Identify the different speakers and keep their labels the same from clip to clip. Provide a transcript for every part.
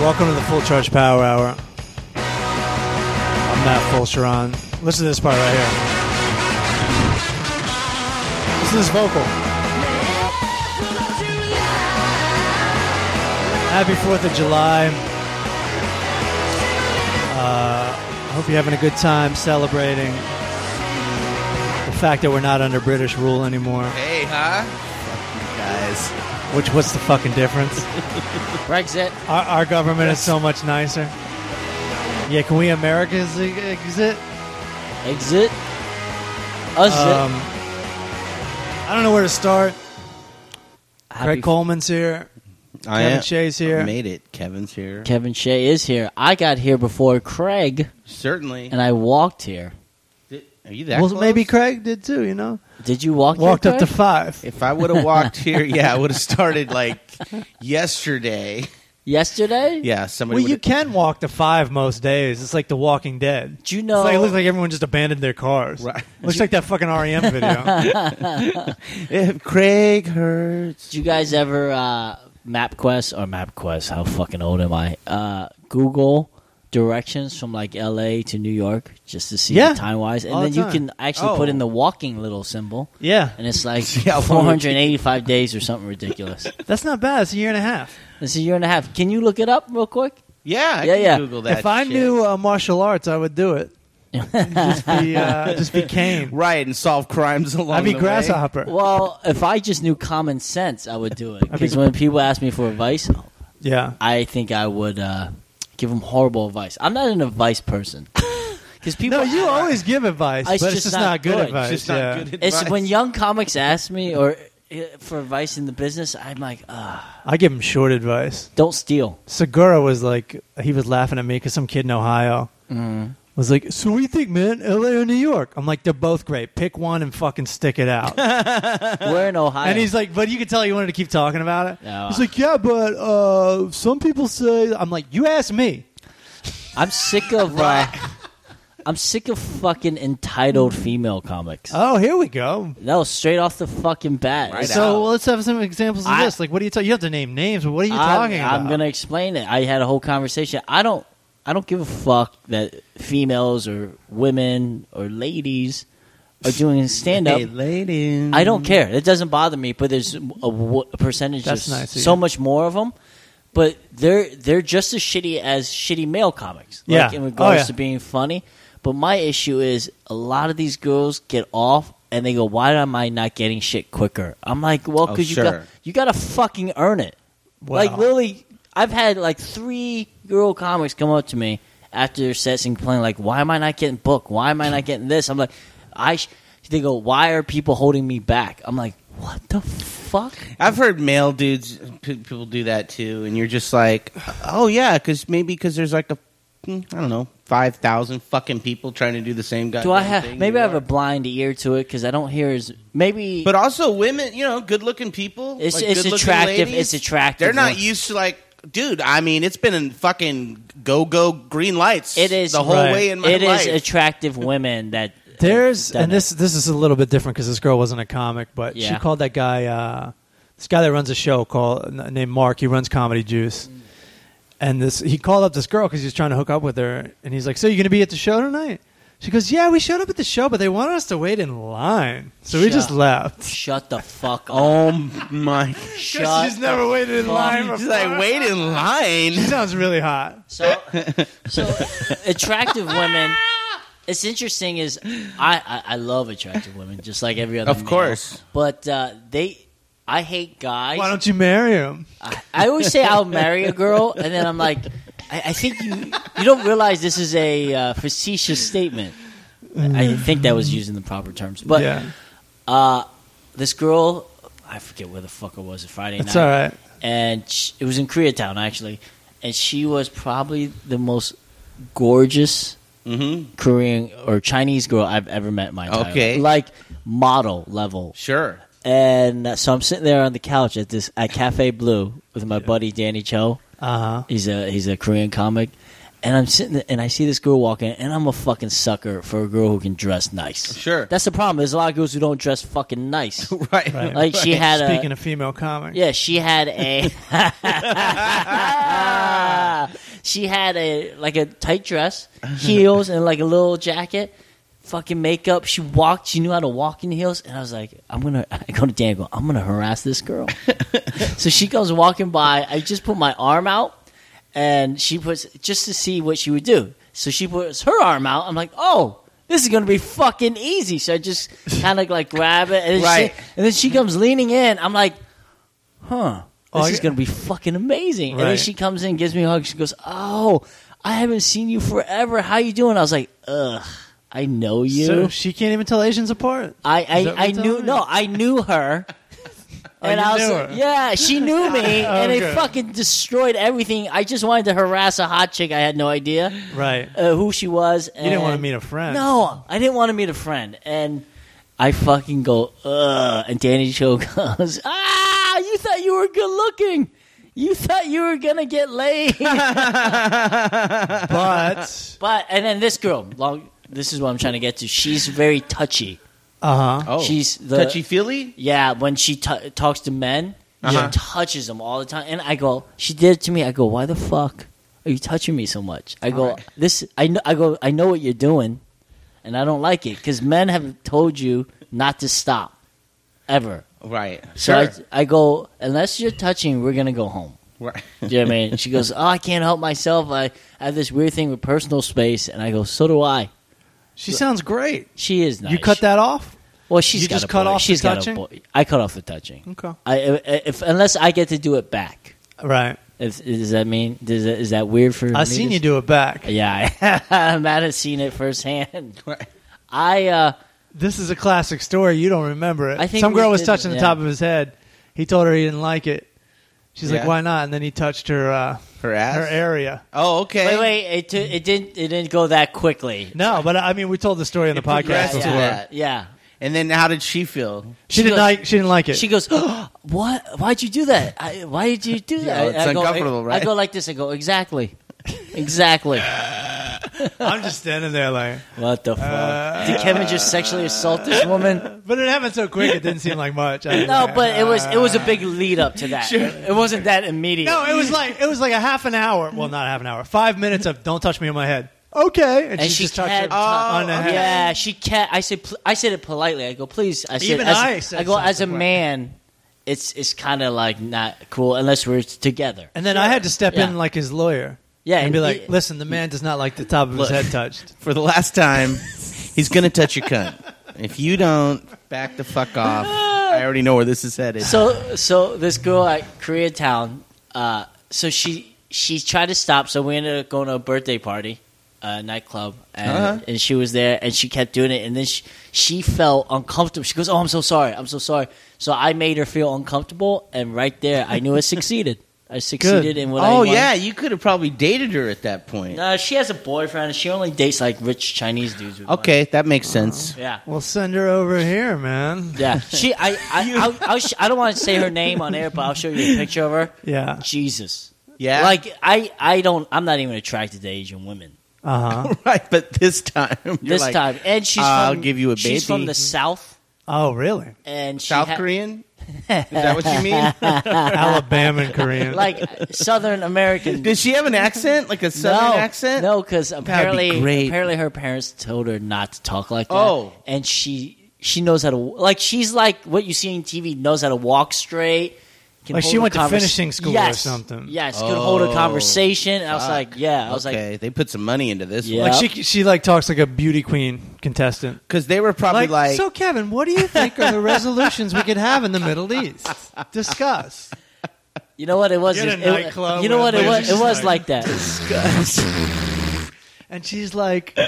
Speaker 1: Welcome to the Full Charge Power Hour. I'm Matt Fulcheron. Listen to this part right here. Listen to this vocal. Happy 4th of July. Uh, I hope you're having a good time celebrating the fact that we're not under British rule anymore.
Speaker 2: Hey, huh? Guys.
Speaker 1: Which, what's the fucking difference?
Speaker 3: Brexit.
Speaker 1: Our, our government is so much nicer. Yeah, can we Americans e- exit?
Speaker 3: Exit. Us.
Speaker 1: Um, I don't know where to start.
Speaker 3: Happy
Speaker 1: Craig Coleman's here.
Speaker 2: I
Speaker 1: Kevin
Speaker 2: am-
Speaker 1: Shea's here.
Speaker 2: I made it. Kevin's here.
Speaker 3: Kevin Shea is here. I got here before Craig,
Speaker 2: Certainly.
Speaker 3: and I walked here.
Speaker 2: Did- Are you that
Speaker 1: well,
Speaker 2: close?
Speaker 1: maybe Craig did too. You know,
Speaker 3: Did you walk?
Speaker 1: walked
Speaker 3: here,
Speaker 1: up to
Speaker 3: Craig?
Speaker 1: five.
Speaker 2: If I would have walked here, yeah, I would have started like yesterday.
Speaker 3: yesterday.
Speaker 2: Yeah, somebody
Speaker 1: Well, you
Speaker 2: would
Speaker 1: can walk to five most days. It's like The Walking Dead.
Speaker 3: Do you know?
Speaker 1: It's like, it looks like everyone just abandoned their cars.
Speaker 2: Right.
Speaker 1: Looks like that fucking REM video.
Speaker 2: If Craig hurts.
Speaker 3: did you guys ever uh, MapQuest or MapQuest? How fucking old am I? Uh, Google directions from like L.A. to New York just to see
Speaker 1: Yeah.
Speaker 3: time wise, and
Speaker 1: All
Speaker 3: then
Speaker 1: the
Speaker 3: you
Speaker 1: time.
Speaker 3: can actually
Speaker 2: Oh.
Speaker 3: put in the walking little symbol,
Speaker 1: yeah,
Speaker 3: and it's like
Speaker 2: Yeah, I wanna-
Speaker 3: 485 days or something ridiculous.
Speaker 1: that's not bad. It's a year and a half.
Speaker 3: it's a year and a half. Can you look it up real quick?
Speaker 2: Yeah, I
Speaker 3: Yeah,
Speaker 2: can
Speaker 3: yeah.
Speaker 2: Google that.
Speaker 1: if I
Speaker 2: shit.
Speaker 1: knew uh, martial arts, I would do it. just be, uh, just be Kane.
Speaker 2: Right, and solve crimes along
Speaker 1: I'd be
Speaker 2: the way.
Speaker 1: grasshopper.
Speaker 3: Well, if I just knew common sense, I would do it.
Speaker 1: I
Speaker 3: Because
Speaker 1: think-
Speaker 3: when people ask me for advice,
Speaker 1: Yeah.
Speaker 3: I think I would uh, give them horrible advice. I'm not an advice person. Because people,
Speaker 1: No, you always give advice,
Speaker 3: It's
Speaker 1: but it's just not good,
Speaker 3: It's
Speaker 1: advice.
Speaker 2: It's just not
Speaker 1: yeah.
Speaker 2: good advice.
Speaker 3: it's when young comics ask me or uh, for advice in the business, I'm like, Ugh,
Speaker 1: I give him short advice.
Speaker 3: don't steal.
Speaker 1: Segura was like, he was laughing at me because some kid in Ohio was like, "So what do you think, man? L.A. or New York?" I'm like, "They're both great. Pick one and fucking stick it out."
Speaker 3: We're in Ohio.
Speaker 1: and he's like, "But you could tell he wanted to keep talking about it."
Speaker 3: No.
Speaker 1: he's like, "Yeah, but uh, some people say." I'm like, "You ask me."
Speaker 3: I'm sick of. Uh, I'm sick of fucking entitled female comics.
Speaker 1: Oh, here we go.
Speaker 3: that was straight off the fucking bat.
Speaker 2: Right
Speaker 3: It's-
Speaker 1: so
Speaker 2: out.
Speaker 1: well, let's have some examples of
Speaker 3: I-
Speaker 1: this. Like, what do you tell? You have to name names, but what are you talking
Speaker 3: I'm,
Speaker 1: about?
Speaker 3: I'm gonna explain it. I had a whole conversation. I don't. I don't give a fuck that females or women or ladies are doing stand up.
Speaker 2: Hey, ladies.
Speaker 3: I don't care. It doesn't bother me. But there's a, w- a percentage.
Speaker 1: mm-hmm. That's
Speaker 3: there's
Speaker 1: nice of
Speaker 3: So
Speaker 1: you.
Speaker 3: much more of them. But they're they're just as shitty as shitty male comics. Like,
Speaker 1: Yeah.
Speaker 3: In
Speaker 1: Oh,
Speaker 3: regards
Speaker 1: yeah.
Speaker 3: to being funny. But my issue is a lot of these girls get off and they go, "Why am I not getting shit quicker?" I'm like, "Well,
Speaker 2: Oh,
Speaker 3: because you got
Speaker 2: sure.
Speaker 3: you got to fucking earn it."
Speaker 1: Wow.
Speaker 3: Like literally, I've had like three girl comics come up to me after their sets and complain like, "Why am I not getting booked? Why am I not getting this?" I'm like, "I." Sh-. They go, "Why are people holding me back?" I'm like, "What the fuck?"
Speaker 2: I've heard male dudes, p- people do that too, and you're just like, oh yeah, because maybe because there's like a, mm, I don't know, five thousand fucking people trying to do the same guy.
Speaker 3: Do I have? Maybe I have a blind ear to it because I don't hear as maybe.
Speaker 2: But also women, you know, good looking people.
Speaker 3: It's-
Speaker 2: like,
Speaker 3: it's
Speaker 2: good-looking
Speaker 3: attractive-
Speaker 2: ladies,
Speaker 3: it's attractive
Speaker 2: They're not
Speaker 3: one.
Speaker 2: used to like, dude. I mean, it's been in fucking go go green lights.
Speaker 3: it is
Speaker 2: the whole
Speaker 1: Right.
Speaker 2: way in my
Speaker 3: It is
Speaker 2: life.
Speaker 3: attractive women that
Speaker 1: There's
Speaker 3: done
Speaker 1: and
Speaker 3: it.
Speaker 1: this this is a little bit different because this girl wasn't a comic, but she
Speaker 3: Yeah.
Speaker 1: called that guy uh, this guy that runs a show called n- named Mark. He runs Comedy Juice, and this he called up this girl because he was trying to hook up with her, and he's like, "So you gonna be at the show tonight?" She goes, "Yeah, we showed up at the show, but they wanted us to wait in line, so we
Speaker 3: Shut
Speaker 1: just left."
Speaker 3: Shut the fuck up!
Speaker 2: oh my!
Speaker 3: Shut
Speaker 1: she's never waited in line. before.
Speaker 2: She's like, wait in line.
Speaker 1: She sounds really hot.
Speaker 3: So, so attractive women. It's interesting is I, I I love attractive women just like every other
Speaker 2: Of
Speaker 3: male.
Speaker 2: course.
Speaker 3: but uh, they I hate guys.
Speaker 1: Why don't you marry him?
Speaker 3: I, I always say I'll marry a girl and then I'm like I, I think you you don't realize this is a uh, facetious statement. I I think that was using the proper terms, but
Speaker 1: yeah,
Speaker 3: uh, this girl I forget where the fuck it was. A Friday
Speaker 1: it's
Speaker 3: night
Speaker 1: all right.
Speaker 3: and sh it was in Koreatown actually, and she was probably the most gorgeous
Speaker 2: Mm-hmm.
Speaker 3: Korean or Chinese girl I've ever met in my entire
Speaker 2: Okay.
Speaker 3: life. like model level.
Speaker 2: Sure.
Speaker 3: And uh, so I'm sitting there on the couch at this at Cafe Blue with my buddy Danny Cho.
Speaker 1: Uh huh.
Speaker 3: He's a he's a Korean comic, And I'm sitting there, and I see this girl walking, and I'm a fucking sucker for a girl who can dress nice.
Speaker 2: Sure.
Speaker 3: That's the problem. There's a lot of girls who don't dress fucking nice.
Speaker 2: right.
Speaker 1: Right.
Speaker 3: Like she had a
Speaker 1: Speaking of female comics,
Speaker 3: yeah, she had a she had a like a tight dress, heels, and like a little jacket. Fucking makeup. She walked. She knew how to walk in heels, and I was like, "I'm gonna." I go to Dan. I go, I'm gonna harass this girl. so she comes walking by. I just put my arm out, and she puts just to see what she would do. So she puts her arm out. I'm like, "Oh, this is gonna be fucking easy." So I just kind of like grab it, and then,
Speaker 2: Right.
Speaker 3: she, and then she comes leaning in. I'm like, huh, this
Speaker 1: Oh,
Speaker 3: is
Speaker 1: yeah.
Speaker 3: going to be fucking amazing. And then
Speaker 1: Right.
Speaker 3: she comes in, gives me a hug. She goes, oh, I haven't seen you forever. How you doing? I was like, ugh, I know you.
Speaker 1: So she can't even tell Asians apart.
Speaker 3: I,
Speaker 1: Is that what
Speaker 3: I, I
Speaker 1: you're
Speaker 3: knew,
Speaker 1: telling
Speaker 3: no,
Speaker 1: me? Oh,
Speaker 3: I knew her.
Speaker 1: you
Speaker 3: I was
Speaker 1: knew
Speaker 3: like,
Speaker 1: her.
Speaker 3: yeah, she knew me, and it
Speaker 1: Okay.
Speaker 3: fucking destroyed everything. I just wanted to harass a hot chick. I had no idea
Speaker 1: Right.
Speaker 3: uh, who she was. And
Speaker 1: didn't wanna meet a friend.
Speaker 3: No, I didn't want to meet a friend, and I fucking go ugh, and Danny Cho goes, ah, you thought you were good looking, you thought you were gonna get laid,
Speaker 1: But
Speaker 3: but and then this girl, long, this is what I'm trying to get to. She's very touchy.
Speaker 1: uh huh.
Speaker 2: Oh,
Speaker 3: She's the-
Speaker 2: touchy feely.
Speaker 3: Yeah, when she t- talks to men,
Speaker 2: Uh-huh.
Speaker 3: she touches them all the time, and I go, she did it to me. I go, why the fuck are you touching me so much? I go,
Speaker 2: Alright.
Speaker 3: this, I know, I go, I know what you're doing, and I don't like it because men have told you not to stop ever.
Speaker 2: Right.
Speaker 3: So
Speaker 2: Sure.
Speaker 3: I, I go, unless you're touching, we're gonna go home.
Speaker 2: Right.
Speaker 3: Do you know what I mean? She goes, oh, I can't help myself. I, I have this weird thing with personal space, and I go, so do I.
Speaker 1: She sounds great.
Speaker 3: She is nice.
Speaker 1: You cut that off.
Speaker 3: Well, she's
Speaker 1: You
Speaker 3: got
Speaker 1: just
Speaker 3: a
Speaker 1: cut
Speaker 3: boy.
Speaker 1: off the
Speaker 3: She's got
Speaker 1: touching?
Speaker 3: a boy. I cut off the touching.
Speaker 1: Okay.
Speaker 3: I, I- if unless I get to do it back.
Speaker 1: Right.
Speaker 3: If, does that mean does that, is that weird for?
Speaker 1: I
Speaker 3: me
Speaker 1: seen
Speaker 3: to-
Speaker 1: you do it back.
Speaker 3: Yeah, I, Matt has seen it firsthand.
Speaker 2: Right.
Speaker 3: I uh,
Speaker 1: This is a classic story. You don't remember it.
Speaker 3: I think
Speaker 1: Some
Speaker 3: we
Speaker 1: girl was
Speaker 3: did-
Speaker 1: touching
Speaker 3: yeah.
Speaker 1: the top of his head. He told her he didn't like it. She's
Speaker 2: Yeah.
Speaker 1: like, "Why not?" And then he touched her uh,
Speaker 2: Her ass.
Speaker 1: her area.
Speaker 2: Oh, okay.
Speaker 3: wait, wait. It, t- it didn't it didn't go that quickly.
Speaker 1: No, but I mean, we told the story on the
Speaker 2: It progressed
Speaker 1: podcast
Speaker 2: to
Speaker 1: before.
Speaker 2: that.
Speaker 3: yeah.
Speaker 2: And then how did she feel?
Speaker 1: She
Speaker 3: She
Speaker 1: didn't
Speaker 3: goes-
Speaker 1: like. She didn't like it.
Speaker 3: She goes, "Oh, "What? Why'd you do that? I, why did you do that?"
Speaker 2: it's
Speaker 3: I go,
Speaker 2: uncomfortable,
Speaker 3: I,
Speaker 2: right?
Speaker 3: I go like this. I go exactly, exactly.
Speaker 1: I'm just standing there like.
Speaker 3: what the fuck?
Speaker 1: Uh,
Speaker 3: Did Kevin just sexually assault this woman?
Speaker 1: But it happened so quick. It didn't seem like much. I was
Speaker 3: No,
Speaker 1: like,
Speaker 3: but it was
Speaker 1: "Ah."
Speaker 3: it was a big lead up to that. It wasn't that immediate.
Speaker 1: No, it was like it was like a half an hour. Well, not half an hour. Five minutes of "Don't touch me on my head." Okay, and,
Speaker 3: and
Speaker 1: she,
Speaker 3: she,
Speaker 1: just touched her
Speaker 3: kept, Oh,
Speaker 1: on the head.
Speaker 3: yeah, she kept. I said, pl- I said it politely. I go, please. I said,
Speaker 1: Even
Speaker 3: as,
Speaker 1: I said
Speaker 3: I go as a
Speaker 1: something.
Speaker 3: man. It's it's kind of like not cool unless we're together.
Speaker 1: And then I had to step
Speaker 3: Yeah.
Speaker 1: in like his lawyer.
Speaker 3: Yeah,
Speaker 1: and,
Speaker 3: and
Speaker 1: be
Speaker 3: he-
Speaker 1: like, "Listen, the man does not like the top of
Speaker 2: Look.
Speaker 1: his head touched."
Speaker 2: For the last time, he's gonna touch your cunt. If you don't, back the fuck off. I already know where this is headed.
Speaker 3: So so this girl at Koreatown, uh, so she she tried to stop. So we ended up going to a birthday party, uh, nightclub, and,
Speaker 2: Uh-huh.
Speaker 3: and she was there, and she kept doing it, and then she she felt uncomfortable. She goes, "Oh, I'm so sorry. I'm so sorry." So I made her feel uncomfortable, and right there, I knew I succeeded. I succeeded in what I
Speaker 2: oh
Speaker 3: wanted.
Speaker 2: yeah, you could have probably dated her at that point.
Speaker 3: No, she has a boyfriend. and She only dates like rich Chinese dudes. With money.
Speaker 2: Okay, that makes sense.
Speaker 3: Yeah.
Speaker 1: Well, send her over here, man.
Speaker 3: Yeah. She. I. I. I'll, I'll sh- I don't want to say her name on air, but I'll show you a picture of her.
Speaker 1: Yeah.
Speaker 3: Jesus.
Speaker 2: Yeah,
Speaker 3: Like I. I don't. I'm not even attracted to Asian women
Speaker 1: Uh huh.
Speaker 2: right. But this time, you're
Speaker 3: this
Speaker 2: like,
Speaker 3: time. And she's.
Speaker 2: I'll
Speaker 3: from,
Speaker 2: give you a
Speaker 3: She's
Speaker 2: baby.
Speaker 3: from the south,
Speaker 1: Oh, really?
Speaker 3: and she
Speaker 2: South
Speaker 3: ha-
Speaker 2: Korean. Is that what you mean?
Speaker 1: Alabama and Korean.
Speaker 3: like Southern American.
Speaker 2: Does she have an accent, like a southern
Speaker 3: no,
Speaker 2: accent?
Speaker 3: No, because
Speaker 2: be
Speaker 3: apparently,
Speaker 2: great.
Speaker 3: apparently her parents told her not to talk like that.
Speaker 2: Oh.
Speaker 3: and she she knows how to like she's like what you see on TV knows how to walk straight. can
Speaker 1: Like she
Speaker 3: hold a
Speaker 1: went to
Speaker 3: convers-
Speaker 1: finishing school or
Speaker 3: Yes,
Speaker 1: something.
Speaker 3: Yes, could hold
Speaker 2: Oh,
Speaker 3: a conversation. And I was
Speaker 2: fuck.
Speaker 3: like, yeah, I was
Speaker 2: okay, they put some money into this
Speaker 3: Yeah.
Speaker 2: one
Speaker 1: Like she she like talks like a beauty queen contestant.
Speaker 2: because they were probably
Speaker 1: Like,
Speaker 2: like,
Speaker 1: so, Kevin, what do you think are the resolutions we could have in the Middle East? Discuss.
Speaker 3: like, you know what it was?
Speaker 1: Get a
Speaker 3: It- it-
Speaker 1: nightclub
Speaker 3: you know
Speaker 1: with
Speaker 3: what it was? It
Speaker 1: ladies.
Speaker 3: was like that.
Speaker 1: And she's like,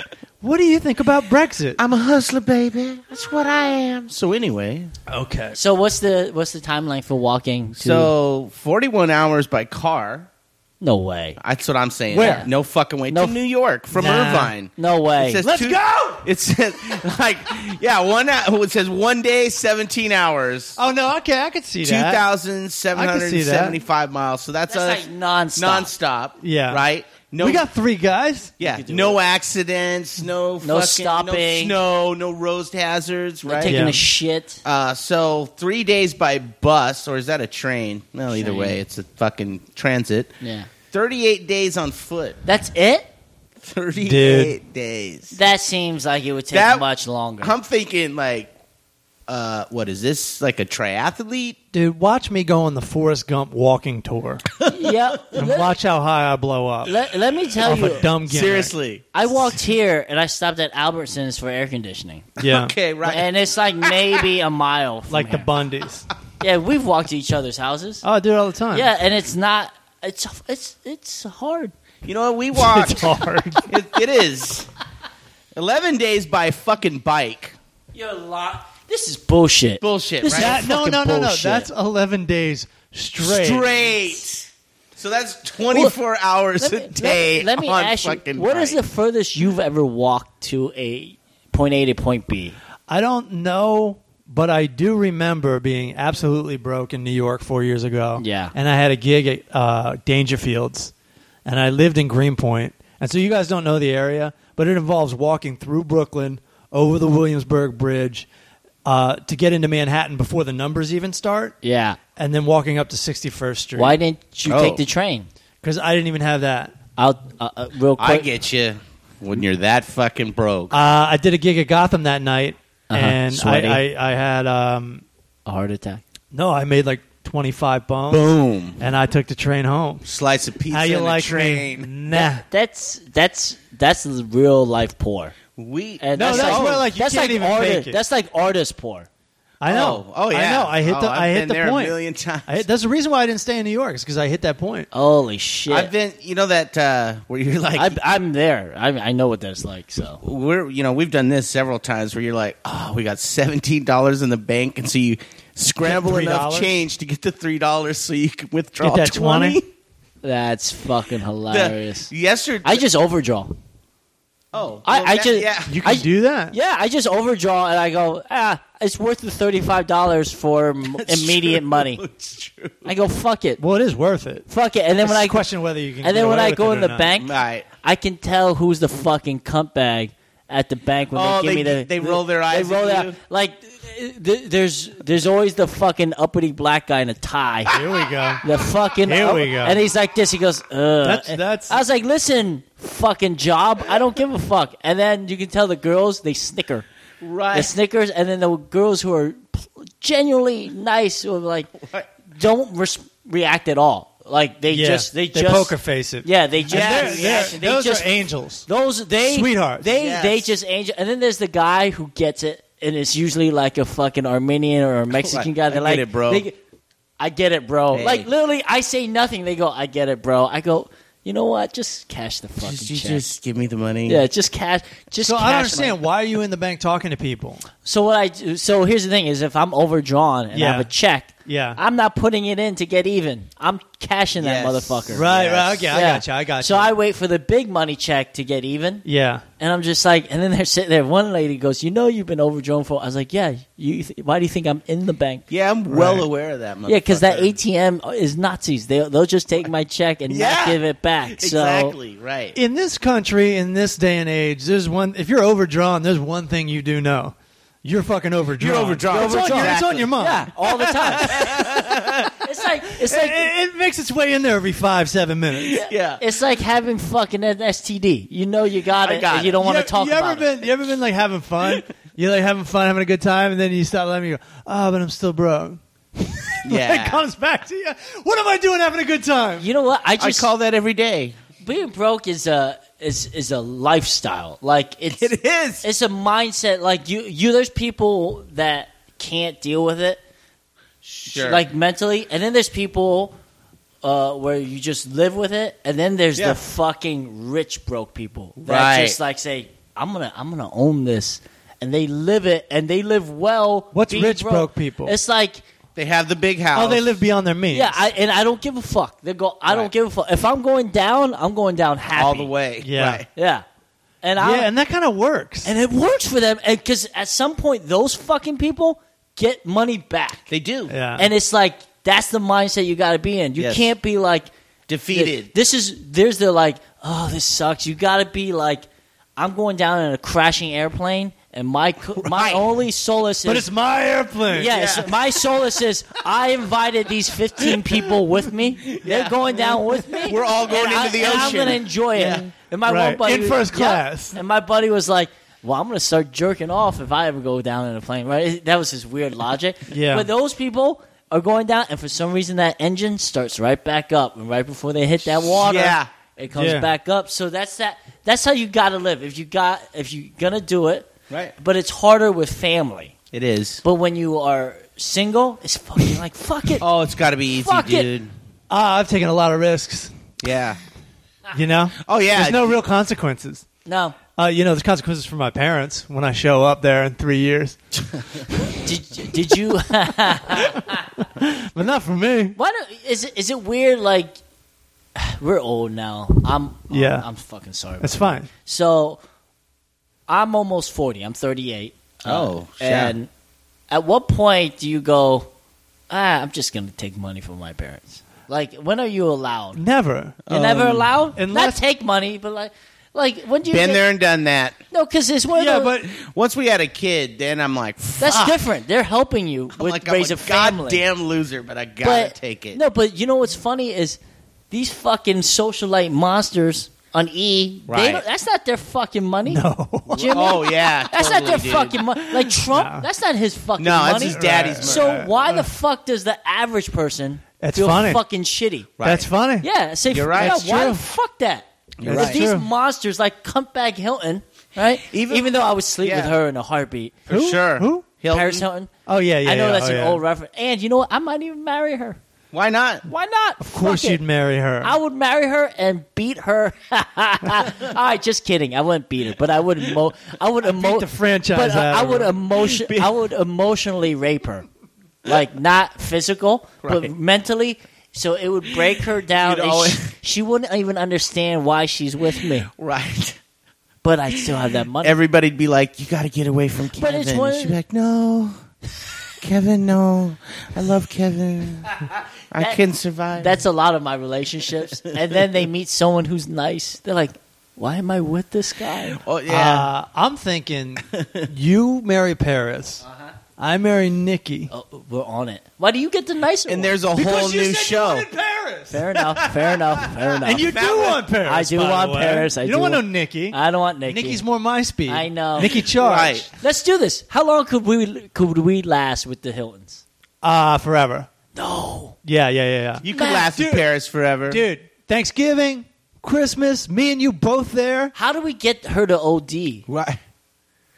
Speaker 1: "What do you think about Brexit?"
Speaker 2: "I'm a hustler, baby. That's what I am." So anyway,
Speaker 1: Okay.
Speaker 3: So what's the what's the timeline for walking? To,
Speaker 2: so 41 hours by car.
Speaker 3: no way,
Speaker 2: That's what I'm saying.
Speaker 1: Where?
Speaker 2: No fucking way.
Speaker 3: No
Speaker 2: to
Speaker 3: f-
Speaker 2: New York from
Speaker 1: Nah.
Speaker 2: Irvine.
Speaker 3: no way.
Speaker 2: It says
Speaker 1: Let's
Speaker 2: two-
Speaker 1: go!
Speaker 2: It says like yeah, one. hou- oh, It says one day, 17 hours.
Speaker 1: Oh no. Okay, I could see that.
Speaker 2: 2,775 miles. So that's,
Speaker 3: That's
Speaker 2: us
Speaker 3: like nonstop.
Speaker 2: nonstop.
Speaker 1: Yeah.
Speaker 2: Right? No,
Speaker 1: we got three guys.
Speaker 2: yeah,
Speaker 3: could do
Speaker 2: no accidents, no fucking,
Speaker 3: stopping.
Speaker 2: no snow, no road hazards,
Speaker 3: They're
Speaker 2: right?
Speaker 3: taking
Speaker 1: Yeah.
Speaker 3: a shit.
Speaker 2: Uh, so three days by bus, or is that a train? No, either
Speaker 3: Train.
Speaker 2: way, it's a fucking transit.
Speaker 3: Yeah.
Speaker 2: Thirty-eight days on foot.
Speaker 3: That's it?
Speaker 2: Thirty-eight days.
Speaker 3: That seems like it would take
Speaker 2: That-
Speaker 3: much longer.
Speaker 2: I'm thinking like, uh, what is this? Like a triathlete?
Speaker 1: Dude, watch me go on the Forrest Gump walking tour
Speaker 3: yeah.
Speaker 1: and
Speaker 3: Let,
Speaker 1: watch how high I blow up
Speaker 3: let, let me tell
Speaker 1: off
Speaker 3: you.
Speaker 1: a dumb gimmick.
Speaker 2: Seriously?
Speaker 3: I walked here and I stopped at Albertsons for air conditioning.
Speaker 1: Yeah.
Speaker 2: Okay, right.
Speaker 3: And it's like maybe a mile. From
Speaker 1: Like the
Speaker 3: here.
Speaker 1: Bundys.
Speaker 3: yeah, we've walked to each other's houses.
Speaker 1: Oh, I do it all the time.
Speaker 3: Yeah, and it's not. It's it's it's hard.
Speaker 2: you know what? We walked.
Speaker 1: It's hard.
Speaker 2: it, it is. Eleven days by fucking bike.
Speaker 3: You're lying. This is bullshit.
Speaker 2: Bullshit,
Speaker 3: This
Speaker 2: right?
Speaker 3: is
Speaker 1: That- no,
Speaker 3: fucking
Speaker 1: no, no, no.
Speaker 3: bullshit.
Speaker 1: That's 11 days straight.
Speaker 2: Straight. So that's 24 hours
Speaker 3: Let me-
Speaker 2: a day
Speaker 3: Let me, let
Speaker 2: on
Speaker 3: me ask
Speaker 2: fucking
Speaker 3: you, what is
Speaker 2: bike.
Speaker 3: the furthest you've ever walked to a point A to point B?
Speaker 1: I don't know, but I do remember being absolutely broke in New York four years ago.
Speaker 3: Yeah.
Speaker 1: And I had a gig at uh, Dangerfields, and I lived in Greenpoint. And so you guys don't know the area, but it involves walking through Brooklyn, over the Williamsburg Bridge, uh, to get into Manhattan before the numbers even start,
Speaker 3: Yeah.
Speaker 1: and then walking up to 61st Street.
Speaker 3: Why didn't you
Speaker 2: Oh.
Speaker 3: take the train?
Speaker 1: Because I didn't even have that.
Speaker 3: I'll uh, uh, real quick.
Speaker 2: I get you when you're that fucking broke.
Speaker 1: Uh, I did a gig at Gotham that night,
Speaker 3: Uh-huh.
Speaker 1: and
Speaker 3: Sweaty.
Speaker 1: I, I, I had um,
Speaker 3: a heart attack.
Speaker 1: no, I made like twenty five bones,
Speaker 2: Boom.
Speaker 1: and I took the train home.
Speaker 2: Slice of pizza
Speaker 1: How you
Speaker 2: and
Speaker 1: like
Speaker 2: a train.
Speaker 1: me? Nah.
Speaker 3: That's that's that's the real life poor.
Speaker 2: We
Speaker 3: And
Speaker 1: No, that's
Speaker 3: like,
Speaker 1: where, like, you
Speaker 3: that's
Speaker 1: can't
Speaker 3: like
Speaker 1: even
Speaker 3: artist,
Speaker 1: fake it.
Speaker 3: That's like artist poor.
Speaker 1: I know.
Speaker 2: Oh, oh,
Speaker 1: I
Speaker 2: yeah.
Speaker 1: know. I hit
Speaker 2: Oh,
Speaker 1: the.
Speaker 2: I've
Speaker 1: I hit
Speaker 2: been
Speaker 1: the
Speaker 2: there a
Speaker 1: point.
Speaker 2: million times.
Speaker 1: I hit, that's the reason why I didn't stay in New York is because I hit that point.
Speaker 3: Holy shit!
Speaker 2: I've been, you know that uh, where you're like,
Speaker 3: I, I'm there. I, I know what that's like. So
Speaker 2: we're, you know, we've done this several times where you're like, oh, we got seventeen dollars in the bank, and so you scramble
Speaker 1: Get
Speaker 2: enough
Speaker 1: $3?
Speaker 2: change to get the three dollars so you can withdraw
Speaker 1: Get that
Speaker 2: 20?
Speaker 1: 20?
Speaker 3: that's fucking
Speaker 2: The-
Speaker 3: hilarious.
Speaker 2: yesterday,
Speaker 3: I just overdraw.
Speaker 2: oh,
Speaker 3: I-
Speaker 2: well,
Speaker 3: I
Speaker 2: that-
Speaker 3: just-
Speaker 2: yeah.
Speaker 1: You can
Speaker 3: I-
Speaker 1: do that.
Speaker 3: Yeah, I just overdraw and I go, ah, it's worth the thirty five dollars for m-
Speaker 2: It's
Speaker 3: immediate
Speaker 2: true.
Speaker 3: money.
Speaker 2: It's true.
Speaker 3: I go, fuck it,
Speaker 1: Well, it is worth it.
Speaker 3: fuck it, and then
Speaker 1: It's
Speaker 3: when
Speaker 1: just
Speaker 3: I
Speaker 1: a question whether you can.
Speaker 3: and
Speaker 1: get
Speaker 3: then when
Speaker 1: away
Speaker 3: I
Speaker 1: with
Speaker 3: go
Speaker 1: it
Speaker 3: in
Speaker 1: or
Speaker 3: the
Speaker 1: not.
Speaker 3: bank,
Speaker 2: Right.
Speaker 3: I can tell who's the fucking cunt bag at the bank when
Speaker 2: Oh,
Speaker 3: they give
Speaker 2: they-
Speaker 3: me the.
Speaker 2: they roll their eyes
Speaker 3: They roll
Speaker 2: at
Speaker 3: their
Speaker 2: you?
Speaker 3: like. Th- there's there's always the fucking uppity black guy in a tie.
Speaker 1: Here we go.
Speaker 3: The fucking
Speaker 1: Here we go.
Speaker 3: and he's like this. He goes, Ugh.
Speaker 1: That's- that's-
Speaker 3: I was like, listen, fucking job. I don't give a fuck. And then you can tell the girls they snicker
Speaker 2: Right.
Speaker 3: the Snickers, and then the girls who are genuinely nice or like
Speaker 2: Right.
Speaker 3: don't res- react at all. Like they
Speaker 1: Yeah.
Speaker 3: just they,
Speaker 1: they
Speaker 3: just
Speaker 1: poker face it.
Speaker 3: Yeah, they just
Speaker 1: And they're-
Speaker 3: they
Speaker 1: they're-
Speaker 3: just- they
Speaker 1: those
Speaker 3: just
Speaker 1: are angels.
Speaker 3: those they
Speaker 1: Sweethearts.
Speaker 3: They
Speaker 2: Yes.
Speaker 3: they just angel. And then there's the guy who gets it, and it's usually like a fucking Armenian or a Mexican
Speaker 2: Like,
Speaker 3: guy.
Speaker 2: I
Speaker 3: They're
Speaker 2: get
Speaker 3: like,
Speaker 2: it, bro.
Speaker 3: they- I get it, bro.
Speaker 2: Hey.
Speaker 3: Like literally, I say nothing. They go, I get it, bro. I go, you know what? Just cash the fucking
Speaker 2: Just, you
Speaker 3: check.
Speaker 2: just give me the money.
Speaker 3: yeah, just cash. Just
Speaker 1: So
Speaker 3: cash
Speaker 1: I don't
Speaker 3: my-
Speaker 1: understand why are you in the bank talking to people?
Speaker 3: so what I do, so here's the thing is if I'm overdrawn and I
Speaker 1: Yeah.
Speaker 3: have a check,
Speaker 1: Yeah.
Speaker 3: I'm not putting it in to get even. I'm cashing that
Speaker 2: Yes.
Speaker 3: motherfucker.
Speaker 1: Right.
Speaker 2: Yes.
Speaker 1: Right. Okay. I
Speaker 3: Yeah.
Speaker 1: got you. I got you.
Speaker 3: So I wait for the big money check to get even,
Speaker 1: Yeah.
Speaker 3: and I'm just like, and then they're sitting there. One lady goes, "You know, you've been overdrawn for." I was like, "Yeah, you. Th- why do you think I'm in the bank?"
Speaker 2: Yeah, I'm well
Speaker 1: Right.
Speaker 2: aware of that.
Speaker 3: Yeah, because that
Speaker 2: motherfucker.
Speaker 3: ATM is Nazis. They they'll just take my check and
Speaker 2: Yeah.
Speaker 3: not give it back. So
Speaker 2: exactly right.
Speaker 1: in this country, in this day and age, there's one. If you're overdrawn, there's one thing you do know: you're fucking overdrawn.
Speaker 2: You're overdrawn.
Speaker 1: It's, On, your, it's on your mom.
Speaker 3: yeah, all the time. it's like it's like
Speaker 1: It, it makes its way in there every five, seven minutes.
Speaker 2: Yeah.
Speaker 3: It's like having fucking an STD. You know you got
Speaker 2: I
Speaker 3: it,
Speaker 2: got
Speaker 3: and you don't
Speaker 2: it.
Speaker 3: want
Speaker 1: you
Speaker 3: to
Speaker 1: ever-
Speaker 3: talk
Speaker 1: you ever
Speaker 3: about it.
Speaker 1: been, You ever been like having fun? You're like having fun, having a good time, and then you stop laughing. You go, "Ah, but I'm still broke."
Speaker 2: yeah.
Speaker 1: It comes back to you. What am I doing having a good time?
Speaker 3: You know what? I
Speaker 2: I
Speaker 3: just
Speaker 2: call that every day.
Speaker 3: being broke is a is is a lifestyle. Like it's
Speaker 2: It is.
Speaker 3: it's a mindset. Like you you there's people that can't deal with it,
Speaker 2: Sure.
Speaker 3: like mentally, and then there's people. Uh, where you just live with it, and then there's
Speaker 2: Yeah.
Speaker 3: the fucking rich broke people that
Speaker 2: Right.
Speaker 3: just like say, "I'm gonna, I'm gonna own this," and they live it, and they live well.
Speaker 1: What's
Speaker 3: being
Speaker 1: rich broke people?
Speaker 3: It's like
Speaker 2: they have the big house.
Speaker 1: Oh, they live beyond their means.
Speaker 3: Yeah, I, and I don't give a fuck. They go, I don't
Speaker 2: Right.
Speaker 3: give a fuck. If I'm going down, I'm going down happy
Speaker 2: all the way.
Speaker 1: Yeah.
Speaker 2: Right.
Speaker 3: Yeah, and I
Speaker 1: yeah,
Speaker 3: and,
Speaker 1: and that kind of works.
Speaker 3: it works for them, and because at some point those fucking people get money back,
Speaker 2: They do.
Speaker 1: yeah,
Speaker 3: and it's like that's the mindset you got to be in. You
Speaker 2: Yes.
Speaker 3: can't be like
Speaker 2: Defeated.
Speaker 3: This is there's the like, oh, this sucks. You got to be like, I'm going down in a crashing airplane, and my co- my
Speaker 2: Right.
Speaker 3: only solace
Speaker 1: But
Speaker 3: is
Speaker 1: it's my airplane.
Speaker 3: Yes,
Speaker 2: Yeah.
Speaker 3: my solace is I invited these 15 people with me. They're going down with me.
Speaker 2: We're all going into
Speaker 3: and I,
Speaker 2: the
Speaker 3: and I'm
Speaker 2: ocean.
Speaker 3: going to enjoy it.
Speaker 2: Yeah.
Speaker 3: And my one
Speaker 1: Right.
Speaker 3: buddy
Speaker 1: In
Speaker 3: was-
Speaker 1: first
Speaker 3: yeah.
Speaker 1: class.
Speaker 3: And my buddy was like, "Well, I'm going to start jerking off if I ever go down in a plane." Right? That was his weird logic.
Speaker 1: Yeah.
Speaker 3: But those people are going down, and for some reason, that engine starts right back up, and right before they hit that water,
Speaker 2: Yeah.
Speaker 3: it comes
Speaker 1: Yeah.
Speaker 3: back up. So that's that. That's how you got to live. If you got, if you're gonna do it,
Speaker 2: Right.
Speaker 3: But it's harder with family.
Speaker 2: It is.
Speaker 3: But when you are single, it's fucking like fuck it.
Speaker 2: Oh, it's got to be easy,
Speaker 3: Fuck it.
Speaker 2: dude.
Speaker 1: Ah, I've taken a lot of risks.
Speaker 2: Yeah.
Speaker 1: You know.
Speaker 2: Oh yeah.
Speaker 1: There's no real consequences.
Speaker 3: No,
Speaker 1: Uh, you know, there's consequences for my parents when I show up there in three years,
Speaker 3: did did you?
Speaker 1: but not for me.
Speaker 3: why don't, is it is it weird? Like we're old now. I'm
Speaker 1: Yeah.
Speaker 3: I'm, fucking sorry.
Speaker 1: That's
Speaker 3: about
Speaker 1: fine.
Speaker 3: that. So I'm almost forty. I'm thirty eight.
Speaker 2: Oh, shit.
Speaker 3: and at what point do you go? Ah, I'm just gonna take money from my parents. Like when are you allowed?
Speaker 1: Never.
Speaker 3: You're never
Speaker 2: Um,
Speaker 3: allowed. Not
Speaker 1: unless-
Speaker 3: take money, but like like when do you
Speaker 2: Been
Speaker 3: get-
Speaker 2: there and done that.
Speaker 3: No, because it's
Speaker 2: Uh,
Speaker 3: one of
Speaker 1: Yeah,
Speaker 3: those-
Speaker 1: but
Speaker 2: Once we had a kid, then I'm like,
Speaker 3: That's
Speaker 2: fuck.
Speaker 3: different. They're helping you
Speaker 2: I'm
Speaker 3: with
Speaker 2: like,
Speaker 3: raise
Speaker 2: I'm
Speaker 3: a
Speaker 2: a
Speaker 3: family.
Speaker 2: goddamn loser, but I gotta
Speaker 3: but
Speaker 2: take it.
Speaker 3: No, but you know what's funny is these fucking socialite monsters on E. They
Speaker 2: Right.
Speaker 3: don't, that's not their fucking money.
Speaker 1: no.
Speaker 3: Jimmy,
Speaker 2: Oh yeah,
Speaker 3: that's
Speaker 2: totally,
Speaker 3: not their
Speaker 2: dude.
Speaker 3: fucking money. Like Trump,
Speaker 1: No.
Speaker 3: that's not his fucking
Speaker 2: No,
Speaker 3: money.
Speaker 2: that's his daddy's
Speaker 1: Right.
Speaker 2: money.
Speaker 3: So why the fuck does the average person
Speaker 1: That's
Speaker 3: feel
Speaker 1: funny.
Speaker 3: fucking shitty?
Speaker 2: Right.
Speaker 1: That's funny.
Speaker 3: Yeah, say
Speaker 2: You're right.
Speaker 3: yeah,
Speaker 2: That's
Speaker 3: why
Speaker 1: true.
Speaker 3: the fuck that?
Speaker 1: You're
Speaker 3: If
Speaker 1: right.
Speaker 3: These
Speaker 1: True.
Speaker 3: monsters like Cumpbag Hilton, right?
Speaker 2: Even-
Speaker 3: Even, Even though I would sleep with
Speaker 2: Yeah.
Speaker 3: her in a heartbeat.
Speaker 2: for
Speaker 1: Who?
Speaker 2: sure.
Speaker 1: Who?
Speaker 2: Hilton?
Speaker 3: Paris Hilton.
Speaker 1: Oh yeah, yeah.
Speaker 3: I know
Speaker 1: yeah,
Speaker 3: that's
Speaker 1: oh,
Speaker 3: an
Speaker 1: yeah.
Speaker 3: old reference. And you know what? I might even marry her.
Speaker 2: Why not?
Speaker 3: Why not?
Speaker 1: Of course, you'd marry her.
Speaker 3: I would marry her and beat her. All right, just kidding. I wouldn't beat her, but I would. Emo- I would emo-
Speaker 1: beat the franchise
Speaker 3: But uh,
Speaker 1: out
Speaker 3: I
Speaker 1: of
Speaker 3: would
Speaker 1: her.
Speaker 3: emotion. I would emotionally rape her, like not physical, but
Speaker 2: Right.
Speaker 3: mentally. So it would break her down.
Speaker 2: You'd
Speaker 3: and
Speaker 2: always-
Speaker 3: she, she wouldn't even understand why she's with me.
Speaker 2: Right.
Speaker 3: But I still have that money.
Speaker 2: Everybody'd be like, "You gotta get away from Kevin."
Speaker 3: But it's one-
Speaker 2: She'd be like, "No, Kevin, no. I love Kevin. I
Speaker 3: That-
Speaker 2: can survive."
Speaker 3: That's a lot of my relationships. and then they meet someone who's nice. They're like, "Why am I with this guy?"
Speaker 2: oh yeah.
Speaker 1: Uh, I'm thinking you marry Paris.
Speaker 3: Uh-huh.
Speaker 1: I marry Nikki.
Speaker 3: Oh, we're on it. Why do you get the nicer one?
Speaker 2: and there's a whole new show.
Speaker 1: Paris.
Speaker 3: fair enough, fair enough, fair enough.
Speaker 2: Um,
Speaker 1: And you do want Paris.
Speaker 3: I do
Speaker 1: by the
Speaker 3: want
Speaker 1: way.
Speaker 3: Paris, I
Speaker 1: you
Speaker 3: do
Speaker 1: don't want no
Speaker 3: want-
Speaker 1: Nikki.
Speaker 3: I don't want Nikki.
Speaker 1: Nikki's more my speed.
Speaker 3: I know.
Speaker 1: Nikki Charge.
Speaker 2: Right.
Speaker 3: Let's do this. How long could we could we last with the Hiltons?
Speaker 1: Ah, forever.
Speaker 3: No,
Speaker 1: Yeah, yeah, yeah, yeah.
Speaker 2: You could
Speaker 3: Matt,
Speaker 2: laugh
Speaker 1: dude.
Speaker 2: at Paris forever.
Speaker 1: Dude, Thanksgiving, Christmas, me and you both there.
Speaker 3: how do we get her to OD?
Speaker 2: Right.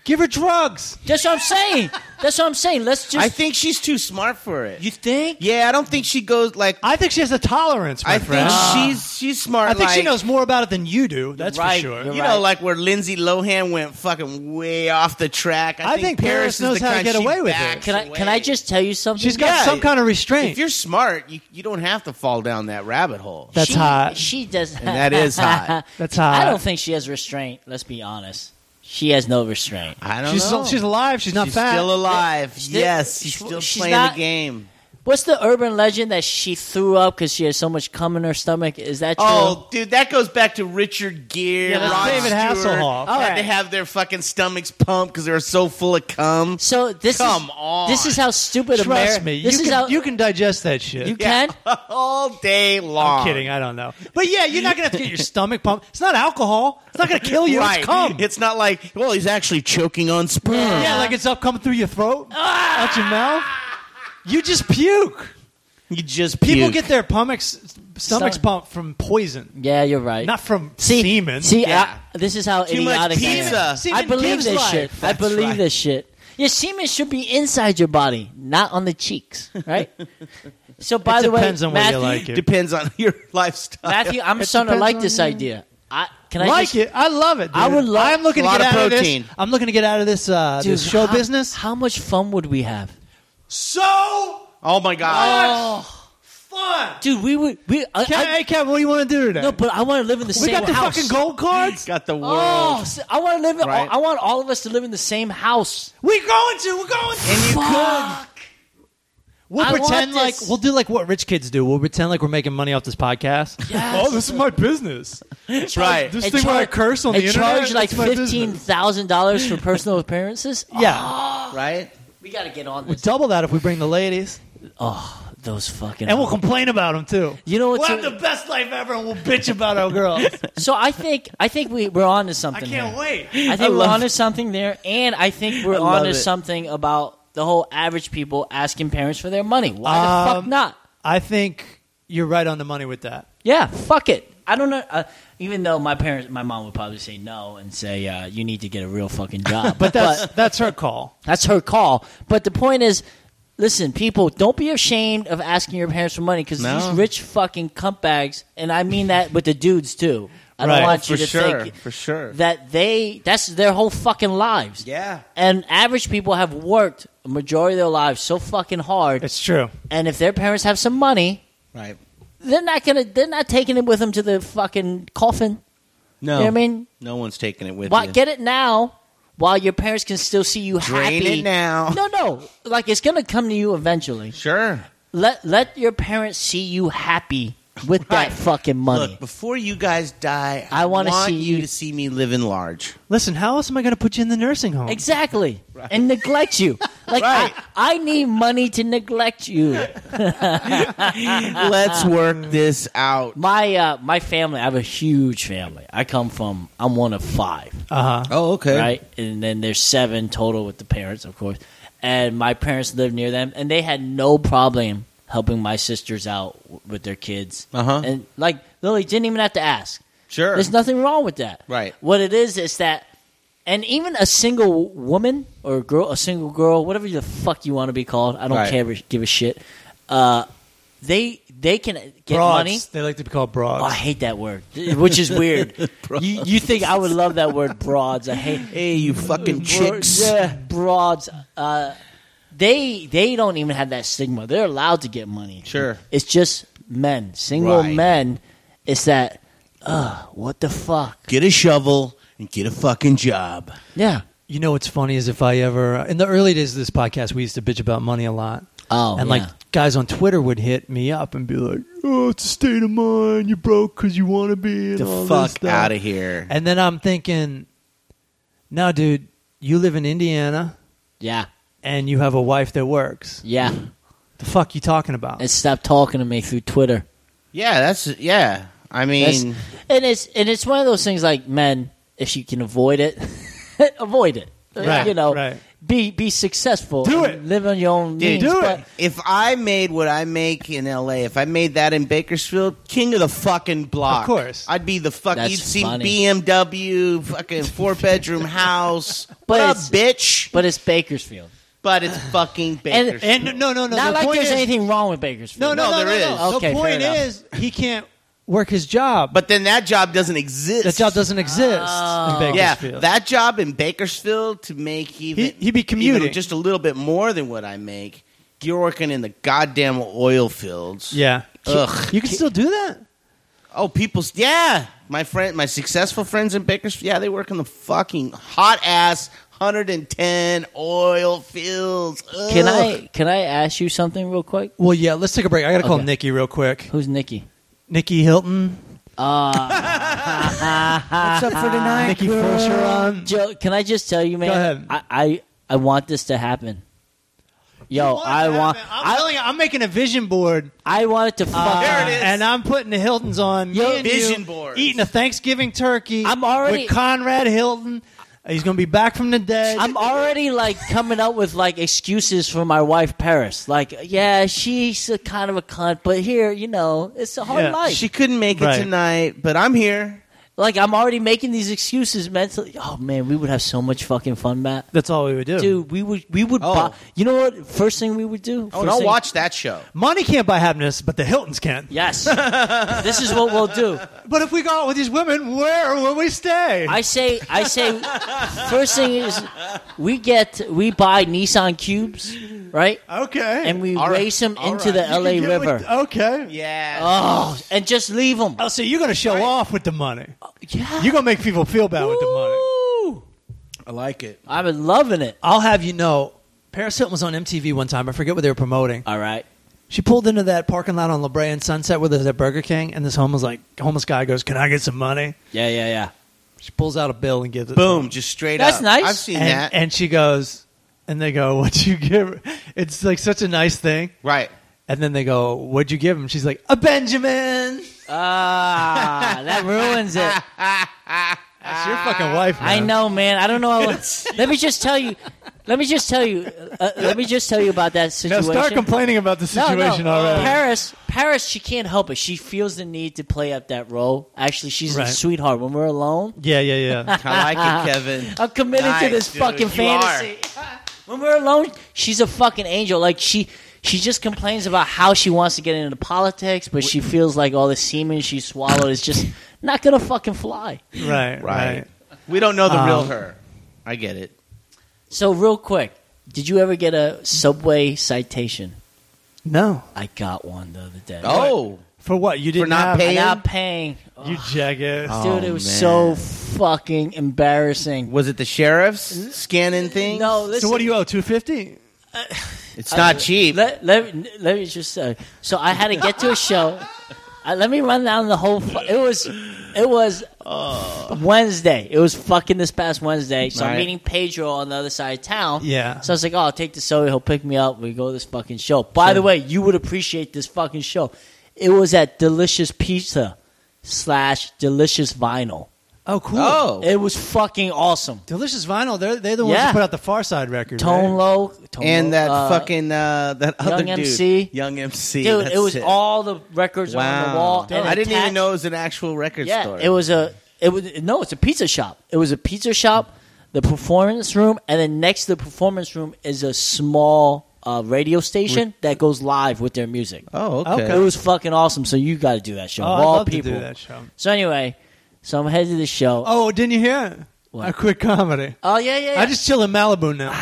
Speaker 1: Give her drugs.
Speaker 3: That's what I'm saying. That's what I'm saying. Let's just.
Speaker 2: I think she's too smart for it.
Speaker 3: you think?
Speaker 2: yeah, I don't think she goes like.
Speaker 1: I think she has a tolerance, my
Speaker 2: I
Speaker 1: friend.
Speaker 2: think she's she's smart.
Speaker 1: I think she
Speaker 2: like-
Speaker 1: knows more about it than you do. That's
Speaker 3: right,
Speaker 1: for sure.
Speaker 3: you're
Speaker 2: You
Speaker 3: right.
Speaker 2: know, like where Lindsay Lohan went fucking way off the track. I,
Speaker 1: I think Paris
Speaker 2: is
Speaker 1: knows
Speaker 2: the
Speaker 1: how to
Speaker 2: kind
Speaker 1: get
Speaker 2: she
Speaker 1: away with it.
Speaker 2: backs
Speaker 3: Can I can I
Speaker 2: away.
Speaker 3: just tell you something?
Speaker 1: She's got
Speaker 2: Yeah.
Speaker 1: some kind of
Speaker 2: If
Speaker 1: restraint.
Speaker 2: you're smart, you, you don't have to fall down that rabbit hole.
Speaker 1: That's
Speaker 3: she,
Speaker 1: hot.
Speaker 3: She does.
Speaker 2: And that is hot.
Speaker 1: That's hot.
Speaker 3: I don't think she has restraint. Let's be honest. She has no restraint.
Speaker 2: I don't
Speaker 1: she's
Speaker 2: know.
Speaker 1: she's alive. She's not
Speaker 2: She's
Speaker 1: fat.
Speaker 2: still alive.
Speaker 3: She-
Speaker 2: yes,
Speaker 3: she-
Speaker 2: she's still
Speaker 3: she's
Speaker 2: playing
Speaker 3: not-
Speaker 2: the game.
Speaker 3: What's the urban legend that she threw up because she had so much cum in her stomach? Is that true?
Speaker 2: Oh, dude, that goes back to Richard Gere,
Speaker 1: Yeah, that's
Speaker 2: Rod
Speaker 1: David
Speaker 2: Stewart.
Speaker 1: Hasselhoff.
Speaker 3: All
Speaker 2: Had
Speaker 3: right.
Speaker 2: to have their fucking stomachs pumped because they were so full of cum.
Speaker 3: so this
Speaker 2: Come
Speaker 3: is
Speaker 2: on.
Speaker 3: this is how stupid
Speaker 1: Trust
Speaker 3: Ameri-
Speaker 1: me, you
Speaker 3: This
Speaker 1: can,
Speaker 3: is how
Speaker 1: you can digest that shit.
Speaker 3: You
Speaker 2: Yeah,
Speaker 3: can.
Speaker 2: all day long.
Speaker 1: I'm kidding. I don't know. But yeah, you're not gonna have to get your stomach pumped. It's not alcohol. It's not gonna kill you.
Speaker 2: Right.
Speaker 1: It's cum.
Speaker 2: It's not like, well, he's actually choking on sperm.
Speaker 1: yeah, like it's up coming through your throat,
Speaker 2: Ah!
Speaker 1: out your mouth. You just puke.
Speaker 2: You just
Speaker 1: People
Speaker 2: puke.
Speaker 1: get their stomachs stomachs
Speaker 3: Stomach.
Speaker 1: pumped from poison,
Speaker 3: Yeah, you're right.
Speaker 1: not from
Speaker 3: see,
Speaker 1: semen.
Speaker 3: See,
Speaker 2: Yeah.
Speaker 3: I- this is how
Speaker 2: Too much
Speaker 3: idiotic
Speaker 2: pizza.
Speaker 3: I am.
Speaker 1: Semen
Speaker 3: I believe
Speaker 1: gives
Speaker 3: this
Speaker 1: life.
Speaker 3: shit. I
Speaker 2: That's
Speaker 3: believe
Speaker 2: right.
Speaker 3: this shit. Your semen should be inside your body, not on the cheeks, right? so, by
Speaker 1: It
Speaker 3: the way,
Speaker 1: depends on whether
Speaker 3: Matthew,
Speaker 1: you like it.
Speaker 2: depends on your lifestyle.
Speaker 3: Matthew, I'm starting to
Speaker 1: depends
Speaker 3: like
Speaker 1: on
Speaker 3: this idea. I can I
Speaker 1: like
Speaker 3: just,
Speaker 1: it. I love it. Dude.
Speaker 3: I would love-
Speaker 1: I'm looking
Speaker 2: A
Speaker 1: to
Speaker 2: lot
Speaker 1: get
Speaker 2: of
Speaker 1: out of
Speaker 2: protein.
Speaker 1: this. I'm looking to get out of this uh,
Speaker 3: Dude,
Speaker 1: this show
Speaker 3: how-
Speaker 1: business.
Speaker 3: How much fun would we have?
Speaker 1: So
Speaker 2: Oh my god!
Speaker 1: fun.
Speaker 3: Dude, we would. We I,
Speaker 1: Kev,
Speaker 3: I,
Speaker 1: hey, Kevin, what do you want to do today?
Speaker 3: no, but I want to live in the
Speaker 1: we
Speaker 3: same
Speaker 1: got the
Speaker 3: house.
Speaker 1: fucking gold cards.
Speaker 2: Got the world,
Speaker 3: Oh, s- I want to live. In,
Speaker 2: Right.
Speaker 3: I want all of us to live in the same house.
Speaker 1: We're going to. We're going to.
Speaker 2: and you
Speaker 3: Fuck.
Speaker 2: could.
Speaker 1: We'll
Speaker 3: I want
Speaker 1: pretend like
Speaker 3: this.
Speaker 1: we'll do like what rich kids do. We'll pretend like we're making money off this podcast.
Speaker 3: Yes.
Speaker 1: Oh, this is my business.
Speaker 2: That's right.
Speaker 1: This
Speaker 3: And
Speaker 1: thing where I
Speaker 3: charge-
Speaker 1: curse on
Speaker 3: and
Speaker 1: the internet.
Speaker 3: charge like
Speaker 1: that's my business.
Speaker 3: fifteen thousand dollars for personal appearances.
Speaker 1: Yeah,
Speaker 2: Right?
Speaker 3: we got to get on
Speaker 1: we
Speaker 3: this.
Speaker 1: double that if we bring the ladies,
Speaker 3: Oh, those fucking.
Speaker 1: and we'll complain about them too.
Speaker 3: you know
Speaker 1: We'll
Speaker 3: what?
Speaker 1: have the best life ever, and we'll bitch about our girls.
Speaker 3: so I think I think we we're on to
Speaker 1: I
Speaker 3: something.
Speaker 1: can't
Speaker 3: here.
Speaker 1: wait.
Speaker 3: I think
Speaker 2: I
Speaker 3: we're
Speaker 2: love-
Speaker 3: onto something there, and I think we're
Speaker 2: I love
Speaker 3: onto
Speaker 2: it.
Speaker 3: something about the whole average people asking parents for their money. Why the fuck
Speaker 1: Um,
Speaker 3: not?
Speaker 1: I think you're right on the money with that.
Speaker 3: Yeah, fuck it. I don't know. Uh, even though my parents, my mom would probably say no and say uh, you need to get a real fucking job.
Speaker 1: But that's that's her call.
Speaker 3: That's her call. But the point is, listen, people, don't be ashamed of asking your parents for money because
Speaker 2: No.
Speaker 3: these rich fucking cuntbags, and I mean that with the dudes too. I
Speaker 1: Right.
Speaker 3: don't want you
Speaker 2: for
Speaker 3: to
Speaker 2: sure.
Speaker 3: think
Speaker 2: for sure.
Speaker 3: that they that's their whole fucking lives.
Speaker 2: yeah.
Speaker 3: And average people have worked a majority of their lives so fucking hard,
Speaker 1: It's true.
Speaker 3: and if their parents have some money,
Speaker 2: Right.
Speaker 3: they're not gonna they're not taking it with them to the fucking coffin.
Speaker 2: No.
Speaker 3: You know what I mean?
Speaker 2: No one's taking it with
Speaker 3: Why
Speaker 2: you.
Speaker 3: get it now while your parents can still see you
Speaker 2: Drain
Speaker 3: happy?
Speaker 2: it now.
Speaker 3: No, no. Like it's gonna come to you eventually.
Speaker 2: Sure.
Speaker 3: Let let your parents see you happy with
Speaker 2: Right.
Speaker 3: that fucking money.
Speaker 2: Look, before you guys die,
Speaker 3: I wanna
Speaker 2: want
Speaker 3: see
Speaker 2: you
Speaker 3: you-
Speaker 2: to see me living large.
Speaker 1: Listen, how else am I going to put you in the nursing home?
Speaker 3: Exactly. And neglect you. Like
Speaker 2: Right.
Speaker 3: I, I need money to neglect you.
Speaker 2: Let's work this out.
Speaker 3: My uh my family, I have a huge family. I come from I'm one of five.
Speaker 1: Uh huh.
Speaker 2: Oh, okay.
Speaker 3: right? And then there's seven total with the parents, of course. And my parents lived near them, and they had no problem helping my sisters out w- with their kids.
Speaker 2: Uh-huh.
Speaker 3: And like Lily didn't even have to ask.
Speaker 2: Sure.
Speaker 3: There's nothing wrong with that.
Speaker 2: Right.
Speaker 3: What it is is that, and even a single woman or girl, a single girl, whatever the fuck you want to be called, I don't
Speaker 2: Right.
Speaker 3: care, give a shit. Uh, they they can get
Speaker 1: broads.
Speaker 3: money.
Speaker 1: They like to be called
Speaker 3: Oh, I
Speaker 1: broads.
Speaker 3: hate that word, which is weird. you, you think I would love that word, broads? I hate.
Speaker 2: Hey, you fucking
Speaker 3: Bro-
Speaker 2: chicks.
Speaker 3: yeah, broads. Uh, they they don't even have that stigma. They're allowed to get money.
Speaker 2: Sure.
Speaker 3: It's just men, single
Speaker 2: Right.
Speaker 3: men. It's that. Uh, what the fuck?
Speaker 2: Get a shovel and get a fucking job.
Speaker 3: Yeah.
Speaker 1: You know what's funny is if I ever in the early days of this podcast, we used to bitch about money a lot.
Speaker 3: Oh,
Speaker 1: and like
Speaker 3: yeah.
Speaker 1: guys on Twitter would hit me up and be like, "Oh, it's a state of mind. You broke because you want to be." And
Speaker 2: Get
Speaker 1: all this
Speaker 2: the fuck
Speaker 1: stuff."
Speaker 2: out of here.
Speaker 1: And then I'm thinking, no, dude, you live in Indiana
Speaker 3: yeah,
Speaker 1: and you have a wife that works.
Speaker 3: yeah.
Speaker 1: The fuck you talking about?
Speaker 3: And stop talking to me through Twitter.
Speaker 2: Yeah, that's yeah. I
Speaker 3: That's-
Speaker 2: mean,
Speaker 3: and it's and it's one of those things like men, if you can avoid it, avoid it.
Speaker 1: Right,
Speaker 3: You know,
Speaker 1: right.
Speaker 3: be be successful.
Speaker 1: Do
Speaker 3: and
Speaker 1: it.
Speaker 3: Live on your own
Speaker 2: Dude,
Speaker 3: means.
Speaker 1: do it.
Speaker 3: but-
Speaker 2: if I made what I make in L.A., if I made that in Bakersfield, king of the fucking block.
Speaker 1: Of course.
Speaker 2: I'd be the fuck.
Speaker 3: That's
Speaker 2: you'd see
Speaker 3: funny.
Speaker 2: BMW, fucking four bedroom house. What up,
Speaker 3: it's-
Speaker 2: bitch?
Speaker 3: but it's Bakersfield.
Speaker 2: But it's fucking Bakersfield.
Speaker 1: and no, no, no.
Speaker 3: Not
Speaker 1: the
Speaker 3: like
Speaker 1: point
Speaker 3: there's
Speaker 1: is-
Speaker 3: anything wrong with Bakersfield.
Speaker 1: No, no,
Speaker 2: No,
Speaker 1: no,
Speaker 2: there
Speaker 1: no, no.
Speaker 3: is. Okay,
Speaker 1: the point
Speaker 3: fair enough.
Speaker 1: is, he can't work his job.
Speaker 2: but then that job doesn't exist.
Speaker 1: that job doesn't exist
Speaker 3: Oh.
Speaker 1: in
Speaker 2: Yeah,
Speaker 1: Bakersfield.
Speaker 2: that job in Bakersfield to make even
Speaker 1: He- he'd be
Speaker 2: even
Speaker 1: commuting.
Speaker 2: just a little bit more than what I make. You're working in the goddamn oil fields.
Speaker 1: yeah.
Speaker 2: Ugh.
Speaker 1: You can still do that.
Speaker 2: Oh, people's yeah. My friend, my successful friends in Bakersfield, yeah, they work in the fucking hot ass 110 oil fields. Ugh.
Speaker 3: Can I can I ask you something real quick?
Speaker 1: Well, yeah. Let's take a break. I gotta call
Speaker 3: Okay.
Speaker 1: Nikki real quick.
Speaker 3: Who's Nikki?
Speaker 1: Nikki Hilton.
Speaker 3: Uh,
Speaker 1: What's up for tonight, Nikki Fulcheron?
Speaker 3: Joe, can I just tell you, man?
Speaker 1: ahead.
Speaker 3: I, I I want this to happen. Yo, I want
Speaker 1: I'm, telling you, I'm making a vision board.
Speaker 3: I
Speaker 1: Uh,
Speaker 3: want Uh, it to fucking.
Speaker 2: There it is.
Speaker 1: And I'm putting the Hiltons on.
Speaker 3: Yo,
Speaker 1: me and
Speaker 2: vision
Speaker 1: you,
Speaker 2: boards.
Speaker 1: Eating a Thanksgiving turkey.
Speaker 3: I'm already-
Speaker 1: with Conrad Hilton. He's gonna be back from the dead.
Speaker 3: I'm already like coming up with like excuses for my wife Paris. Like, yeah, she's a kind of a cunt, but here, you know, it's a hard
Speaker 1: Yeah,
Speaker 3: life.
Speaker 2: She couldn't make it
Speaker 1: Right.
Speaker 2: tonight, but I'm here.
Speaker 3: like, I'm already making these excuses mentally. Oh man, we would have so much fucking fun, Matt.
Speaker 1: That's all we would do.
Speaker 3: Dude, we would we would
Speaker 2: Oh.
Speaker 3: buy. You know what? First thing we would do.
Speaker 2: Oh,
Speaker 3: first
Speaker 2: and I'll
Speaker 3: thing-
Speaker 2: watch that show.
Speaker 1: Money can't buy happiness, but the Hiltons can.
Speaker 3: Yes, this is what we'll do.
Speaker 1: But if we go out with these women, where will we stay?
Speaker 3: I say, I say, first thing is we get we buy Nissan cubes, right?
Speaker 1: okay.
Speaker 3: And we
Speaker 2: All right.
Speaker 3: race them
Speaker 2: All
Speaker 3: into
Speaker 2: right.
Speaker 3: the LA River.
Speaker 1: okay.
Speaker 2: Yeah.
Speaker 3: oh, and just leave them.
Speaker 1: Oh, so you're gonna show off with the money.
Speaker 3: yeah,
Speaker 1: You're gonna make people feel bad with the money.
Speaker 3: Woo!
Speaker 2: I like it.
Speaker 3: I've been loving it.
Speaker 1: I'll have you know, Paris Hilton was on MTV one time. I forget what they were promoting.
Speaker 3: All right.
Speaker 1: She pulled into that parking lot on La Brea and Sunset where there's that Burger King, and this homeless like homeless guy goes, "Can I get some money?"
Speaker 3: Yeah, yeah, yeah.
Speaker 1: She pulls out a bill and gives it. to him.
Speaker 2: Boom, just straight
Speaker 3: That's
Speaker 2: up.
Speaker 3: nice.
Speaker 2: I've seen
Speaker 1: and,
Speaker 2: that.
Speaker 1: and she goes, and they go, "What you give?" It's like such a nice thing.
Speaker 2: right.
Speaker 1: And then they go, "What'd you give him?" She's like, "A Benjamin."
Speaker 3: Ah, that ruins it.
Speaker 1: That's your fucking wife.
Speaker 3: Ah, I
Speaker 1: man.
Speaker 3: know, man. I don't know. let me just tell you. Let me just tell you. Uh, let me just tell you about that
Speaker 1: Now
Speaker 3: situation.
Speaker 1: start complaining about the
Speaker 3: No,
Speaker 1: situation
Speaker 3: no.
Speaker 1: already.
Speaker 3: Paris, Paris, she can't help it. She feels the need to play up that role. Actually, she's a
Speaker 1: Right.
Speaker 3: sweetheart. When we're alone,
Speaker 1: Yeah, yeah, yeah.
Speaker 2: I like it, Kevin.
Speaker 3: I'm committed to
Speaker 2: Nice,
Speaker 3: this
Speaker 2: dude.
Speaker 3: fucking
Speaker 2: You
Speaker 3: fantasy. when we're alone, she's a fucking angel. Like she, she just complains about how she wants to get into politics, but she feels like all the semen she swallowed is just not gonna fucking fly.
Speaker 1: right, right.
Speaker 2: Right. We don't know the real
Speaker 1: Um,
Speaker 2: her. I get it.
Speaker 3: So, real quick, did you ever get a subway citation?
Speaker 1: No,
Speaker 3: I got one the other day.
Speaker 2: Oh,
Speaker 1: for what you didn't
Speaker 2: not
Speaker 1: have,
Speaker 2: paying?
Speaker 3: I'm not paying. Ugh,
Speaker 1: You jackass.
Speaker 3: Dude,
Speaker 2: Oh,
Speaker 3: it was
Speaker 2: man.
Speaker 3: so fucking embarrassing.
Speaker 2: was it the sheriff's scanning thing?
Speaker 3: No, listen.
Speaker 1: so what do you owe? Two fifty?
Speaker 2: it's not cheap.
Speaker 3: Let, let, let me just say. So I had to get to a show. I, let me run down the whole. Fu- it was it was Wednesday. It was fucking this past Wednesday. So I'm
Speaker 2: Right.
Speaker 3: meeting Pedro on the other side of town.
Speaker 1: Yeah.
Speaker 3: So I was like, oh, I'll take the soda. He'll pick me up. We go to this fucking show. By the way, you would appreciate this fucking show. It was at Delicious Pizza slash Delicious Vinyl.
Speaker 1: Oh, cool.
Speaker 2: oh,
Speaker 3: It was fucking awesome.
Speaker 1: Delicious Vinyl. They're they're the ones
Speaker 3: Yeah.
Speaker 1: that put out the Far Side record.
Speaker 3: Tone
Speaker 1: right?
Speaker 3: low, tone low,
Speaker 2: and that
Speaker 3: uh,
Speaker 2: fucking uh, that
Speaker 3: Young
Speaker 2: other dude,
Speaker 3: MC.
Speaker 2: Young MC.
Speaker 3: dude.
Speaker 2: that's
Speaker 3: It was
Speaker 2: it.
Speaker 3: all the records on the wall.
Speaker 2: wow.
Speaker 3: and
Speaker 2: I didn't
Speaker 3: attached-
Speaker 2: even know it was an actual record
Speaker 3: Yeah,
Speaker 2: store.
Speaker 3: it was a. It was no. It's a pizza shop. It was a pizza shop. The performance room, and then next to the performance room is a small uh, radio station that goes live with their music.
Speaker 2: Oh, okay.
Speaker 1: Okay.
Speaker 3: It was fucking awesome. So you got to do that show.
Speaker 1: Oh,
Speaker 3: of
Speaker 1: I'd
Speaker 3: all
Speaker 1: love
Speaker 3: people.
Speaker 1: to do that show.
Speaker 3: So anyway, so I'm headed to the show. Oh,
Speaker 1: Oh, didn't you hear? it?
Speaker 3: What? Ah,
Speaker 1: I quit comedy.
Speaker 3: yeah, yeah. yeah.
Speaker 1: I just chill in Malibu now.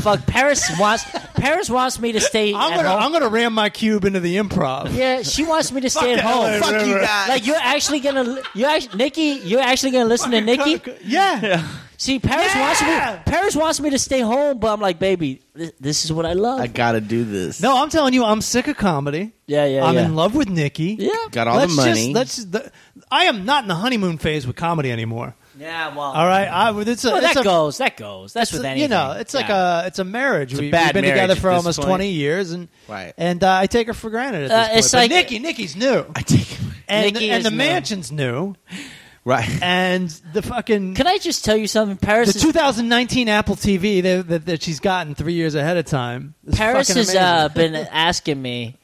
Speaker 3: fuck Paris wants Paris wants me to stay.
Speaker 1: I'm
Speaker 3: at
Speaker 1: gonna
Speaker 3: home.
Speaker 1: I'm gonna ram my cube into the improv.
Speaker 3: Yeah, she wants me to stay at
Speaker 1: the
Speaker 3: home.
Speaker 1: LA
Speaker 2: Fuck you
Speaker 1: River.
Speaker 2: guys.
Speaker 3: Like you're actually gonna, you actually, Nikki, you're actually gonna listen to Nikki.
Speaker 1: Yeah.
Speaker 3: See, Paris wants
Speaker 1: Yeah!
Speaker 3: me. Paris wants me to stay home, but I'm like, baby, this, this is what I love.
Speaker 2: I gotta do this.
Speaker 1: No, I'm telling you, I'm sick of comedy.
Speaker 3: yeah, yeah,
Speaker 1: I'm
Speaker 3: yeah.
Speaker 1: in love with Nikki.
Speaker 3: Yeah,
Speaker 2: got all
Speaker 1: let's
Speaker 2: the money.
Speaker 1: Just, let's. Just, the, I am not in the honeymoon phase with comedy anymore.
Speaker 3: yeah. Well,
Speaker 1: All right, I, it's a,
Speaker 3: well,
Speaker 1: it's
Speaker 3: that
Speaker 1: a
Speaker 3: goes. That goes. That's
Speaker 1: it's
Speaker 3: with
Speaker 1: a-
Speaker 3: anything.
Speaker 1: You know, it's like
Speaker 3: Yeah.
Speaker 1: a it's a marriage.
Speaker 2: a
Speaker 1: we,
Speaker 2: bad
Speaker 1: have been
Speaker 2: marriage
Speaker 1: together
Speaker 2: at
Speaker 1: for
Speaker 2: this
Speaker 1: almost
Speaker 2: point.
Speaker 1: twenty years, and
Speaker 2: Right.
Speaker 1: and uh, I take her for granted at
Speaker 3: Uh,
Speaker 1: this point.
Speaker 3: it's
Speaker 1: But
Speaker 3: like-
Speaker 1: Nikki, Nikki's new,
Speaker 2: I take
Speaker 1: and
Speaker 3: Nikki
Speaker 1: and
Speaker 3: is
Speaker 1: the
Speaker 3: new.
Speaker 1: mansion's new,
Speaker 2: right.
Speaker 1: and the fucking
Speaker 3: Can I just tell you something? Paris
Speaker 1: the
Speaker 3: is
Speaker 1: 2019 Apple TV that, that, that she's gotten three years ahead of time. is
Speaker 3: Paris
Speaker 1: fucking
Speaker 3: has
Speaker 1: amazing.
Speaker 3: uh, been asking me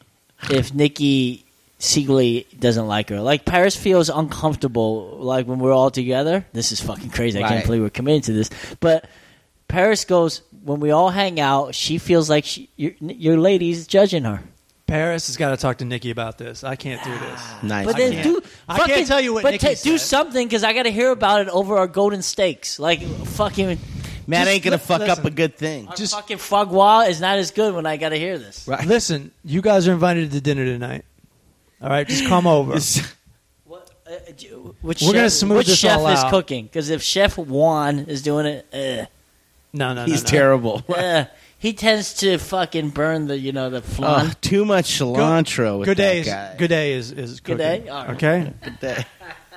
Speaker 3: if Nikki secretly doesn't like her. Like Paris feels uncomfortable. Like when we're all together, this is fucking crazy. I can't
Speaker 2: Right.
Speaker 3: believe we're committed to this. But Paris goes when we all hang out. She feels like she, your, your lady's judging her.
Speaker 1: Paris has got to talk to Nikki about this. I can't do this.
Speaker 2: Nice.
Speaker 3: But then
Speaker 2: I
Speaker 3: do
Speaker 1: I can't
Speaker 3: fucking-
Speaker 1: tell you what
Speaker 3: But
Speaker 1: Nikki
Speaker 3: ta-
Speaker 1: said.
Speaker 3: do something because I got to hear about it over our golden stakes. Like fucking
Speaker 2: Matt
Speaker 1: just
Speaker 2: ain't gonna
Speaker 1: li-
Speaker 2: fuck up
Speaker 1: listen.
Speaker 2: a good thing.
Speaker 3: our
Speaker 1: Just-
Speaker 3: fucking fagua is not as good when I got to hear this.
Speaker 2: Right.
Speaker 1: Listen, you guys are invited to dinner tonight. All right, just come over.
Speaker 2: It's-
Speaker 3: What, uh, do- which
Speaker 1: We're
Speaker 3: chef,
Speaker 1: gonna smooth
Speaker 3: which
Speaker 1: this
Speaker 3: chef
Speaker 1: all
Speaker 3: is
Speaker 1: out.
Speaker 3: cooking? Because if Chef Juan is doing it, eh,
Speaker 1: no, no, no,
Speaker 2: He's
Speaker 1: no.
Speaker 2: terrible.
Speaker 3: eh, he tends to fucking burn the you
Speaker 1: Uh.
Speaker 3: know the flan.
Speaker 2: Oh, too much cilantro. with
Speaker 1: Good
Speaker 2: that
Speaker 1: day, is,
Speaker 2: guy.
Speaker 1: good day is is
Speaker 3: Good
Speaker 1: cooking.
Speaker 3: day? All right.
Speaker 1: Okay.
Speaker 2: Good day.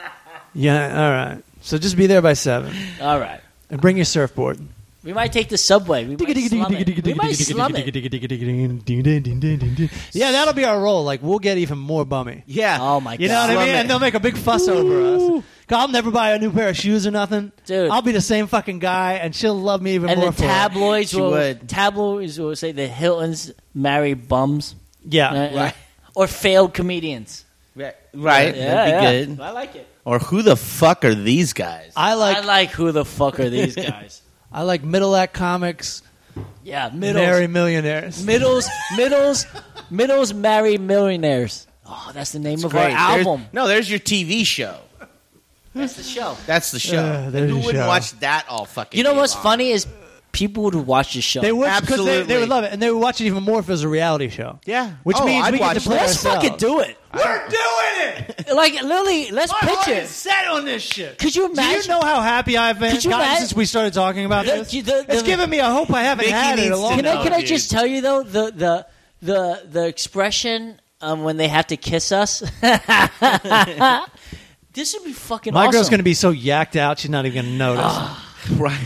Speaker 1: Yeah. All right. So just be there by seven
Speaker 3: All right,
Speaker 1: and bring your surfboard.
Speaker 3: we might take the subway. We might slum it. We might slum it.
Speaker 1: Yeah, that'll be our role. Like we'll get even more bummy.
Speaker 2: Yeah.
Speaker 3: Oh my
Speaker 1: You know what
Speaker 3: god!
Speaker 1: I mean?
Speaker 2: Slum it.
Speaker 1: And they'll make a big fuss over us. 'Cause I'll never buy a new pair of shoes or nothing.
Speaker 3: Dude.
Speaker 1: I'll be the same fucking guy, and she'll love me even
Speaker 3: and
Speaker 1: more.
Speaker 3: the
Speaker 1: for it.
Speaker 3: tabloids
Speaker 2: She
Speaker 3: will
Speaker 2: would.
Speaker 3: tabloids will say the Hiltons marry bums,
Speaker 1: Yeah.
Speaker 3: right? Or failed comedians.
Speaker 2: Right. Right. That'd be good.
Speaker 3: I like it.
Speaker 2: Or who the fuck are these guys?
Speaker 1: I like
Speaker 3: I like who the fuck are these guys?
Speaker 1: I like middle act comics.
Speaker 3: yeah, middles,
Speaker 1: Marry millionaires.
Speaker 3: middles, middles, middles marry millionaires. Oh, that's the name of
Speaker 2: Great.
Speaker 3: our
Speaker 2: There's-
Speaker 3: album.
Speaker 2: no, there's your TV show.
Speaker 3: That's the show.
Speaker 2: That's the show.
Speaker 1: Uh, there's
Speaker 2: Who
Speaker 1: your
Speaker 2: wouldn't
Speaker 1: show.
Speaker 2: watch that all fucking?
Speaker 3: You know
Speaker 2: day
Speaker 3: what's
Speaker 2: long?
Speaker 3: funny is people would watch the show.
Speaker 1: They would because they, they
Speaker 2: Absolutely.
Speaker 1: would love it, and they would watch it even more if it was a reality show.
Speaker 2: Yeah.
Speaker 1: which
Speaker 2: Oh,
Speaker 1: means
Speaker 2: I'd
Speaker 1: we get to
Speaker 2: watch
Speaker 1: play
Speaker 2: that.
Speaker 3: Let's
Speaker 1: ourselves.
Speaker 3: fucking do it.
Speaker 2: We're doing it.
Speaker 3: Like literally, let's picture.
Speaker 1: set on this shit.
Speaker 3: Could you imagine?
Speaker 1: Do you know how happy I've been
Speaker 3: Could you
Speaker 1: gotten
Speaker 3: imagine-
Speaker 1: since we started talking about
Speaker 3: The-
Speaker 1: this?
Speaker 3: the- the-
Speaker 1: it's given me a hope I haven't
Speaker 2: Mickey
Speaker 1: had in
Speaker 2: needs
Speaker 1: a
Speaker 2: to
Speaker 1: long
Speaker 3: can
Speaker 2: know.
Speaker 1: time.
Speaker 3: I can I
Speaker 2: dude.
Speaker 3: just tell you though the the the the expression um, when they have to kiss us. this would be fucking.
Speaker 1: My
Speaker 3: awesome.
Speaker 1: girl's gonna be so yacked out she's not even gonna notice.
Speaker 2: Right.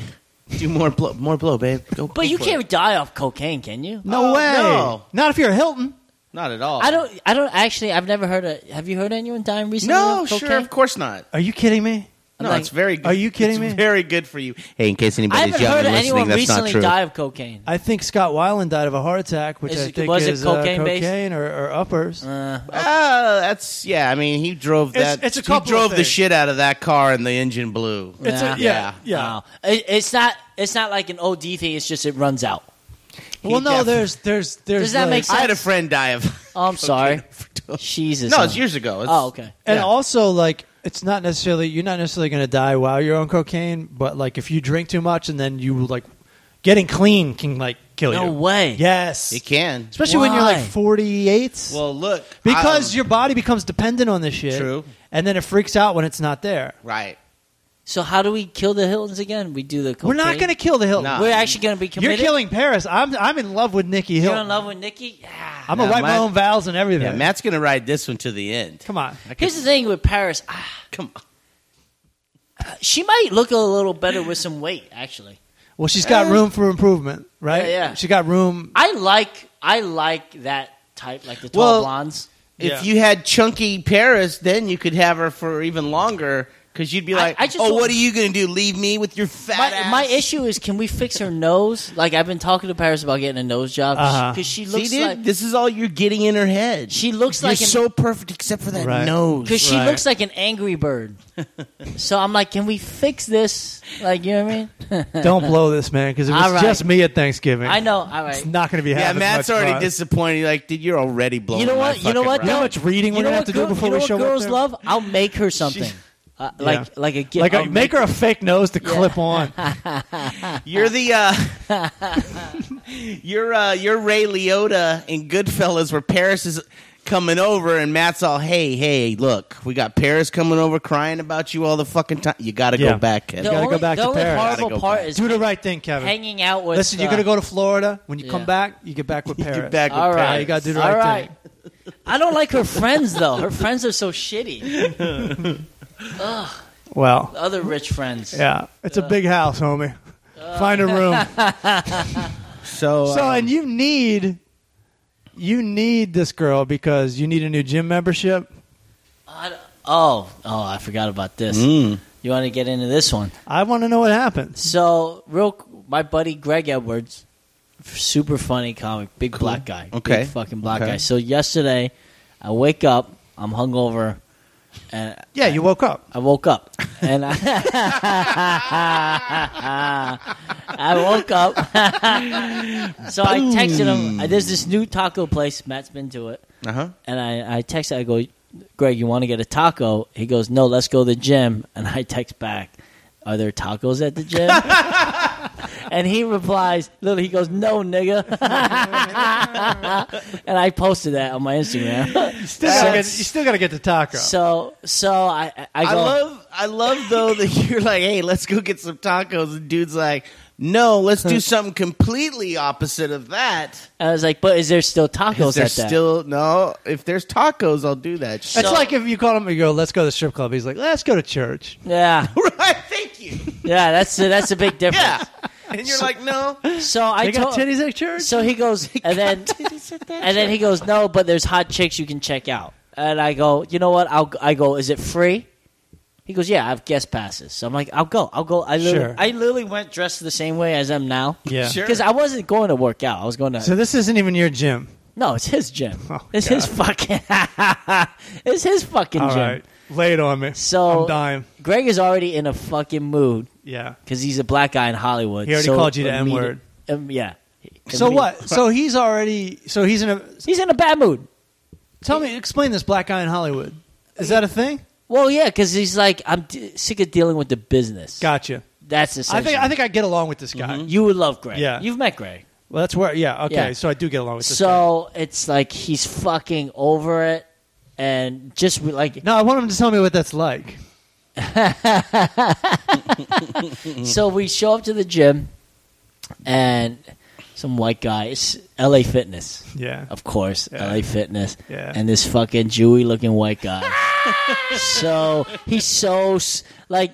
Speaker 2: Do more blow, more blow, babe. Go, go
Speaker 3: But you
Speaker 2: for
Speaker 3: can't
Speaker 2: it.
Speaker 3: die off cocaine, can you?
Speaker 1: no
Speaker 2: Oh,
Speaker 1: way.
Speaker 2: no.
Speaker 1: Not if you're a Hilton.
Speaker 2: Not at all.
Speaker 3: I don't. I don't actually. I've never heard of. Have you heard anyone dying recently?
Speaker 2: No,
Speaker 3: of
Speaker 2: sure,
Speaker 3: cocaine?
Speaker 2: of course not.
Speaker 1: Are you kidding me?
Speaker 3: I'm
Speaker 2: No,
Speaker 3: like-
Speaker 2: it's very. good.
Speaker 1: Are you kidding
Speaker 2: it's
Speaker 1: me?
Speaker 2: Very good for you. Hey, in case
Speaker 3: I
Speaker 2: anybody's
Speaker 3: haven't
Speaker 2: young
Speaker 3: heard of
Speaker 2: and listening,
Speaker 3: anyone
Speaker 2: that's
Speaker 3: recently
Speaker 2: not true.
Speaker 3: die of cocaine.
Speaker 1: I think Scott Weiland died of a heart attack, which
Speaker 3: Is
Speaker 1: I
Speaker 3: it-
Speaker 1: think
Speaker 3: was it
Speaker 1: is uh,
Speaker 3: cocaine-based?
Speaker 1: cocaine or, or uppers.
Speaker 3: Uh,
Speaker 2: Uh, that's yeah. I mean, he drove
Speaker 1: It's-
Speaker 2: that.
Speaker 1: it's a
Speaker 2: he
Speaker 1: couple
Speaker 2: drove
Speaker 1: of
Speaker 2: the
Speaker 1: things.
Speaker 2: shit out of that car, and the engine blew.
Speaker 1: It's a-
Speaker 3: nah.
Speaker 1: yeah, yeah.
Speaker 3: Wow. It, it's not. It's not like an OD thing. It's just it runs out.
Speaker 1: well, no,
Speaker 2: definitely-
Speaker 1: there's, there's, there's.
Speaker 3: Does that
Speaker 1: like-
Speaker 3: make sense?
Speaker 2: I had a friend die of.
Speaker 3: Oh, I'm sorry.
Speaker 2: overdose.
Speaker 3: Jesus.
Speaker 2: No, it's
Speaker 3: Oh.
Speaker 2: years ago. It's-
Speaker 3: Oh, okay.
Speaker 1: And
Speaker 2: Yeah.
Speaker 1: also, like, it's not necessarily you're not necessarily going to die while you're on cocaine, but like if you drink too much and then you like getting clean can like kill
Speaker 3: No
Speaker 1: you.
Speaker 3: way.
Speaker 1: Yes,
Speaker 2: It can.
Speaker 1: especially when you're like
Speaker 3: Why?
Speaker 1: 48.
Speaker 2: Well, look,
Speaker 1: because
Speaker 3: Um,
Speaker 2: I'm-
Speaker 1: your body becomes dependent on this shit.
Speaker 2: True.
Speaker 1: And then it freaks out when it's not there.
Speaker 2: right.
Speaker 3: So how do we kill the Hiltons again? We do the. Cocaine?
Speaker 1: We're not going to kill the Hilton.
Speaker 2: Nah.
Speaker 3: We're actually going to be
Speaker 1: You're
Speaker 3: committed.
Speaker 1: killing Paris. I'm I'm in love with Nikki
Speaker 3: You're
Speaker 1: Hilton.
Speaker 3: in love with Nikki. Ah.
Speaker 1: I'm gonna
Speaker 2: Nah,
Speaker 1: write my
Speaker 2: Matt-
Speaker 1: own vows and everything.
Speaker 2: Yeah, Matt's gonna ride this one to the end.
Speaker 1: Come on.
Speaker 2: I could-
Speaker 3: Here's the thing with Paris. Ah,
Speaker 2: come on.
Speaker 3: she might look a little better with some weight. Actually,
Speaker 1: Well, she's got room for improvement, right?
Speaker 3: Yeah, yeah.
Speaker 1: She got room.
Speaker 3: I like. I like that type, like the tall
Speaker 2: Well-
Speaker 3: blondes.
Speaker 2: If
Speaker 1: Yeah.
Speaker 2: you had chunky Paris, then you could have her for even longer because you'd be
Speaker 3: I-
Speaker 2: like,
Speaker 3: I just
Speaker 2: "Oh,
Speaker 3: want-
Speaker 2: what are you going to do? Leave me with your fat
Speaker 3: My,
Speaker 2: ass?"
Speaker 3: my issue is, can we fix her nose? Like I've been talking to Paris about getting a nose job
Speaker 1: Uh-huh.
Speaker 3: because she
Speaker 2: See,
Speaker 3: looks
Speaker 2: dude,
Speaker 3: like
Speaker 2: this is all you're getting in her head.
Speaker 3: she looks
Speaker 2: You're
Speaker 3: like an
Speaker 2: so perfect except for that
Speaker 1: Right.
Speaker 2: nose.
Speaker 3: because she
Speaker 1: Right.
Speaker 3: looks like an angry bird. so I'm like, can we fix this? Like you know what I mean?
Speaker 1: Don't blow this, man, because it
Speaker 3: All
Speaker 1: was
Speaker 3: right.
Speaker 1: just me at Thanksgiving.
Speaker 3: I know. All right.
Speaker 1: It's not going to be
Speaker 2: yeah,
Speaker 1: happening.
Speaker 2: Matt's
Speaker 1: much
Speaker 2: already
Speaker 1: fun.
Speaker 2: disappointed. Like, dude, you're already blowing.
Speaker 3: You know
Speaker 2: my
Speaker 3: what? You know
Speaker 2: fucking
Speaker 3: what?
Speaker 1: You
Speaker 2: ride.
Speaker 1: know
Speaker 3: though?
Speaker 1: how much reading we're
Speaker 3: You
Speaker 1: gonna
Speaker 3: know what
Speaker 1: have to do
Speaker 3: girl-
Speaker 1: before
Speaker 3: you know
Speaker 1: we
Speaker 3: what
Speaker 1: show up
Speaker 3: girls
Speaker 1: there?
Speaker 3: love? I'll make her something. Uh, like
Speaker 1: Yeah.
Speaker 3: like a gift.
Speaker 1: Like,
Speaker 3: I'll
Speaker 1: a, make her a fake nose to clip on.
Speaker 2: You're the uh, you're uh, you're Ray Liotta in Goodfellas, where Paris is coming over, and Matt's all, "Hey, hey, look, we got Paris coming over, crying about you all the fucking time. You got to
Speaker 1: Yeah.
Speaker 2: go back, Kevin.
Speaker 3: The
Speaker 1: gotta go
Speaker 3: only,
Speaker 1: back
Speaker 3: the
Speaker 1: to
Speaker 3: only
Speaker 1: Paris.
Speaker 3: horrible
Speaker 2: Gotta go
Speaker 3: part
Speaker 2: back.
Speaker 3: is
Speaker 1: do the right thing, Kevin.
Speaker 3: hanging out with.
Speaker 1: Listen, you're
Speaker 3: uh,
Speaker 1: going to go to Florida. When you
Speaker 3: Yeah.
Speaker 1: come back, you get back with Paris.
Speaker 2: Get back with
Speaker 3: All right,
Speaker 1: Yeah, you got to do the
Speaker 3: all
Speaker 1: right,
Speaker 3: right.
Speaker 1: thing.
Speaker 3: I don't like her friends though. Her friends are so shitty.
Speaker 1: Well,
Speaker 3: Other rich friends.
Speaker 1: yeah. It's a big house, homie.
Speaker 2: Uh.
Speaker 1: Find a room.
Speaker 2: So,
Speaker 1: so,
Speaker 2: um,
Speaker 1: and you need you need this girl because you need a new gym membership.
Speaker 3: I don't- oh, oh, I forgot about this.
Speaker 2: Mm.
Speaker 3: You want to get into this one?
Speaker 1: I want to know what happens.
Speaker 3: So, real, my buddy Greg Edwards, super funny comic, big black guy,
Speaker 2: Okay.
Speaker 3: big fucking black
Speaker 2: Okay.
Speaker 3: guy. So yesterday, I wake up, I'm hungover, and
Speaker 1: Yeah, you woke up.
Speaker 3: I woke up, and I, I woke up. so I texted him. There's this new taco place. Matt's been to it,
Speaker 2: uh huh.
Speaker 3: and I, I texted. I go, Greg, you want to get a taco? He goes, No, let's go to the gym. And I text back, Are there tacos at the gym? and he replies, Literally, he goes, No, nigga. and I posted that on my Instagram.
Speaker 1: You still gotta get, you still gotta get the taco.
Speaker 3: so, so I, I- I go.
Speaker 2: I love, I love though that you're like, hey, let's go get some tacos, and dude's like, no, let's do something completely opposite of that.
Speaker 3: I was like, but is there still tacos
Speaker 2: Because
Speaker 3: at that?
Speaker 2: there's still no. If there's tacos, I'll do that.
Speaker 1: it's
Speaker 3: so-
Speaker 1: like if you call him and you go, "Let's go to the strip club." He's like, "Let's go to church."
Speaker 3: yeah,
Speaker 2: right? Thank you.
Speaker 3: yeah. That's a, that's a big
Speaker 2: Yeah.
Speaker 3: difference.
Speaker 2: And you're like, no.
Speaker 3: So I
Speaker 1: They got
Speaker 3: told.
Speaker 1: titties at church.
Speaker 3: So he goes, and then and then he goes, no, but there's hot chicks you can check out. And I go, you know what? I'll I go. Is it free? He goes, yeah, I have guest passes. So I'm like, I'll go. I'll go. I literally,
Speaker 1: Sure.
Speaker 3: I literally went dressed the same way as I'm now.
Speaker 1: yeah.
Speaker 2: Sure.
Speaker 3: Because I wasn't going to work out. I was going to.
Speaker 1: So this isn't even your gym.
Speaker 3: no, it's his gym.
Speaker 1: Oh,
Speaker 3: it's his fucking. it's his fucking
Speaker 1: All
Speaker 3: gym.
Speaker 1: right, lay it on me.
Speaker 3: So-
Speaker 1: I'm dying.
Speaker 3: Greg is already in a fucking mood.
Speaker 1: Yeah.
Speaker 3: because he's a black guy in Hollywood.
Speaker 1: He already
Speaker 3: so
Speaker 1: called you the
Speaker 3: immedi-
Speaker 1: N-word.
Speaker 3: Um, yeah.
Speaker 1: So
Speaker 3: Immedi-
Speaker 1: what? So he's already. So he's in a.
Speaker 3: He's in a bad mood.
Speaker 1: Tell me, explain this black guy in Hollywood. Is that a thing?
Speaker 3: Well, yeah, because he's like, I'm d- sick of dealing with the business.
Speaker 1: Gotcha.
Speaker 3: That's
Speaker 1: I
Speaker 3: essential. Mm-hmm.
Speaker 1: think I think I get along with this guy.
Speaker 3: you would love Greg.
Speaker 1: Yeah.
Speaker 3: you've met Greg.
Speaker 1: Well, that's where. Yeah. Okay.
Speaker 3: Yeah.
Speaker 1: So I do get along with this. guy.
Speaker 3: So it's like he's fucking over it, and just re- like
Speaker 1: No, I want him to tell me what that's like.
Speaker 3: so we show up to the gym, and some white guy, it's L.A. Fitness,
Speaker 1: Yeah.
Speaker 3: of course,
Speaker 1: Yeah.
Speaker 3: L.A. Fitness,
Speaker 1: Yeah.
Speaker 3: and this fucking Jewy looking white guy. so he's so s- like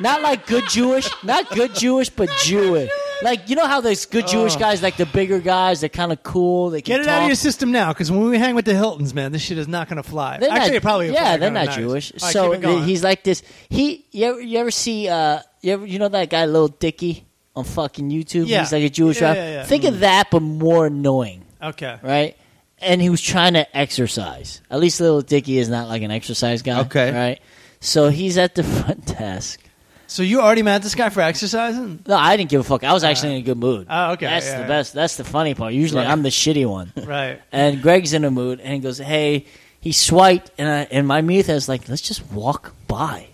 Speaker 3: not like good Jewish, not good Jewish, but Jewish. Like you know how there's good Jewish guys, like the bigger guys, they're kind of cool. They can
Speaker 1: Get it out of
Speaker 3: talk.
Speaker 1: your system now, because when we hang with the Hiltons, man, this shit is not going to fly.
Speaker 3: They're
Speaker 1: Actually,
Speaker 3: not,
Speaker 1: it probably will
Speaker 3: yeah,
Speaker 1: fly
Speaker 3: they're
Speaker 1: kinda
Speaker 3: not
Speaker 1: nice.
Speaker 3: Jewish.
Speaker 1: All right,
Speaker 3: so
Speaker 1: keep it going.
Speaker 3: he's like this. He you ever, you ever see uh you ever you know that guy Lil Dicky on fucking YouTube?
Speaker 1: Yeah.
Speaker 3: He's like a Jewish
Speaker 1: Yeah,
Speaker 3: rapper.
Speaker 1: yeah, Mm. yeah.
Speaker 3: Think of that, but more annoying,
Speaker 1: okay.
Speaker 3: right? And he was trying to exercise. At least Lil Dicky is not like an exercise guy.
Speaker 2: Okay.
Speaker 3: right. So he's at the front desk.
Speaker 1: So you already mad at this guy for exercising?
Speaker 3: No, I didn't give a fuck. I was actually in a good mood.
Speaker 1: Oh, okay,
Speaker 3: That's
Speaker 1: yeah,
Speaker 3: the
Speaker 1: yeah.
Speaker 3: best. That's the funny part. Usually,
Speaker 2: Right.
Speaker 3: I'm the shitty one.
Speaker 1: Right.
Speaker 3: And Greg's in a mood, and he goes, "Hey," he swiped, and I, and my mouth is like, "Let's just walk by.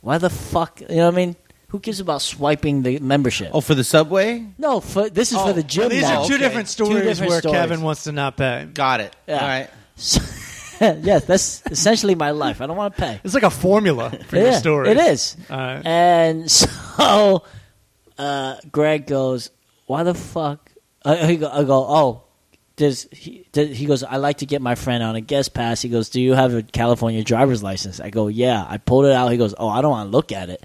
Speaker 3: Why the fuck? You know what I mean? Who gives about swiping the membership?
Speaker 2: Oh, for the subway?
Speaker 3: no, for, this is for the gym.
Speaker 1: Oh. These
Speaker 3: now.
Speaker 1: are two
Speaker 2: okay.
Speaker 1: different
Speaker 2: Two
Speaker 1: stories
Speaker 3: different
Speaker 1: where
Speaker 3: stories.
Speaker 1: Kevin wants to not pay.
Speaker 2: Got it.
Speaker 3: Yeah.
Speaker 2: All right.
Speaker 3: yes, that's essentially my life. I don't want to pay.
Speaker 1: It's like a formula for your
Speaker 3: Yeah,
Speaker 1: story.
Speaker 3: It is.
Speaker 1: All right.
Speaker 3: And so uh, Greg goes, "Why the fuck?" I, I go, I go, "Oh." Does he, does, he goes, I like to get my friend on a guest pass. He goes, Do you have a California driver's license? I go, Yeah. I pulled it out. He goes, Oh, I don't want to look at it.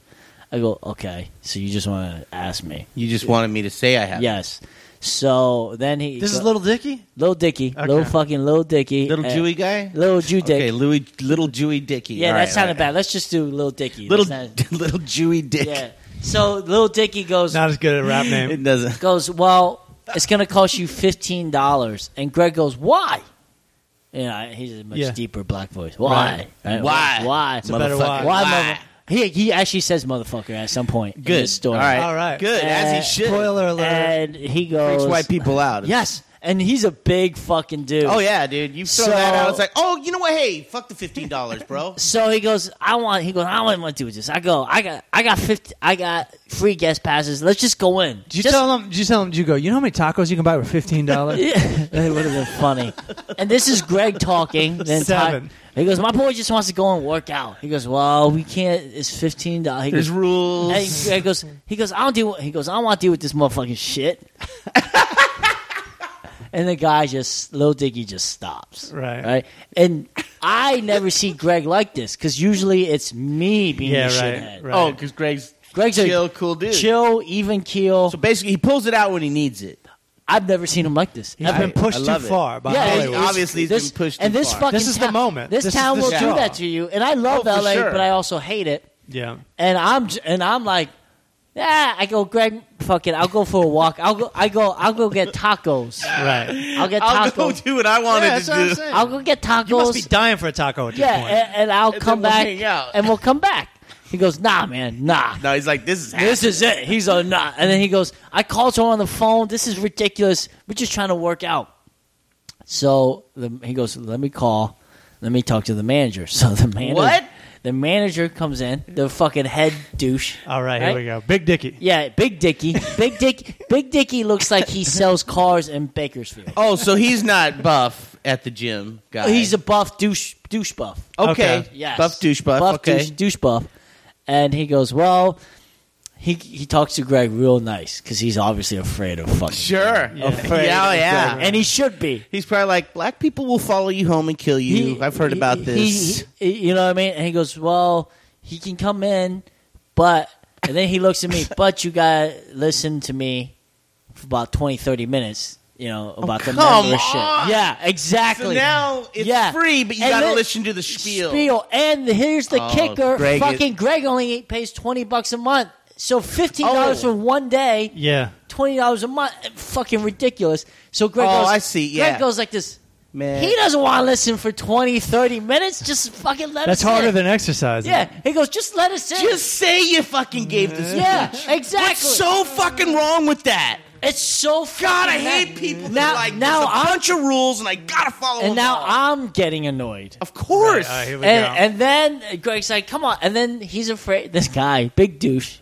Speaker 3: I go, Okay. So you just want to ask me?
Speaker 2: You just wanted me to say I have.
Speaker 3: Yes. So then he.
Speaker 1: This is Little Dicky.
Speaker 3: Little Dicky.
Speaker 1: Okay.
Speaker 3: Little fucking Little Dicky.
Speaker 2: Little
Speaker 3: and-
Speaker 2: Jewy guy?
Speaker 3: Little Jew Dick.
Speaker 2: Okay, Louis, little Jewy Dicky.
Speaker 3: Yeah,
Speaker 2: All
Speaker 3: that
Speaker 2: right,
Speaker 3: sounded
Speaker 2: all right.
Speaker 3: bad. Let's just do Little Dicky.
Speaker 2: Little,
Speaker 3: That's not-
Speaker 2: little Jewy Dick.
Speaker 3: Yeah. So little Dicky goes
Speaker 1: Not as good at a rap
Speaker 2: It
Speaker 1: name.
Speaker 2: doesn't.
Speaker 3: goes, Well, it's gonna cost you fifteen dollars and Greg goes, Why? You know, he's a much
Speaker 1: Yeah.
Speaker 3: deeper black voice. Why? Right.
Speaker 2: Why?
Speaker 3: Why?
Speaker 1: a better
Speaker 3: Why,
Speaker 1: why.
Speaker 3: mother- He he actually says motherfucker at some point in
Speaker 2: Good.
Speaker 3: this story.
Speaker 2: All right.
Speaker 1: All right.
Speaker 2: Good, as
Speaker 3: Uh,
Speaker 2: he should.
Speaker 1: Spoiler alert.
Speaker 3: And he
Speaker 2: Freaks
Speaker 3: goes
Speaker 2: white people out.
Speaker 3: Yes. And he's a big fucking dude.
Speaker 2: Oh, yeah, dude. You throw
Speaker 3: So-
Speaker 2: that out. It's like, oh, you know what? Hey, fuck the $15, bro.
Speaker 3: So he goes, I want. He goes, I don't want to do this. I go, I got, I got fifty, I got free guest passes. Let's just go in.
Speaker 1: Did you
Speaker 3: Just-
Speaker 1: tell him? Did you tell him? Did you go? You know how many tacos you can buy for fifteen dollars?
Speaker 3: Yeah, that would have been funny. And this is Greg talking. The entire-
Speaker 1: Seven.
Speaker 3: he goes, "My boy just wants to go and work out." He goes, "Well, we can't. It's fifteen dollars." He
Speaker 2: There's
Speaker 3: goes,
Speaker 2: rules.
Speaker 3: and he Greg goes, "He goes, I don't deal. With, he goes, I don't want to deal with this motherfucking shit." and the guy just, little Dicky, just stops.
Speaker 1: Right.
Speaker 3: Right. And I never see Greg like this because usually it's me being
Speaker 1: Yeah,
Speaker 3: the
Speaker 1: right,
Speaker 3: shithead.
Speaker 1: right.
Speaker 2: Oh, because Greg's,
Speaker 3: Greg's a
Speaker 2: chill, cool dude.
Speaker 3: Chill, even keel.
Speaker 2: So basically, he pulls it out when he needs it.
Speaker 3: I've never seen him like this.
Speaker 1: He's
Speaker 3: ever.
Speaker 1: been pushed
Speaker 2: I
Speaker 1: too
Speaker 2: love it.
Speaker 1: far by
Speaker 2: Yeah,
Speaker 1: Hollywood.
Speaker 2: it's- obviously he's
Speaker 3: this,
Speaker 2: been pushed
Speaker 3: And
Speaker 2: too
Speaker 3: this
Speaker 2: far.
Speaker 3: fucking
Speaker 1: This is the
Speaker 3: town-
Speaker 1: moment.
Speaker 3: This,
Speaker 1: This is
Speaker 3: town
Speaker 1: the
Speaker 3: will do
Speaker 1: straw.
Speaker 3: that to you, and I love
Speaker 2: Oh, for
Speaker 3: LA,
Speaker 2: sure.
Speaker 3: but I also hate it.
Speaker 1: yeah.
Speaker 3: And I'm j- and I'm like, yeah. I go, Greg, fucking, I'll go for a walk. I'll go, I go, I'll go get tacos.
Speaker 1: Right.
Speaker 3: I'll get
Speaker 2: I'll go
Speaker 3: tacos.
Speaker 2: do what I wanted
Speaker 1: Yeah, that's what I'm
Speaker 2: to do.
Speaker 1: saying.
Speaker 3: I'll go get tacos.
Speaker 1: You must be dying for a taco at this
Speaker 3: yeah, eh,
Speaker 1: point.
Speaker 3: and, and I'll
Speaker 2: And
Speaker 3: come
Speaker 2: then we'll
Speaker 3: back,
Speaker 2: hang out.
Speaker 3: and we'll come back. He goes, nah, man, nah.
Speaker 2: No, he's like, this is
Speaker 3: This is it. He's a nut. And then he goes, I called her on the phone. This is ridiculous. We're just trying to work out. So the, he goes, Let me call. Let me talk to the manager. So the manager.
Speaker 2: What?
Speaker 3: The manager comes in, the fucking head douche.
Speaker 1: All right, Here we go. Big Dicky.
Speaker 3: Yeah, Big Dicky. Big Dick. Big Dicky looks like he sells cars in Bakersfield.
Speaker 2: Oh, so he's not buff at the gym, guy.
Speaker 3: He's a buff douche, douche buff.
Speaker 2: okay,
Speaker 1: Okay.
Speaker 3: Yes.
Speaker 2: buff douche buff. okay,
Speaker 3: douche, douche buff. And he goes, well, he he talks to Greg real nice because he's obviously afraid of fucking.
Speaker 2: sure.
Speaker 1: Yeah.
Speaker 2: Yeah,
Speaker 1: Afraid
Speaker 2: yeah. yeah.
Speaker 3: And he should be.
Speaker 2: he's probably like, black people will follow you home and kill you.
Speaker 3: He-
Speaker 2: I've heard
Speaker 3: he-
Speaker 2: about
Speaker 3: he-
Speaker 2: this.
Speaker 3: he- you know what I mean? And he goes, well, he can come in, but. And then he looks at me, but you got to listen to me for about 20, 30 minutes. You know about the
Speaker 2: Oh, come
Speaker 3: membership.
Speaker 2: on.
Speaker 3: Yeah, exactly.
Speaker 2: so now it's
Speaker 3: Yeah.
Speaker 2: free, but you
Speaker 3: And
Speaker 2: got to
Speaker 3: then-
Speaker 2: listen to the spiel.
Speaker 3: And here's the
Speaker 2: Oh,
Speaker 3: kicker:
Speaker 2: Greg is-
Speaker 3: fucking Greg only pays twenty bucks a month, so fifteen dollars
Speaker 2: Oh.
Speaker 3: for one day,
Speaker 1: Yeah.
Speaker 3: twenty dollars a month, fucking ridiculous. So Greg
Speaker 2: Oh,
Speaker 3: goes,
Speaker 2: I see, yeah.
Speaker 3: Greg goes like this.
Speaker 2: Man,
Speaker 3: He doesn't want to listen for 20, 30 minutes. Just fucking let
Speaker 1: That's
Speaker 3: us in.
Speaker 1: harder than exercising.
Speaker 3: Yeah, he goes, just let us in.
Speaker 2: just say you fucking gave this.
Speaker 3: yeah, exactly.
Speaker 2: What's so fucking wrong with that?
Speaker 3: it's so
Speaker 2: God, I
Speaker 3: fucking mad.
Speaker 2: hate people. who
Speaker 3: Now,
Speaker 2: are like,
Speaker 3: now
Speaker 2: there's a
Speaker 3: I'm
Speaker 2: bunch of rules, and I gotta follow.
Speaker 3: and
Speaker 2: them
Speaker 3: now
Speaker 2: all.
Speaker 3: I'm getting annoyed.
Speaker 2: of course.
Speaker 1: All right, here we
Speaker 3: and,
Speaker 1: go.
Speaker 3: and then Greg's like, "Come on!" And then he's afraid. This guy, big douche,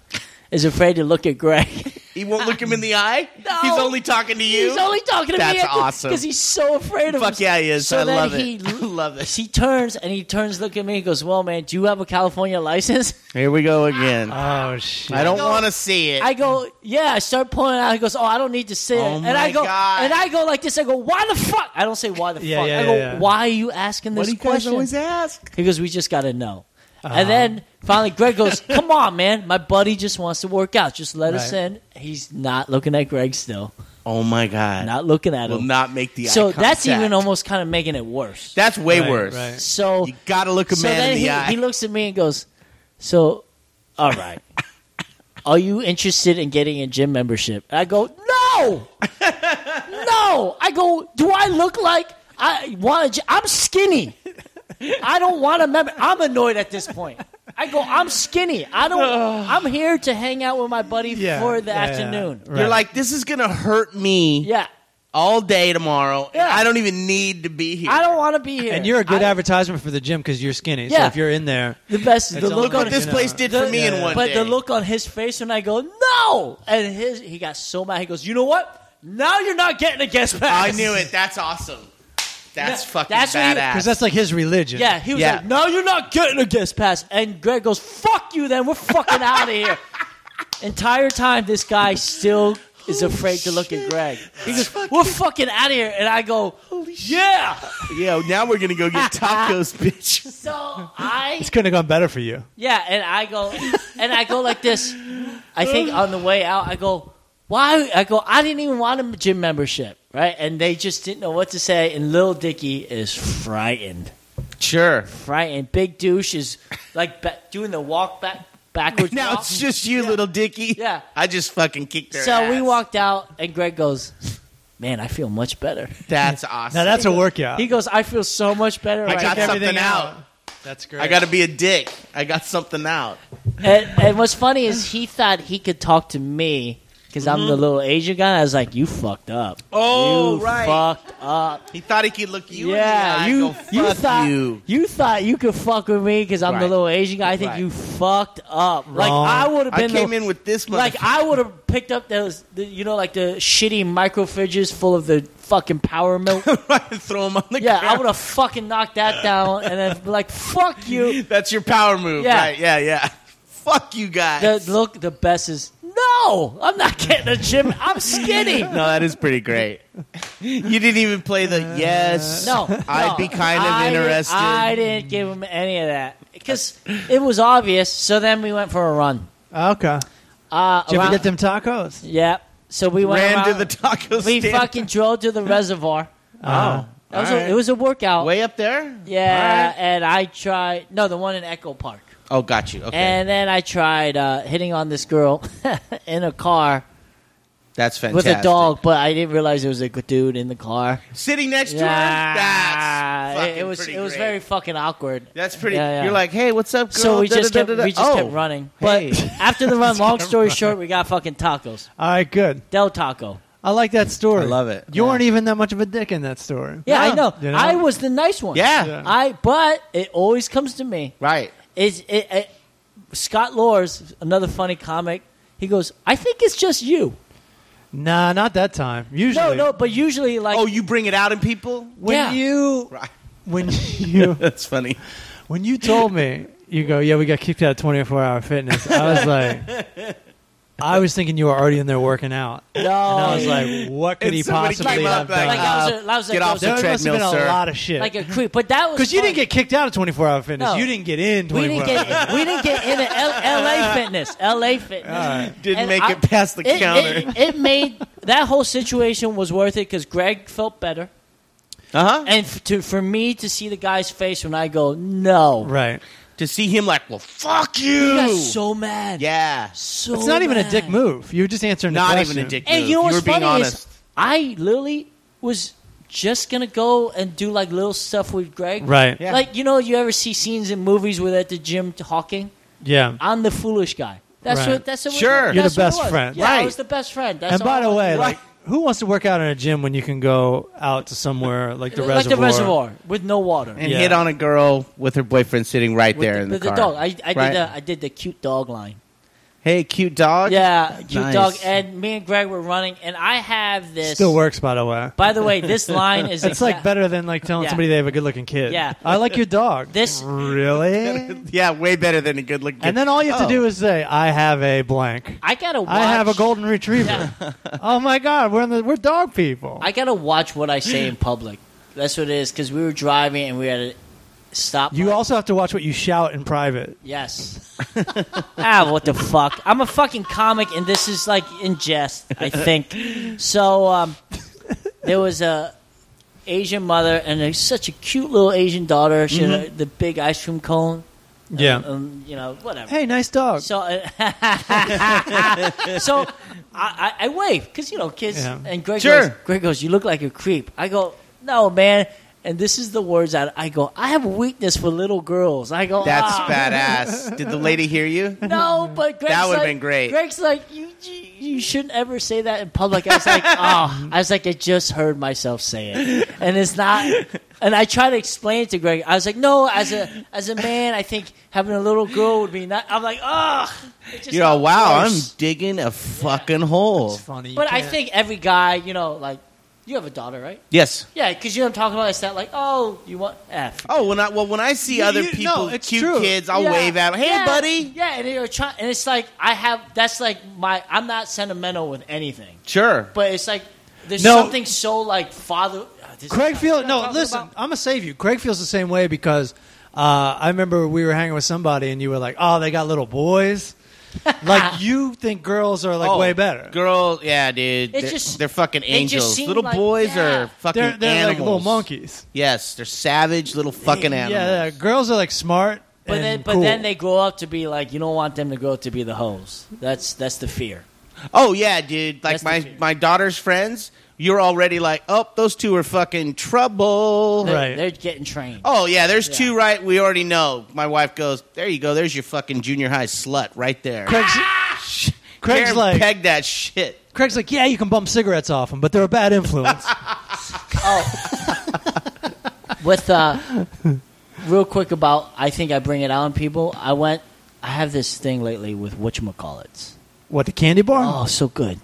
Speaker 3: is afraid to look at Greg.
Speaker 2: He won't look him in the eye.
Speaker 3: No.
Speaker 2: He's only talking to you.
Speaker 3: He's only talking to me.
Speaker 2: That's awesome.
Speaker 3: Because he's so afraid of
Speaker 2: Fuck
Speaker 3: him.
Speaker 2: yeah, he is.
Speaker 3: So
Speaker 2: I
Speaker 3: then
Speaker 2: love
Speaker 3: he-
Speaker 2: it. I love this.
Speaker 3: He turns and he turns, look at me, and goes, "Well, man, do you have a California license?"
Speaker 2: Here we go again.
Speaker 1: Oh shit!
Speaker 2: I don't
Speaker 3: No.
Speaker 2: want to see it.
Speaker 3: I go, "Yeah." I start pulling it out. He goes, "Oh, I don't need to see it."
Speaker 2: Oh
Speaker 3: and
Speaker 2: my
Speaker 3: I go,
Speaker 2: God.
Speaker 3: and I go like this. I go, "Why the fuck?" I don't say why the
Speaker 1: Yeah,
Speaker 3: fuck.
Speaker 1: yeah,
Speaker 3: I go,
Speaker 1: yeah, yeah.
Speaker 3: "Why are you asking
Speaker 2: what
Speaker 3: this
Speaker 2: do you guys
Speaker 3: question?"
Speaker 2: always ask?
Speaker 3: He goes, "We just got to know."
Speaker 2: Uh-huh.
Speaker 3: And then finally, Greg goes, "Come on, man! My buddy just wants to work out. Just let us
Speaker 1: Right.
Speaker 3: in." He's not looking at Greg still.
Speaker 2: Oh my god!
Speaker 3: Not looking at
Speaker 2: Will
Speaker 3: him.
Speaker 2: not make the
Speaker 3: so
Speaker 2: eye
Speaker 3: that's
Speaker 2: contact.
Speaker 3: even almost kind of making it worse.
Speaker 2: That's way
Speaker 1: Right,
Speaker 2: worse.
Speaker 1: right.
Speaker 3: So
Speaker 2: You gotta look a
Speaker 3: so
Speaker 2: man
Speaker 3: then
Speaker 2: in the
Speaker 3: he,
Speaker 2: eye.
Speaker 3: he looks at me and goes, "So, all right, are you interested in getting a gym membership?" And I go, "No, no." I go, "Do I look like I want? A gy- I'm skinny. I don't want a member. I'm annoyed at this point." I go, I'm skinny. I don't. I'm here to hang out with my buddy
Speaker 1: Yeah,
Speaker 3: for the
Speaker 1: yeah, yeah.
Speaker 3: afternoon.
Speaker 1: Right.
Speaker 2: You're like, this is gonna hurt me
Speaker 3: Yeah,
Speaker 2: all day tomorrow. and
Speaker 3: Yeah.
Speaker 2: I don't even need to be here.
Speaker 3: I don't want to be here.
Speaker 1: And you're a good
Speaker 3: I-
Speaker 1: advertisement for the gym because you're skinny. So
Speaker 3: Yeah.
Speaker 1: if you're in there,
Speaker 3: The best. The
Speaker 1: It's
Speaker 3: look
Speaker 1: all
Speaker 3: on
Speaker 2: what this
Speaker 1: you know.
Speaker 2: place did for me
Speaker 1: Yeah,
Speaker 2: in
Speaker 1: yeah.
Speaker 2: one
Speaker 3: but
Speaker 2: day.
Speaker 3: the look on his face when I go no, and his he got so mad. He goes, "You know what? Now you're not getting a guest pass."
Speaker 2: I knew it. That's awesome. That's
Speaker 3: Yeah,
Speaker 2: fucking
Speaker 3: that's what you-
Speaker 2: badass.
Speaker 1: because that's like his religion.
Speaker 3: Yeah, he was
Speaker 2: Yeah.
Speaker 3: like, "Now you're not getting a guest pass." And Greg goes, "Fuck you, then we're fucking out of here." Entire time, this guy still is afraid to look at Greg. He goes, "We're fucking out of here," and I go, "Yeah."
Speaker 2: yeah, now we're gonna go get tacos, bitch.
Speaker 3: So I
Speaker 1: It's couldn't have gone better for you.
Speaker 3: Yeah, and I go, and I go like this. I think on the way out, I go, why? I go, I didn't even want a gym membership, right? And they just didn't know what to say. And little Dicky is frightened,
Speaker 2: Sure.
Speaker 3: frightened. Big douche is like ba- doing the walk back backwards.
Speaker 2: Now
Speaker 3: walk.
Speaker 2: it's just you, little Dicky.
Speaker 3: Yeah.
Speaker 2: I just fucking kicked her.
Speaker 3: so we
Speaker 2: ass.
Speaker 3: walked out, and Greg goes, "Man, I feel much better."
Speaker 2: That's awesome.
Speaker 1: Now that's a workout.
Speaker 3: He goes, "I feel so much better."
Speaker 2: I
Speaker 3: right
Speaker 2: got
Speaker 3: now."
Speaker 1: everything
Speaker 2: something out.
Speaker 1: out. That's great.
Speaker 2: I got to be a dick. I got something out.
Speaker 3: and, and what's funny is he thought he could talk to me because I'm the little Asian guy. I was like, "You fucked up.
Speaker 2: Mm-hmm. Oh,
Speaker 3: you
Speaker 2: right.
Speaker 3: fucked up.
Speaker 2: He thought he could look you
Speaker 3: yeah,
Speaker 2: in the eye.
Speaker 3: you
Speaker 2: and go,
Speaker 3: you
Speaker 2: "Fuck
Speaker 3: thought
Speaker 2: you.
Speaker 3: thought you could fuck with me because I'm the
Speaker 2: Right.
Speaker 3: little Asian guy. I think
Speaker 2: Right.
Speaker 3: you fucked up. Like
Speaker 1: Wrong.
Speaker 3: I would have
Speaker 2: I
Speaker 3: been
Speaker 2: came
Speaker 3: the,
Speaker 2: in with this
Speaker 3: like
Speaker 2: motherfucker.
Speaker 3: I would have picked up those the, you know like the shitty microfridges full of the fucking power milk.
Speaker 2: Right, throw him on the
Speaker 3: yeah, I
Speaker 2: ground.
Speaker 3: would have fucking knocked that down and then be like fuck you.
Speaker 2: That's your power move,
Speaker 3: Yeah.
Speaker 2: right? Yeah, yeah. Fuck you
Speaker 3: The
Speaker 2: guys.
Speaker 3: look the best is no, I'm not getting a gym. I'm skinny.
Speaker 2: no, that is pretty great. You didn't even play the yes.
Speaker 3: Uh, No,
Speaker 2: I'd
Speaker 3: no.
Speaker 2: be kind of
Speaker 3: I didn't-
Speaker 2: interested.
Speaker 3: I didn't give him any of that because it was obvious. So then we went for a run.
Speaker 1: okay.
Speaker 3: Uh,
Speaker 1: Did you
Speaker 3: around-
Speaker 1: ever get them tacos?
Speaker 3: Yeah. So we went
Speaker 2: Ran to
Speaker 3: around-
Speaker 2: the taco
Speaker 3: We
Speaker 2: stand. Oh,
Speaker 3: fucking drove to the reservoir.
Speaker 1: Uh,
Speaker 3: That was
Speaker 2: All
Speaker 3: a,
Speaker 2: right.
Speaker 3: It was a workout.
Speaker 2: Way up there?
Speaker 3: yeah,
Speaker 2: All right.
Speaker 3: and I tried no the one in Echo Park,
Speaker 2: Oh, got you. Okay.
Speaker 3: and then I tried uh, hitting on this girl in a car
Speaker 2: That's fantastic.
Speaker 3: with a dog, but I didn't realize there was a dude in the car.
Speaker 2: Sitting next to her?
Speaker 3: Yeah,
Speaker 2: That's
Speaker 3: it, it
Speaker 2: fucking
Speaker 3: was
Speaker 2: pretty
Speaker 3: it was
Speaker 2: great.
Speaker 3: very fucking awkward.
Speaker 2: That's pretty.
Speaker 3: Yeah, yeah.
Speaker 2: You're like, hey, what's up, girl?
Speaker 3: So we just kept,
Speaker 2: Da-da-da-da-da.
Speaker 3: we just kept
Speaker 2: Oh.
Speaker 3: running. But
Speaker 2: Hey.
Speaker 3: after the run, long story short, we got fucking tacos.
Speaker 1: all right, good.
Speaker 3: Del Taco.
Speaker 1: I like that story.
Speaker 2: I love it.
Speaker 1: You
Speaker 3: Yeah.
Speaker 1: weren't even that much of a dick in that story.
Speaker 3: Yeah, I
Speaker 2: Yeah.
Speaker 3: know.
Speaker 1: You know?
Speaker 3: I was the nice one.
Speaker 2: Yeah.
Speaker 1: Yeah.
Speaker 3: I but it always comes to me.
Speaker 2: Right.
Speaker 3: Is it, it Scott Lors, another funny comic, he goes, I think it's just you.
Speaker 1: Nah, not that time. Usually,
Speaker 3: No, no, but usually like
Speaker 2: Oh, you bring it out in people?
Speaker 1: When
Speaker 3: Yeah.
Speaker 1: you
Speaker 2: Right.
Speaker 1: when you
Speaker 2: That's funny.
Speaker 1: when you told me you go, yeah, we got kicked out of twenty four hour fitness. I was like, I was thinking you were already in there working out,
Speaker 3: no.
Speaker 1: and I was like, what could
Speaker 2: And
Speaker 1: he
Speaker 2: somebody
Speaker 1: possibly
Speaker 2: came up
Speaker 1: have
Speaker 2: like,
Speaker 1: done?
Speaker 3: Like, I was a- I was
Speaker 2: get
Speaker 3: like,
Speaker 2: off
Speaker 1: there
Speaker 2: the
Speaker 1: must have been
Speaker 2: treadmill,
Speaker 1: a
Speaker 2: sir.
Speaker 1: lot of shit.
Speaker 3: like a creep. But that was
Speaker 1: because you
Speaker 3: fun.
Speaker 1: didn't get kicked out of 24 hour fitness.
Speaker 3: No.
Speaker 1: You didn't get in 24
Speaker 3: we didn't
Speaker 1: hour.
Speaker 3: get we didn't get into L- LA fitness. LA fitness.
Speaker 2: Didn't
Speaker 3: And
Speaker 2: make
Speaker 3: I-
Speaker 2: it past the
Speaker 3: it,
Speaker 2: counter.
Speaker 3: It, it made that whole situation was worth it because Greg felt better,
Speaker 2: uh huh.
Speaker 3: and f- to for me to see the guy's face when I go no,
Speaker 1: Right.
Speaker 2: To see him like, well, fuck you.
Speaker 3: he got so mad.
Speaker 2: yeah.
Speaker 3: so
Speaker 1: It's not even a
Speaker 3: mad.
Speaker 1: dick move. You're just answering. the
Speaker 2: Not
Speaker 1: question.
Speaker 2: even a dick.
Speaker 3: And
Speaker 2: move.
Speaker 3: you know what's
Speaker 2: were being
Speaker 3: funny
Speaker 2: honest.
Speaker 3: is I literally was just gonna go and do like little stuff with Greg,
Speaker 1: Right.
Speaker 2: Yeah.
Speaker 3: Like you know, you ever see scenes in movies where they're at the gym talking?
Speaker 1: Yeah.
Speaker 3: I'm the foolish guy. That's
Speaker 1: Right.
Speaker 3: what. That's what.
Speaker 2: Sure. You're
Speaker 1: the
Speaker 3: that's what it
Speaker 1: best
Speaker 3: was.
Speaker 1: friend.
Speaker 3: Yeah, I
Speaker 2: Right.
Speaker 3: was the best friend. That's
Speaker 1: And by
Speaker 3: all I
Speaker 1: the way,
Speaker 3: wanted.
Speaker 1: like, who wants to work out in a gym when you can go out to somewhere like the
Speaker 3: like
Speaker 1: reservoir?
Speaker 3: the reservoir with no water.
Speaker 2: and
Speaker 1: Yeah.
Speaker 2: hit on a girl with her boyfriend sitting right
Speaker 3: With
Speaker 2: there
Speaker 3: the,
Speaker 2: in
Speaker 3: with the
Speaker 2: car.
Speaker 3: dog. I, I
Speaker 2: Right?
Speaker 3: did the I did the cute dog line.
Speaker 2: Hey, cute dog.
Speaker 3: Yeah, cute
Speaker 2: Nice.
Speaker 3: dog. And me and Greg were running, and I have this.
Speaker 1: Still works, by the way.
Speaker 3: By the way, this line is
Speaker 1: It's like better than like telling
Speaker 3: Yeah.
Speaker 1: somebody they have a good-looking kid.
Speaker 3: Yeah.
Speaker 1: I like your dog.
Speaker 3: This-
Speaker 1: really.
Speaker 2: Yeah, way better than a good looking.
Speaker 1: And then all you have
Speaker 2: Oh.
Speaker 1: to do is say, "I have a blank.
Speaker 3: I gotta. Watch,
Speaker 1: I have a golden retriever."
Speaker 3: Yeah.
Speaker 1: oh my god, we're in the, we're dog people.
Speaker 3: I gotta watch what I say in public. That's what it is. Because we were driving and we had a stop.
Speaker 1: you
Speaker 3: line.
Speaker 1: also have to watch what you shout in private.
Speaker 3: Yes. ah, what the fuck? I'm a fucking comic, and this is like in jest, I think. So um, there was a Asian mother and a, such a cute little Asian daughter. She had a, the big ice cream cone. Um, um, you know, whatever.
Speaker 1: Hey, nice dog.
Speaker 3: So, uh, so I, I, I wave because you know kids.
Speaker 1: Yeah.
Speaker 3: And Greg
Speaker 2: Sure.
Speaker 3: goes, Greg goes, you look like a creep. I go, no, man. And this is the words that I go. I have a weakness for little girls. I go.
Speaker 2: That's
Speaker 3: "Ah."
Speaker 2: badass. Did the lady hear you?
Speaker 3: No, but Greg's
Speaker 2: would've
Speaker 3: like-
Speaker 2: been great.
Speaker 3: Greg's like, you, you, you shouldn't ever say that in public. I was like, oh, I was like, I just heard myself say it, and it's not. And I try to explain it to Greg. I was like, no, as a as a man, I think having a little girl would be not. I'm like, oh,
Speaker 2: You're all, wow, I'm digging a fucking hole.
Speaker 1: funny.
Speaker 3: But I think every guy, you know, like you have a daughter, right?
Speaker 2: Yes.
Speaker 3: Yeah, because you know what I'm talking about. It's that like, oh, you want F.
Speaker 2: Oh, when I well when I see
Speaker 1: You-
Speaker 2: other
Speaker 1: you- no,
Speaker 2: people,
Speaker 1: it's
Speaker 2: cute
Speaker 1: true.
Speaker 2: kids, I'll wave at them. Hey,
Speaker 3: Yeah.
Speaker 2: buddy.
Speaker 3: Yeah, and you're trying, and it's like I have. That's like my. I'm not sentimental with anything.
Speaker 2: Sure.
Speaker 3: But it's like there's
Speaker 1: No.
Speaker 3: something so like father. uh, this is
Speaker 1: Craig
Speaker 3: not-
Speaker 1: feels
Speaker 3: I'm
Speaker 1: no.
Speaker 3: talking
Speaker 1: Listen,
Speaker 3: about-
Speaker 1: I'm gonna save you. Craig feels the same way because uh, I remember we were hanging with somebody and you were like, "Oh, they got little boys." like you think girls are like
Speaker 2: Oh,
Speaker 1: way better.
Speaker 2: Girl, yeah, dude.
Speaker 3: It's
Speaker 2: They're,
Speaker 3: just-
Speaker 2: they're fucking
Speaker 3: just
Speaker 2: angels.
Speaker 3: seem
Speaker 2: Little
Speaker 3: like-
Speaker 2: boys
Speaker 3: yeah.
Speaker 2: are fucking
Speaker 1: They're, they're like
Speaker 2: animals.
Speaker 1: little monkeys.
Speaker 2: Yes, they're savage little fucking animals.
Speaker 1: Yeah, yeah, girls are like smart.
Speaker 3: but
Speaker 1: and
Speaker 3: then but
Speaker 1: cool.
Speaker 3: then they grow up to be like you don't want them to grow up to be the hoes. That's that's the fear.
Speaker 2: Oh yeah, dude. Like
Speaker 3: That's the
Speaker 2: my
Speaker 3: fear.
Speaker 2: my daughter's friends, you're already like, oh, those two are fucking trouble.
Speaker 3: They're,
Speaker 1: Right.
Speaker 3: they're getting trained.
Speaker 2: Oh yeah, there's
Speaker 3: Yeah.
Speaker 2: two right. We already know. My wife goes, there you go. There's your fucking junior high slut right there.
Speaker 1: Craig's,
Speaker 3: Ah!
Speaker 1: Craig's
Speaker 2: Karen
Speaker 1: like
Speaker 2: pegged that shit.
Speaker 1: Craig's like, yeah, you can bump cigarettes off them, but they're a bad influence.
Speaker 3: With uh, real quick about I think I bring it out on people. I went. I have this thing lately with whatchamacallits.
Speaker 1: what the candy bar?
Speaker 3: Oh, so good,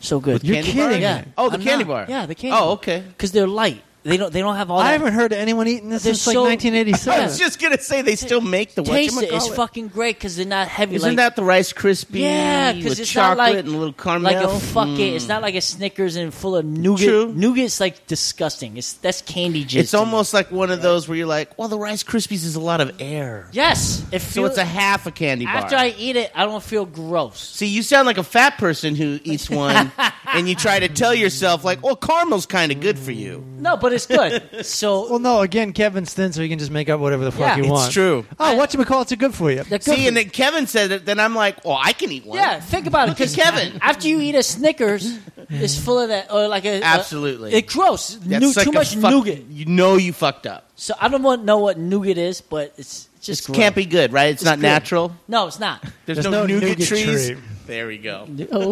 Speaker 3: so good.
Speaker 1: You're
Speaker 2: Candy bar?
Speaker 1: kidding
Speaker 3: yeah.
Speaker 1: me.
Speaker 2: Oh, the
Speaker 3: I'm
Speaker 2: candy
Speaker 3: not-
Speaker 2: bar.
Speaker 3: Yeah, the candy.
Speaker 2: Oh, okay.
Speaker 3: Because they're light. They don't. They don't have all.
Speaker 1: I
Speaker 3: that
Speaker 1: haven't heard of anyone eating this
Speaker 3: They're
Speaker 1: since like
Speaker 3: so-
Speaker 2: I
Speaker 1: 1987.
Speaker 2: was just gonna say they still make the
Speaker 3: taste. It.
Speaker 2: whatchamacallit.
Speaker 3: It's fucking great because they're not heavy.
Speaker 2: Isn't
Speaker 3: like,
Speaker 2: that the Rice Krispie?
Speaker 3: Yeah, because
Speaker 2: with
Speaker 3: it's
Speaker 2: chocolate
Speaker 3: not like
Speaker 2: and a little caramel. Mm.
Speaker 3: like a fucking. It's not like a Snickers and full of nougat.
Speaker 2: True.
Speaker 3: Nougat's like disgusting. It's that's candy jizz.
Speaker 2: It's
Speaker 3: to me.
Speaker 2: almost like one of those where you're like, well, the Rice Krispies is a lot of air.
Speaker 3: yes. It
Speaker 2: So
Speaker 3: feels
Speaker 2: it's a half a candy bar.
Speaker 3: after I eat it, I don't feel gross.
Speaker 2: See, you sound like a fat person who eats one, and you try to tell yourself like, "Well, caramel's kind of good for you."
Speaker 3: No, but it's good. So
Speaker 1: well, no, again, Kevin Stin, so you can just make up whatever the fuck
Speaker 3: Yeah.
Speaker 1: you
Speaker 3: It's
Speaker 1: want.
Speaker 2: true.
Speaker 1: Oh, whatchamacallits are good for you.
Speaker 3: they're good
Speaker 2: See,
Speaker 3: for
Speaker 2: and
Speaker 3: you.
Speaker 2: then Kevin said it. Then I'm like, "Well, I can eat one."
Speaker 3: yeah, think about it. Because
Speaker 2: Kevin.
Speaker 3: after you eat a Snickers, it's full of that or like a a-
Speaker 2: Absolutely.
Speaker 3: it gross.
Speaker 2: That's
Speaker 3: Nu-
Speaker 2: like
Speaker 3: too
Speaker 2: a
Speaker 3: much
Speaker 2: fuck-
Speaker 3: nougat.
Speaker 2: You know you fucked up.
Speaker 3: So I don't want to know what nougat is, but it's just
Speaker 2: It can't be good, right? It's, not
Speaker 3: good.
Speaker 2: natural.
Speaker 3: No, it's not.
Speaker 2: There's,
Speaker 1: There's
Speaker 2: no,
Speaker 1: no
Speaker 2: nougat,
Speaker 1: nougat
Speaker 2: trees.
Speaker 1: tree.
Speaker 2: There we go.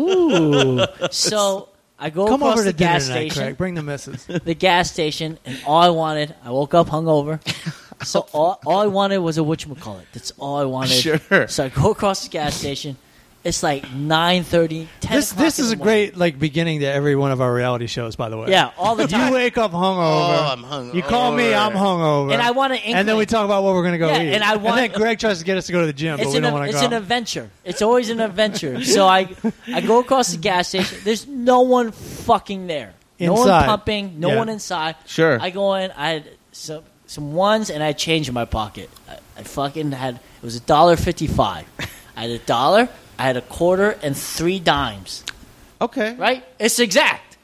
Speaker 3: Ooh. so I go
Speaker 1: Come
Speaker 3: across
Speaker 1: over
Speaker 3: the
Speaker 1: to dinner
Speaker 3: gas
Speaker 1: tonight,
Speaker 3: station.
Speaker 1: Craig. Bring the missus.
Speaker 3: the gas station, and all I wanted, I woke up hungover. So all, all I wanted was a whatchamacallit. That's all I wanted.
Speaker 2: Sure.
Speaker 3: So I go across the gas station. It's like 9.30, 10
Speaker 1: this
Speaker 3: o'clock
Speaker 1: this
Speaker 3: in
Speaker 1: is
Speaker 3: the
Speaker 1: a
Speaker 3: morning.
Speaker 1: great like beginning to every one of our reality shows, by the way.
Speaker 3: Yeah, all the
Speaker 1: You
Speaker 3: time.
Speaker 1: wake up hungover.
Speaker 2: Oh, I'm hungover.
Speaker 1: You call me, I'm hungover.
Speaker 3: And I want to
Speaker 1: And then we talk about what we're going to go
Speaker 3: Yeah,
Speaker 1: eat.
Speaker 3: and I want-
Speaker 1: then Greg tries to get us to go to the gym, but
Speaker 3: It's,
Speaker 1: we
Speaker 3: an,
Speaker 1: don't want to
Speaker 3: it's
Speaker 1: go.
Speaker 3: an adventure. It's always an adventure. so I, I go across the gas station. There's no one fucking there. No one
Speaker 1: Inside.
Speaker 3: pumping. No
Speaker 1: Yeah.
Speaker 3: one inside.
Speaker 2: Sure.
Speaker 3: I go in. I had some some ones and I had change in my pocket. I, I fucking had it was a dollar fifty five. I had a dollar. I had a quarter and three dimes.
Speaker 2: okay.
Speaker 3: Right? It's exact.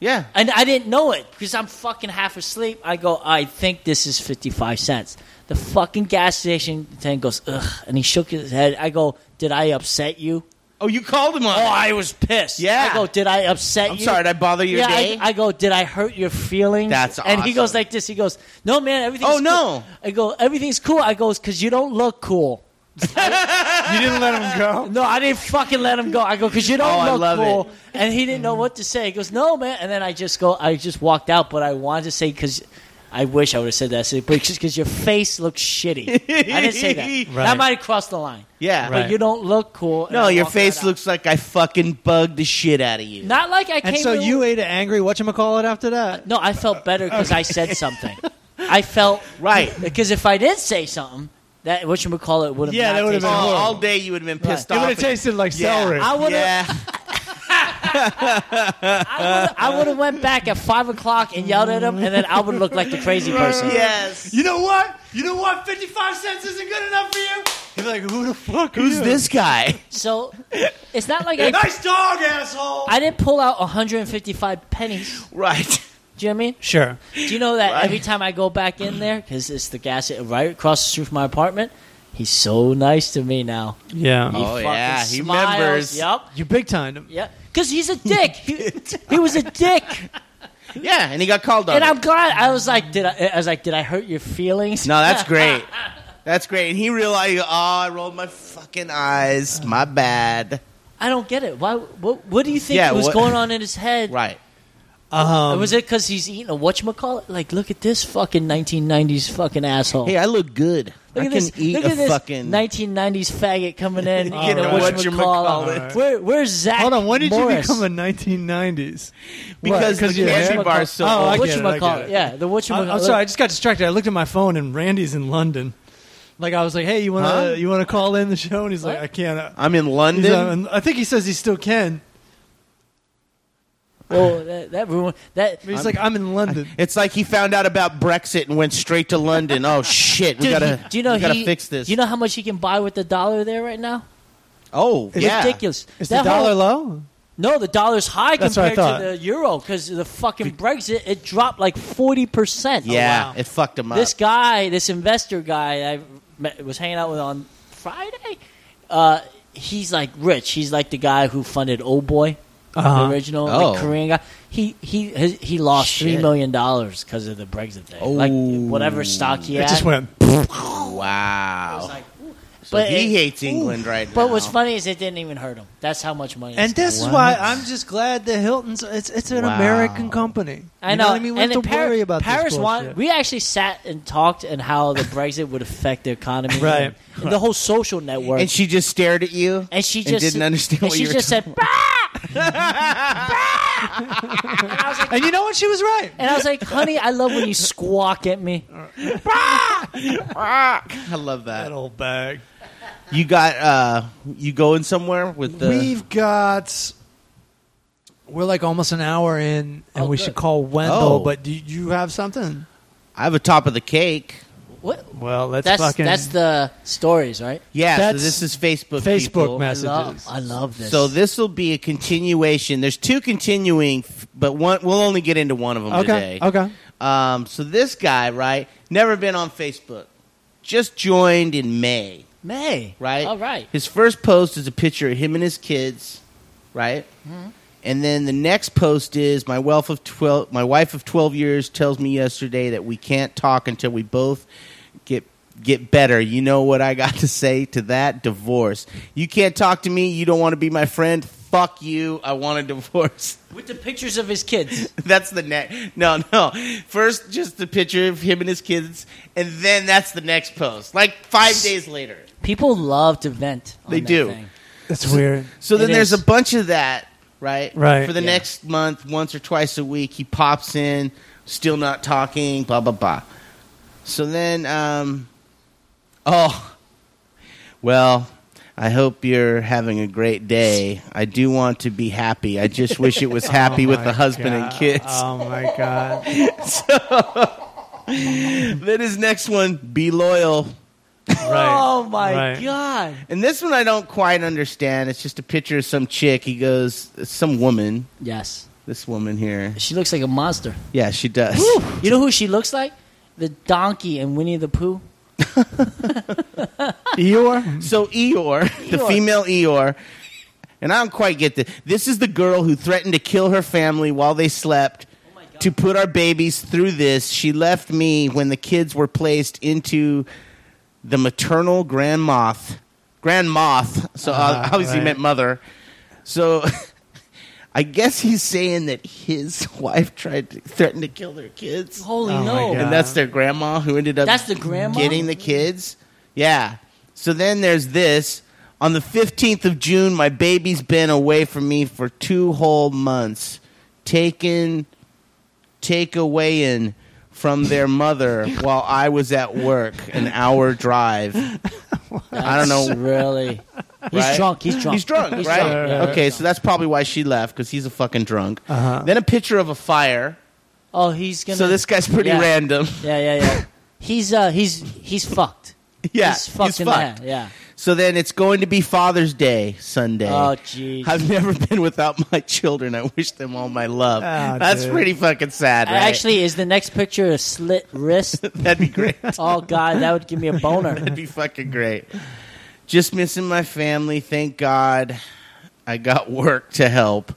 Speaker 2: Yeah.
Speaker 3: And I didn't know it because I'm fucking half asleep. I go, I think this is 55 cents. The fucking gas station attendant goes, ugh. And he shook his head. I go, Did I upset you?
Speaker 2: Oh, you called him on.
Speaker 3: Oh,
Speaker 2: it.
Speaker 3: I was pissed.
Speaker 2: Yeah.
Speaker 3: I go, Did I upset
Speaker 2: I'm
Speaker 3: you?
Speaker 2: sorry. Did I bother your
Speaker 3: yeah,
Speaker 2: day?
Speaker 3: I, I go, did I hurt your feelings?
Speaker 2: That's
Speaker 3: And he goes
Speaker 2: awesome.
Speaker 3: like this. He goes, no, man, everything's
Speaker 2: Oh,
Speaker 3: cool."
Speaker 2: no.
Speaker 3: I go, everything's cool. I goes, because you don't look cool.
Speaker 1: you didn't let him go.
Speaker 3: No, I didn't fucking let him go. I go, because you don't
Speaker 2: Oh, I
Speaker 3: look
Speaker 2: love
Speaker 3: cool. And he didn't know what to say. He goes, no, man. And then I just go, I just walked out, but I wanted to say, because I wish I would have said that, but it's just because your face looks shitty. I didn't say that.
Speaker 1: Right.
Speaker 3: That might have crossed the line.
Speaker 2: Yeah.
Speaker 1: Right.
Speaker 3: But you don't look cool. and
Speaker 2: No,
Speaker 3: I
Speaker 2: your
Speaker 3: walked
Speaker 2: face
Speaker 3: right out.
Speaker 2: looks like I fucking bugged the shit out of you.
Speaker 3: not like I came.
Speaker 1: And so
Speaker 3: to-
Speaker 1: you ate an angry whatchamacallit after that?
Speaker 3: No, I felt better because I said something. I felt
Speaker 2: Right.
Speaker 3: because if I did say something, that what you call it would have
Speaker 1: Yeah,
Speaker 3: not
Speaker 1: that would have
Speaker 2: All,
Speaker 1: been
Speaker 3: tasted-
Speaker 1: horrible.
Speaker 2: all day you would have been pissed
Speaker 1: It
Speaker 2: off.
Speaker 1: would have
Speaker 2: and-
Speaker 1: tasted like
Speaker 2: Yeah.
Speaker 1: celery.
Speaker 3: I would have.
Speaker 2: Yeah.
Speaker 3: I would have went back at five o'clock and yelled at him, and then I would look like the crazy person.
Speaker 2: yes.
Speaker 1: You know what? You know what? 55 cents isn't good enough for you? He's like, who the fuck
Speaker 2: Who's this guy?
Speaker 3: So it's not like I,
Speaker 1: Nice dog, asshole!
Speaker 3: I didn't pull out 155 pennies.
Speaker 2: Right.
Speaker 3: Do you know what I mean?
Speaker 1: Sure.
Speaker 3: Do you know that
Speaker 2: Right.
Speaker 3: every time I go back in there, because it's the gas sta- right across the street from my apartment, he's so nice to me now.
Speaker 1: Yeah.
Speaker 3: He
Speaker 2: Oh,
Speaker 3: fucking
Speaker 2: yeah, he
Speaker 3: smiles.
Speaker 2: remembers.
Speaker 3: Yep.
Speaker 1: You big timed him.
Speaker 3: Yeah, because he's a dick. He, he was a dick,
Speaker 2: Yeah, and he got called on.
Speaker 3: and
Speaker 2: it.
Speaker 3: I'm glad. I was like, did I? I was like, did I hurt your feelings?
Speaker 2: no, that's great. That's great. And he realized, oh, I rolled my fucking eyes. My bad.
Speaker 3: I don't get it. Why? What? What do you think
Speaker 2: Yeah,
Speaker 3: was
Speaker 2: what-
Speaker 3: going on in his head?
Speaker 2: Right.
Speaker 1: Um,
Speaker 3: was it because he's eating a whatchamacallit? Like, look at this fucking 1990s fucking asshole.
Speaker 2: Hey, I look good.
Speaker 3: look
Speaker 2: I can
Speaker 3: at this,
Speaker 2: eat
Speaker 3: look
Speaker 2: a
Speaker 3: at this
Speaker 2: fucking.
Speaker 3: 1990s faggot coming in.
Speaker 1: All
Speaker 3: eating a
Speaker 1: right.
Speaker 3: whatchamacallit.
Speaker 1: Oh, Whatchamacallit.
Speaker 3: Where, where's Zach?
Speaker 1: Hold on, when did
Speaker 3: Morris?
Speaker 1: you become a 1990s?
Speaker 2: Because
Speaker 1: What?
Speaker 2: the candy
Speaker 1: you're-
Speaker 2: bar is so
Speaker 1: Oh, I get it, I get
Speaker 3: whatchamacallit?
Speaker 1: it.
Speaker 3: Yeah, the whatchamacallit.
Speaker 1: I'm, I'm sorry, I just got distracted. I looked at my phone and Randy's in London. Like I was like, "Hey, you wanna
Speaker 2: Huh?
Speaker 1: you wanna call in the show?" And he's like,
Speaker 3: What?
Speaker 1: "I can't." Uh,
Speaker 2: I'm in
Speaker 1: he's,
Speaker 2: London.
Speaker 1: uh, I think he says he still can.
Speaker 3: Oh, that, that ruined that.
Speaker 1: But he's like, "I'm in London."
Speaker 2: It's like he found out about Brexit and went straight to London. Oh shit, we
Speaker 3: Dude,
Speaker 2: gotta
Speaker 3: he- do you know
Speaker 2: we gotta
Speaker 3: he-
Speaker 2: fix this.
Speaker 3: Do you know how much he can buy with the dollar there right now?
Speaker 2: oh
Speaker 1: It's
Speaker 2: yeah,
Speaker 3: Ridiculous.
Speaker 1: Is
Speaker 3: That
Speaker 1: the dollar
Speaker 3: whole-
Speaker 1: low?
Speaker 3: no, the dollar's high
Speaker 1: That's what I
Speaker 3: compared to the
Speaker 1: thought.
Speaker 3: euro because the fucking Brexit. It dropped like forty percent.
Speaker 2: yeah,
Speaker 1: wow.
Speaker 2: it fucked him up.
Speaker 3: Oh, This guy, this investor guy, I met, was hanging out with on Friday. Uh, he's like rich. He's like the guy who funded Old Boy,
Speaker 1: Uh-huh.
Speaker 3: the original
Speaker 2: Oh.
Speaker 3: like, Korean guy. He he his, he lost
Speaker 2: Shit.
Speaker 3: three million dollars because of the Brexit thing. Like
Speaker 2: Oh.
Speaker 3: whatever stock he
Speaker 1: It
Speaker 3: had,
Speaker 1: just went.
Speaker 2: wow,
Speaker 3: It's like, ooh.
Speaker 2: so
Speaker 3: but
Speaker 2: he
Speaker 3: it-
Speaker 2: hates England right now.
Speaker 3: But what's funny is it didn't even hurt him. That's how much money.
Speaker 1: And
Speaker 3: this.
Speaker 1: this is why I'm just glad that Hilton's. It's it's an
Speaker 2: Wow.
Speaker 1: American company.
Speaker 3: I
Speaker 1: You
Speaker 3: know.
Speaker 1: what I mean, we
Speaker 3: and
Speaker 1: don't
Speaker 3: in
Speaker 1: have to
Speaker 3: Par-
Speaker 1: worry about
Speaker 3: Paris.
Speaker 1: This
Speaker 3: want-
Speaker 1: bullshit.
Speaker 3: we actually sat and talked and how the Brexit would affect the economy,
Speaker 1: Right.
Speaker 3: and, and the whole social network.
Speaker 2: and she just stared at you
Speaker 3: And she just
Speaker 2: didn't understand
Speaker 3: and
Speaker 2: what
Speaker 3: she
Speaker 2: you were
Speaker 3: just said, "Bah!" "Ah."
Speaker 1: and you know what? She was right.
Speaker 3: and I was like, "Honey, I love when you squawk at me."
Speaker 2: I love that.
Speaker 1: That old bag.
Speaker 2: You got uh, you going somewhere with the?
Speaker 1: We've got. We're like almost an hour in, and
Speaker 3: Oh,
Speaker 1: we
Speaker 3: good.
Speaker 1: should call Wendell.
Speaker 2: Oh.
Speaker 1: But do you have something?
Speaker 2: I have a top of the cake.
Speaker 3: What?
Speaker 1: Well, let's
Speaker 3: That's
Speaker 1: fucking
Speaker 3: that's the stories, right?
Speaker 2: Yeah,
Speaker 1: That's
Speaker 2: so this is Facebook.
Speaker 1: Facebook
Speaker 2: people.
Speaker 1: message.
Speaker 3: I love,
Speaker 1: Messages.
Speaker 3: I love this.
Speaker 2: So this will be a continuation. There's two continuing, f- but one we'll only get into one of them
Speaker 1: okay.
Speaker 2: today.
Speaker 1: Okay.
Speaker 2: Um, so this guy, right, never been on Facebook, just joined in May,
Speaker 3: May,
Speaker 2: right?
Speaker 3: All right.
Speaker 2: His first post is a picture of him and his kids, right? And then the next post is my wealth of twelve, my wife of twelve years tells me yesterday that we can't talk until we both get get better. You know what I got to say to that divorce? You can't talk to me. You don't want to be my friend. Fuck you. I want a divorce.
Speaker 3: With the pictures of his kids.
Speaker 2: That's the next. No, no. First, just the picture of him and his kids, and then that's the next post. Like five days later.
Speaker 3: People love to vent. on
Speaker 2: They
Speaker 3: that
Speaker 2: do.
Speaker 3: thing.
Speaker 1: That's weird.
Speaker 2: So then
Speaker 3: It
Speaker 2: there's
Speaker 3: is.
Speaker 2: a bunch of that, right?
Speaker 1: Right.
Speaker 2: For the
Speaker 3: Yeah.
Speaker 2: next month, once or twice a week, he pops in, still not talking, blah, blah, blah. So then, um, oh, well, I hope you're having a great day. I do want to be happy. I just wish it was happy
Speaker 1: Oh
Speaker 2: with
Speaker 1: my
Speaker 2: the husband and
Speaker 1: God.
Speaker 2: kids.
Speaker 1: Oh my god.
Speaker 2: Then his next one, be loyal.
Speaker 1: right.
Speaker 3: Oh my
Speaker 1: Right.
Speaker 3: god!
Speaker 2: And this one I don't quite understand. It's just a picture of some chick. He goes, some woman,
Speaker 3: Yes,
Speaker 2: this woman here.
Speaker 3: she looks like a monster.
Speaker 2: Yeah, she does.
Speaker 3: You know who she looks like? The donkey in Winnie the Pooh.
Speaker 1: Eeyore.
Speaker 2: So Eeyore, the
Speaker 3: Eeyore.
Speaker 2: female Eeyore, and I don't quite get this. This is the girl who threatened to kill her family while they slept to put our babies through this. She left me when the kids were placed into the maternal grand moth. Grand moth. So
Speaker 1: Ah,
Speaker 2: obviously
Speaker 1: right.
Speaker 2: meant mother. So I guess he's saying that his wife tried to threaten to kill their kids,
Speaker 3: Holy
Speaker 1: Oh my
Speaker 3: no.
Speaker 1: God.
Speaker 2: and that's their grandma who ended up
Speaker 3: Uh-huh. That's the grandma?
Speaker 2: getting the kids. Yeah. So then there's this. On the 15th of June, my baby's been away from me for two whole months, taken, take away in from their mother while I was at work, an hour drive. I don't know.
Speaker 3: That's Really? He's
Speaker 2: Right?
Speaker 3: drunk. He's drunk.
Speaker 2: He's drunk, right?
Speaker 3: drunk, yeah.
Speaker 2: okay, so that's probably why she left because he's a fucking drunk.
Speaker 1: Uh-huh.
Speaker 2: Then a picture of a fire.
Speaker 3: Oh, he's gonna.
Speaker 2: So this guy's pretty
Speaker 3: Yeah.
Speaker 2: random.
Speaker 3: Yeah, yeah, yeah. he's uh, he's he's fucked.
Speaker 2: yeah,
Speaker 3: he's fucking
Speaker 2: fucked.
Speaker 3: mad, Yeah.
Speaker 2: So then it's going to be Father's Day Sunday.
Speaker 3: Oh, jeez.
Speaker 2: I've never been without my children. I wish them all my love.
Speaker 1: Ah,
Speaker 2: That's
Speaker 1: dude.
Speaker 2: pretty fucking sad, right?
Speaker 3: Uh, Actually, is the next picture a slit wrist?
Speaker 2: that'd be great.
Speaker 3: Oh God, that would give me a boner.
Speaker 2: that'd be fucking great. Just missing my family. Thank God I got work to help.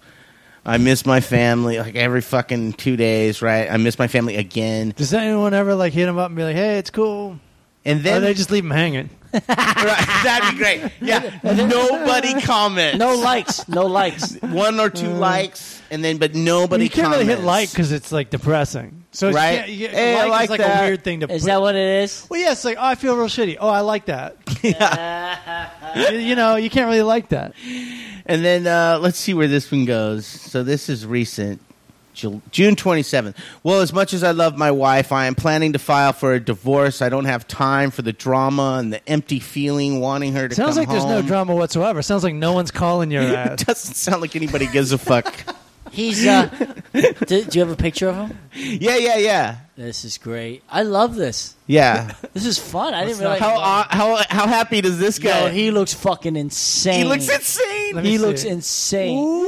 Speaker 2: I miss my family like every fucking two days, right? I miss my family again.
Speaker 1: Does anyone ever like hit him up and be like, "Hey, it's cool"?
Speaker 2: And
Speaker 1: Then
Speaker 2: then
Speaker 1: Oh, they just leave him hanging.
Speaker 2: Right, that'd be great. Yeah, nobody comments.
Speaker 3: No likes, no likes.
Speaker 2: one or two likes, and then but
Speaker 1: But
Speaker 2: nobody.
Speaker 1: Mm. you can't really hit like
Speaker 2: comments.
Speaker 1: because it's like depressing. So it's- yeah,
Speaker 2: Right?
Speaker 1: you get-
Speaker 2: Hey, I
Speaker 1: like,
Speaker 2: like
Speaker 1: is like
Speaker 2: that.
Speaker 1: a weird thing to.
Speaker 3: Is
Speaker 1: put-
Speaker 3: that what it is?
Speaker 1: Well, yeah, it's like oh, I feel real shitty. Oh, I like that. you, you know, you can't really like that.
Speaker 2: And then uh, let's see where this one goes. So this is recent. Ju- June 27th. Well, as much as I love my wife, I am planning to file for a divorce. I don't have time for the drama and the empty feeling wanting her to
Speaker 1: Sounds
Speaker 2: come
Speaker 1: like there's no
Speaker 2: home.
Speaker 1: drama whatsoever. Sounds like no one's calling your ass.
Speaker 2: It doesn't sound like anybody gives a fuck.
Speaker 3: He's. Uh, do, do you have a picture of him?
Speaker 2: yeah, yeah, yeah.
Speaker 3: This is great. I love this.
Speaker 2: Yeah.
Speaker 3: This is fun. I didn't
Speaker 2: How,
Speaker 3: realize.
Speaker 2: uh, how, how happy does this
Speaker 3: Yo,
Speaker 2: guy?
Speaker 3: he looks fucking insane.
Speaker 2: he looks insane.
Speaker 1: Let me
Speaker 3: He
Speaker 1: see.
Speaker 3: looks insane.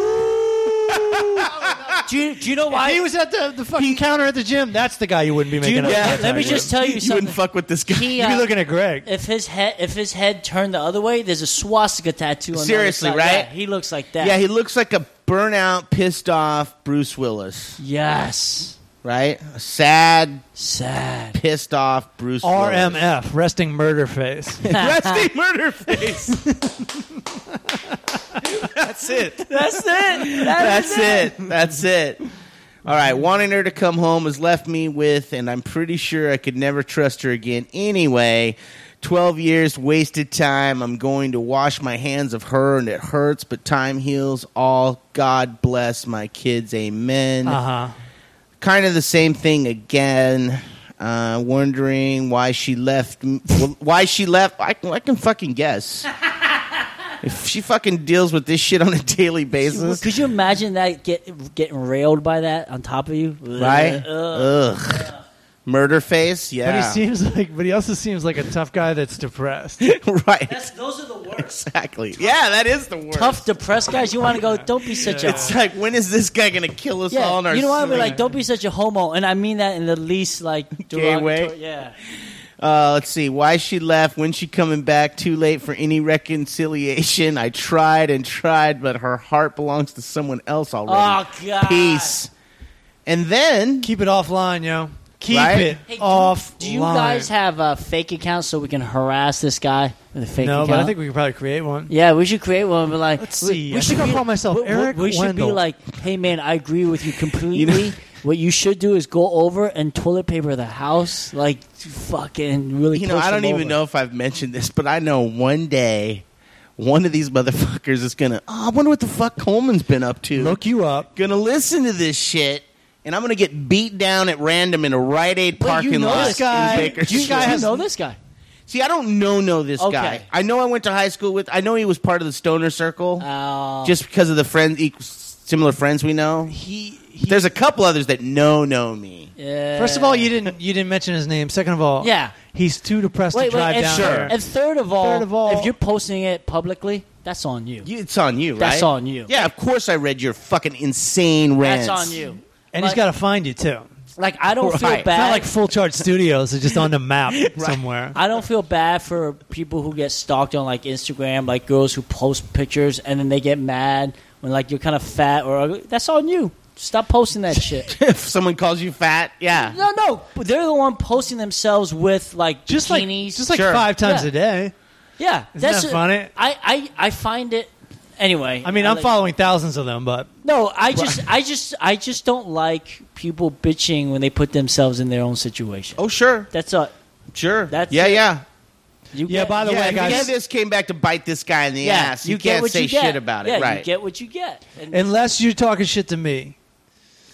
Speaker 3: Do you, do you know why?
Speaker 1: If he was at the, the fucking counter at the gym. That's the guy you wouldn't be making.
Speaker 3: you know-
Speaker 1: up
Speaker 3: Yeah,
Speaker 1: with.
Speaker 3: let me just tell you
Speaker 2: You
Speaker 3: something.
Speaker 2: wouldn't fuck with this guy.
Speaker 3: He,
Speaker 1: You'd
Speaker 3: uh,
Speaker 1: be looking at Greg.
Speaker 3: If his head, if his head turned the other way, there's a swastika tattoo. on the other
Speaker 2: Seriously,
Speaker 3: side.
Speaker 2: right?
Speaker 3: Yeah, he looks like that.
Speaker 2: yeah, he looks like a burnout, pissed off Bruce Willis,
Speaker 3: yes.
Speaker 2: right? A sad,
Speaker 3: Sad.
Speaker 2: pissed off Bruce Willis.
Speaker 1: RMF, resting murder face.
Speaker 2: Rusty Murder Face. That's it.
Speaker 3: That's it.
Speaker 2: That's it. That's it. All right, wanting her to come home has left me with, and I'm pretty sure I could never trust her again anyway. 12 years wasted time. I'm going to wash my hands of her, and it hurts, but time heals all. God bless my kids. Amen
Speaker 1: Uh huh.
Speaker 2: kind of the same thing again. Uh, wondering why she left. well, Why she left? I can, I can fucking guess. if she fucking deals with this shit on a daily basis,
Speaker 3: Could you imagine that get getting railed by that on top of you?
Speaker 2: right?
Speaker 3: Ugh.
Speaker 2: Ugh. Murder face.
Speaker 1: But he
Speaker 2: Yeah.
Speaker 1: seems like, but he also seems like a tough guy that's depressed.
Speaker 2: right.
Speaker 3: That's, those are the worst.
Speaker 2: Exactly. Yeah, that is the worst.
Speaker 3: Tough, depressed guys. You want to go? Don't be such a.
Speaker 2: It's like when is this guy gonna kill us all? In
Speaker 3: Yeah,
Speaker 2: our
Speaker 3: you know what I mean?
Speaker 2: sleep?
Speaker 3: Like, don't be such a homo, and I mean that in the least like
Speaker 2: Gay way?
Speaker 3: derogatory- Yeah.
Speaker 2: Uh, let's see. Why she left? When she coming back? Too late for any reconciliation. I tried and tried, but her heart belongs to someone else already.
Speaker 3: Oh God.
Speaker 2: Peace. And then
Speaker 1: Keep it offline, yo. Keep
Speaker 2: Right?
Speaker 1: it
Speaker 3: Hey, do-
Speaker 1: offline.
Speaker 3: Do you guys have uh, fake accounts so we can harass this guy with a fake
Speaker 1: no,
Speaker 3: account?
Speaker 1: but I think we could probably create one.
Speaker 3: yeah, we should create one. But like,
Speaker 1: Let's
Speaker 3: we-
Speaker 1: see.
Speaker 3: We
Speaker 1: I
Speaker 3: should
Speaker 1: think I'll
Speaker 3: be-
Speaker 1: call myself
Speaker 3: we- we-
Speaker 1: Eric
Speaker 3: We should be
Speaker 1: Wendell.
Speaker 3: like, hey man, I agree with you completely. what you should do is go over and toilet paper the house, like fucking really.
Speaker 2: you know,
Speaker 3: push
Speaker 2: I don't
Speaker 3: him
Speaker 2: even
Speaker 3: over.
Speaker 2: know if I've mentioned this, but I know one day one of these motherfuckers is gonna. Oh, I wonder what the fuck Coleman's been up to.
Speaker 1: Look you up.
Speaker 2: gonna listen to this shit, and I'm gonna get beat down at random in a Rite Aid
Speaker 3: But
Speaker 2: parking
Speaker 3: you know
Speaker 2: lot
Speaker 3: this guy.
Speaker 2: in
Speaker 3: Do you,
Speaker 2: Bakersfield.
Speaker 3: do you know this guy?
Speaker 2: See, I don't know know this
Speaker 3: Okay.
Speaker 2: guy. I know I went to high school with. I know he was part of the stoner circle,
Speaker 3: Uh,
Speaker 2: just because of the friends, equal- similar friends we know.
Speaker 1: He, he
Speaker 2: There's a couple others that know know me.
Speaker 3: yeah.
Speaker 1: First of all, you didn't you didn't mention his name. Second of all,
Speaker 3: Yeah.
Speaker 1: he's too depressed
Speaker 3: Wait,
Speaker 1: to
Speaker 3: wait,
Speaker 1: drive
Speaker 3: and,
Speaker 1: down
Speaker 2: Sure.
Speaker 1: there.
Speaker 3: and third of all,
Speaker 1: Third of all-
Speaker 3: if you're posting it publicly, that's on you.
Speaker 2: You- It's on you, right?
Speaker 3: That's on you.
Speaker 2: Yeah, of course I read your fucking insane rants.
Speaker 3: that's on you.
Speaker 1: And
Speaker 3: like,
Speaker 1: he's got to find you too.
Speaker 3: like I don't
Speaker 2: Right.
Speaker 3: feel
Speaker 2: It's not
Speaker 1: It's
Speaker 3: bad.
Speaker 1: not like Full Charge Studios. It's just on the map somewhere.
Speaker 3: I don't feel bad for people who get stalked on like Instagram, like girls who post pictures and then they get mad when like you're kind of fat or ugly. That's on you. Stop posting that shit.
Speaker 2: if someone calls you fat, yeah.
Speaker 3: no, no, but they're the one posting themselves with like
Speaker 1: just like
Speaker 3: bikinis.
Speaker 1: just like
Speaker 2: Sure.
Speaker 1: five times
Speaker 3: Yeah.
Speaker 1: a day.
Speaker 3: yeah,
Speaker 1: Isn't that funny?
Speaker 3: I, I I find it. anyway,
Speaker 1: I mean, I'm
Speaker 3: like-
Speaker 1: following thousands of them, but
Speaker 3: No, I just, I just, I just don't like people bitching when they put themselves in their own situation.
Speaker 2: Oh sure,
Speaker 3: That's a
Speaker 2: sure.
Speaker 3: That's
Speaker 2: yeah,
Speaker 3: it.
Speaker 2: yeah.
Speaker 3: you
Speaker 1: Yeah,
Speaker 3: Get,
Speaker 1: by the
Speaker 2: yeah,
Speaker 1: way,
Speaker 2: if
Speaker 1: guys-
Speaker 2: any of this came back to bite this guy in the ass. You,
Speaker 3: get
Speaker 2: can't
Speaker 3: what
Speaker 2: say
Speaker 3: you get.
Speaker 2: shit about it,
Speaker 3: Yeah,
Speaker 2: right?
Speaker 3: You get what you get. And-
Speaker 1: unless you're talking shit to me,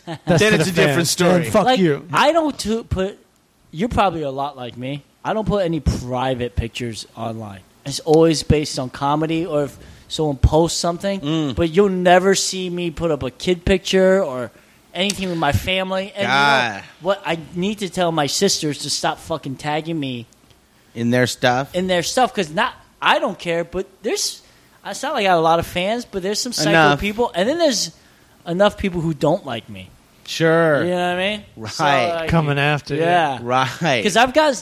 Speaker 1: that's
Speaker 2: Then
Speaker 1: to
Speaker 2: it's
Speaker 1: the
Speaker 2: a different
Speaker 1: fans. Then
Speaker 2: story.
Speaker 1: fuck
Speaker 3: like,
Speaker 1: you.
Speaker 3: I don't to put. You're probably a lot like me. I don't put any private pictures online. It's always based on comedy or if someone posts something. But you'll never see me put up a kid picture or anything with my family. And you know
Speaker 2: God.
Speaker 3: what I need to tell my sisters to stop fucking tagging me
Speaker 2: in their stuff.
Speaker 3: in their stuff because not I don't care, but there's it's not like I got a lot of fans, but there's some psycho
Speaker 2: Enough.
Speaker 3: people, and then there's enough people who don't like me.
Speaker 2: Sure.
Speaker 3: You know what I mean?
Speaker 2: Right.
Speaker 3: like,
Speaker 1: Coming after you.
Speaker 3: yeah,
Speaker 2: Right.
Speaker 3: Because I've got,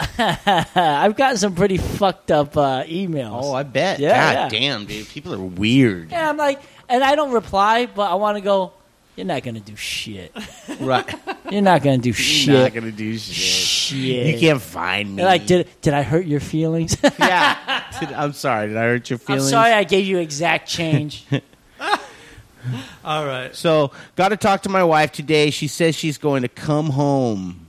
Speaker 3: I've gotten some pretty fucked up uh, emails.
Speaker 2: oh, I bet.
Speaker 3: Yeah,
Speaker 2: God
Speaker 3: yeah.
Speaker 2: damn, dude. People are weird.
Speaker 3: yeah, I'm like, and I don't reply, but I want to go. You're not gonna do shit.
Speaker 2: Right.
Speaker 3: You're not gonna do
Speaker 2: You're not
Speaker 3: shit.
Speaker 2: gonna do shit.
Speaker 3: Shit.
Speaker 2: You can't find me.
Speaker 3: They're like, did did I hurt your feelings?
Speaker 2: yeah. Did- I'm sorry. Did I hurt your
Speaker 3: I'm
Speaker 2: feelings?
Speaker 3: sorry, I gave you exact change.
Speaker 1: All right.
Speaker 2: So, got to talk to my wife today. She says she's going to come home.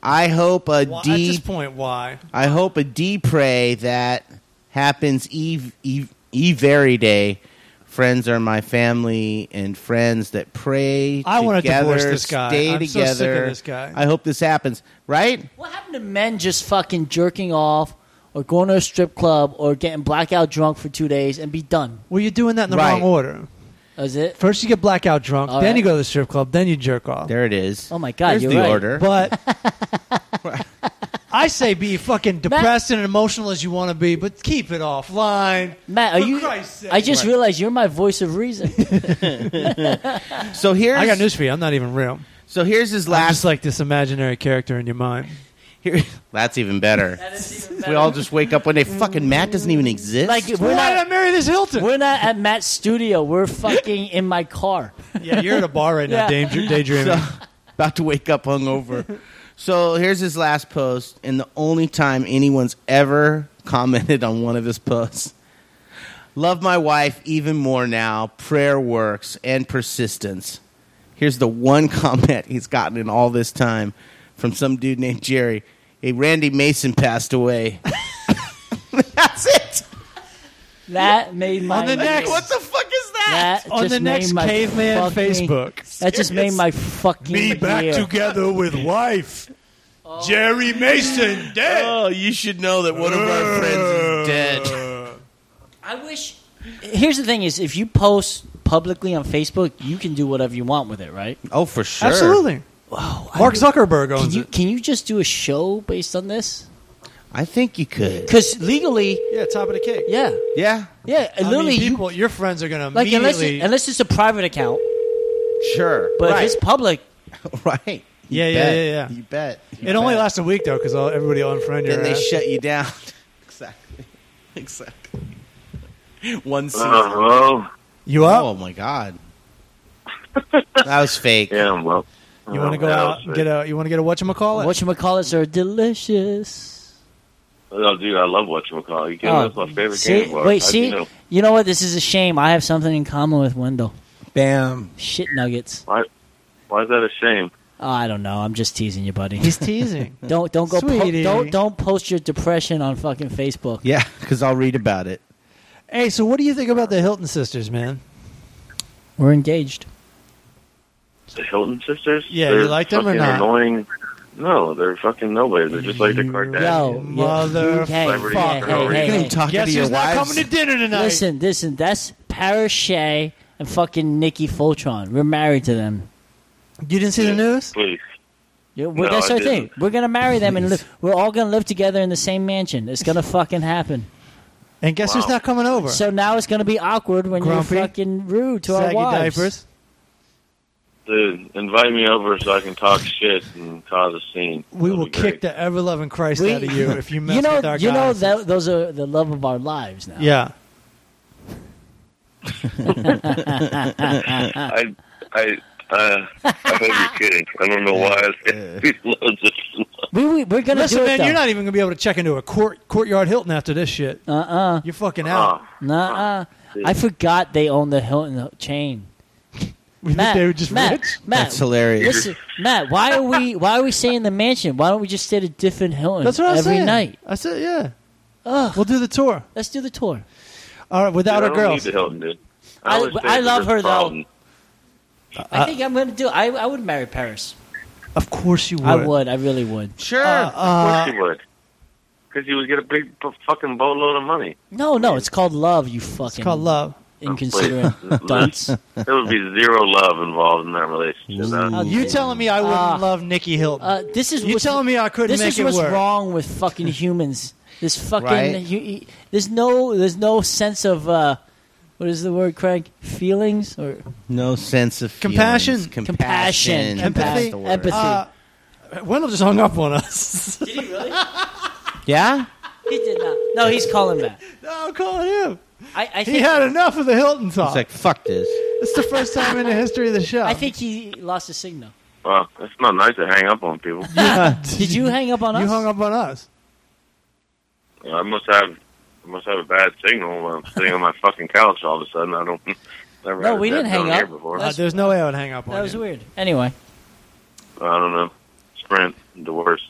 Speaker 2: I hope a
Speaker 1: Why, at this
Speaker 2: deep.
Speaker 1: point, why?
Speaker 2: I hope a deep pray that happens eve eve eve every day. Friends are my family and friends that pray.
Speaker 1: I wanna
Speaker 2: together,
Speaker 1: divorce this guy.
Speaker 2: Stay
Speaker 1: I'm so sick
Speaker 2: together.
Speaker 1: of this guy.
Speaker 2: I hope this happens. Right?
Speaker 3: What happened to men just fucking jerking off or going to a strip club or getting blackout drunk for two days and be done?
Speaker 1: Well, you're doing that in the
Speaker 2: Right.
Speaker 1: wrong order.
Speaker 3: Is it?
Speaker 1: First, you get blackout drunk,
Speaker 3: All
Speaker 1: then
Speaker 3: right.
Speaker 1: you go to the strip club, then you jerk off.
Speaker 2: There it is.
Speaker 3: Oh my God,
Speaker 2: There's
Speaker 3: you're
Speaker 2: the
Speaker 3: right.
Speaker 2: order.
Speaker 1: But I say be fucking depressed and emotional as you want to be, but keep it offline.
Speaker 3: Matt, are
Speaker 1: For
Speaker 3: you?
Speaker 1: Christ's sake.
Speaker 3: I just
Speaker 1: Right.
Speaker 3: realized you're my voice of reason.
Speaker 2: so here's
Speaker 1: I got news for you. I'm not even real.
Speaker 2: so here's his
Speaker 1: I'm
Speaker 2: last.
Speaker 1: just like this imaginary character in your mind.
Speaker 2: here, that's even better. We all just wake up one day. Fucking Matt doesn't even exist.
Speaker 3: like
Speaker 1: Why
Speaker 3: we're
Speaker 1: did I
Speaker 3: not,
Speaker 1: marry this Hilton?
Speaker 3: we're not at Matt's studio. We're fucking in my car.
Speaker 1: Yeah, you're at a bar right now,
Speaker 3: Yeah.
Speaker 1: daydream- daydreaming.
Speaker 2: about to wake up hungover. so here's his last post, and the only time anyone's ever commented on one of his posts. Love my wife even more now. Prayer works and persistence. Here's the one comment he's gotten in all this time from some dude named Jerry. Hey, Randy Mason passed away. That's it.
Speaker 3: That made my
Speaker 1: On the next-
Speaker 2: What the fuck is that?
Speaker 3: That
Speaker 1: On
Speaker 3: just
Speaker 1: the next
Speaker 3: made my
Speaker 1: caveman
Speaker 3: fucking-
Speaker 1: Facebook.
Speaker 3: That just made my fucking Oh, year.
Speaker 1: together with wife. Jerry Mason dead.
Speaker 2: Oh, you should know that one of our friends is dead.
Speaker 3: I wish. Here's the thing: is if you post publicly on Facebook, you can do whatever you want with it, right?
Speaker 2: Oh, for sure.
Speaker 1: Absolutely. Mark Zuckerberg
Speaker 3: Can
Speaker 1: owns
Speaker 3: you
Speaker 1: it.
Speaker 3: can you just do a show based on this?
Speaker 2: I think you could.
Speaker 3: Because legally,
Speaker 1: Yeah, top of the cake.
Speaker 3: yeah,
Speaker 2: Yeah,
Speaker 3: yeah,
Speaker 1: I mean,
Speaker 3: literally, you,
Speaker 1: people, your friends are going to
Speaker 3: like unless
Speaker 1: immediately.
Speaker 3: it, unless it's a private account,
Speaker 2: sure.
Speaker 3: but
Speaker 2: right.
Speaker 3: if it's public,
Speaker 2: right. You
Speaker 1: Yeah, yeah,
Speaker 2: bet.
Speaker 1: yeah, yeah.
Speaker 2: You bet. You
Speaker 1: it only
Speaker 2: bet.
Speaker 1: lasts a week though, because everybody unfriended your
Speaker 2: Then they
Speaker 1: ass.
Speaker 2: shut you down. exactly. Exactly. One season.
Speaker 4: Uh, hello.
Speaker 1: You
Speaker 2: Oh
Speaker 1: up?
Speaker 2: my god. that was fake.
Speaker 4: Yeah, I'm well.
Speaker 3: Oh,
Speaker 4: uh,
Speaker 1: you want to go out and get a? You want to get a whatchamacallit?
Speaker 3: whatchamacallits are delicious.
Speaker 4: Oh, dude, I love whatchamacallit. You kidding?
Speaker 3: Oh,
Speaker 4: That's my favorite
Speaker 3: see,
Speaker 4: candy bar.
Speaker 3: wait,
Speaker 4: How'd
Speaker 3: see,
Speaker 4: You know?
Speaker 3: you know what? This is a shame. I have something in common with Wendell.
Speaker 2: Bam.
Speaker 3: Shit nuggets.
Speaker 4: Why is that a shame?
Speaker 3: Oh, I don't know. I'm just teasing you, buddy.
Speaker 1: He's teasing.
Speaker 3: don't don't go. Po-
Speaker 1: Sweetie.
Speaker 3: don't don't post your depression on fucking Facebook.
Speaker 2: Yeah, because I'll read about it.
Speaker 1: hey, so what do you think about the Hilton sisters, man?
Speaker 3: We're engaged.
Speaker 4: The Hilton sisters?
Speaker 1: Yeah,
Speaker 4: They're
Speaker 1: you like them or
Speaker 4: fucking
Speaker 1: not?
Speaker 4: Annoying. No, they're fucking nobody. They're just like the
Speaker 1: You-
Speaker 4: Kardashians.
Speaker 3: Yo,
Speaker 1: Motherfucker.
Speaker 3: yo, hey,
Speaker 4: Celebrity
Speaker 3: hey, hey,
Speaker 4: girl. You
Speaker 3: hey,
Speaker 4: can
Speaker 2: You
Speaker 3: hey.
Speaker 2: can talk
Speaker 1: Guess
Speaker 2: to your
Speaker 1: who's not
Speaker 2: wives.
Speaker 1: coming to dinner tonight?
Speaker 3: Listen, listen, that's Parise and fucking Nikki Foltron. We're married to them.
Speaker 1: you didn't see the news?
Speaker 4: Please.
Speaker 3: Yeah, we're-
Speaker 4: No,
Speaker 3: that's
Speaker 4: I
Speaker 3: our thing.
Speaker 4: didn't.
Speaker 3: We're gonna marry them, and live, we're all gonna live together in the same mansion. It's gonna fucking happen.
Speaker 1: And guess who's
Speaker 4: Wow.
Speaker 1: not coming over?
Speaker 3: So now it's gonna be awkward when
Speaker 1: Grumpy.
Speaker 3: you're fucking rude to our
Speaker 1: Saggy
Speaker 3: wives.
Speaker 1: diapers.
Speaker 4: Dude, uh, invite me over so I can talk shit and cause a scene.
Speaker 1: We
Speaker 4: That'd
Speaker 1: will
Speaker 4: be great.
Speaker 1: kick the ever loving Christ
Speaker 3: We-
Speaker 1: out of you if you mess
Speaker 3: You know,
Speaker 1: with our
Speaker 3: you know
Speaker 1: guys.
Speaker 3: that those are the love of our lives now.
Speaker 1: yeah.
Speaker 4: I, I, uh, I hope you're kidding. I don't know why I love this.
Speaker 3: we, we we're gonna
Speaker 1: Listen,
Speaker 3: do it
Speaker 1: man,
Speaker 3: though.
Speaker 1: you're not even gonna be able to check into a court courtyard Hilton after this shit.
Speaker 3: uh uh
Speaker 1: You're fucking
Speaker 4: Oh,
Speaker 1: out.
Speaker 3: Nuh-uh. I forgot they own the Hilton chain.
Speaker 1: We think
Speaker 3: Matt,
Speaker 1: they were just
Speaker 3: Matt,
Speaker 1: rich.
Speaker 3: Matt,
Speaker 2: That's hilarious.
Speaker 3: Listen, Matt, why are we why are we staying in the mansion? Why don't we just stay at a different Hilton
Speaker 1: That's what I was
Speaker 3: every
Speaker 1: saying.
Speaker 3: night?
Speaker 1: I said, yeah,
Speaker 3: Ugh,
Speaker 1: we'll do the tour.
Speaker 3: let's do the tour.
Speaker 1: All right, without our
Speaker 4: Dude, I don't
Speaker 1: girls.
Speaker 4: Need the Hilton, dude.
Speaker 3: I-
Speaker 4: always
Speaker 3: I
Speaker 4: say it's
Speaker 3: love
Speaker 4: a
Speaker 3: her, though.
Speaker 4: problem.
Speaker 3: I think I'm gonna do. I I would marry Paris.
Speaker 1: Of course you would.
Speaker 3: I would. I really would.
Speaker 2: Sure.
Speaker 4: Of
Speaker 1: Uh,
Speaker 4: course you would. Because you would get a big f- fucking boatload of money.
Speaker 3: No, no, it's called love. You fucking
Speaker 1: it's called love.
Speaker 3: inconsiderate
Speaker 4: Please.
Speaker 3: dunce.
Speaker 4: There would be zero love involved in that relationship. huh?
Speaker 1: You telling me I wouldn't
Speaker 3: Ah.
Speaker 1: love Nikki Hilton?
Speaker 3: Uh, this is
Speaker 1: you
Speaker 3: what's-
Speaker 1: telling me I couldn't
Speaker 3: this
Speaker 1: make
Speaker 3: is
Speaker 1: it
Speaker 3: what's
Speaker 1: work?
Speaker 3: wrong with fucking humans. This fucking
Speaker 2: Right.
Speaker 3: you- you- there's no there's no sense of uh, what is the word, Craig? Feelings or
Speaker 2: no sense of feelings.
Speaker 1: Compassion.
Speaker 2: Compassion.
Speaker 3: compassion,
Speaker 1: Empathy.
Speaker 2: That's the word.
Speaker 3: empathy.
Speaker 1: Uh, Wendell just hung up on us.
Speaker 3: did he really?
Speaker 2: Yeah.
Speaker 3: he did not. No, he's calling back.
Speaker 1: no, I'm calling him.
Speaker 3: I, I
Speaker 1: He
Speaker 3: think
Speaker 1: had enough of the Hilton talk.
Speaker 2: It's like fuck this.
Speaker 1: it's the first time in the history of the show.
Speaker 3: I think he lost his signal.
Speaker 4: Well, that's not nice to hang up on people.
Speaker 3: Did you hang up on us?
Speaker 1: You hung up on us.
Speaker 4: I must have I must have a bad signal when I'm sitting on my fucking couch all of a sudden. I don't. Never
Speaker 3: No,
Speaker 4: had
Speaker 3: we
Speaker 4: that
Speaker 3: didn't hang
Speaker 4: down here
Speaker 3: up.
Speaker 4: Before.
Speaker 1: Uh,
Speaker 3: That's-
Speaker 1: there's no way I would hang up on
Speaker 3: That was
Speaker 1: you.
Speaker 3: weird. Anyway,
Speaker 4: I don't know. Sprint, the worst.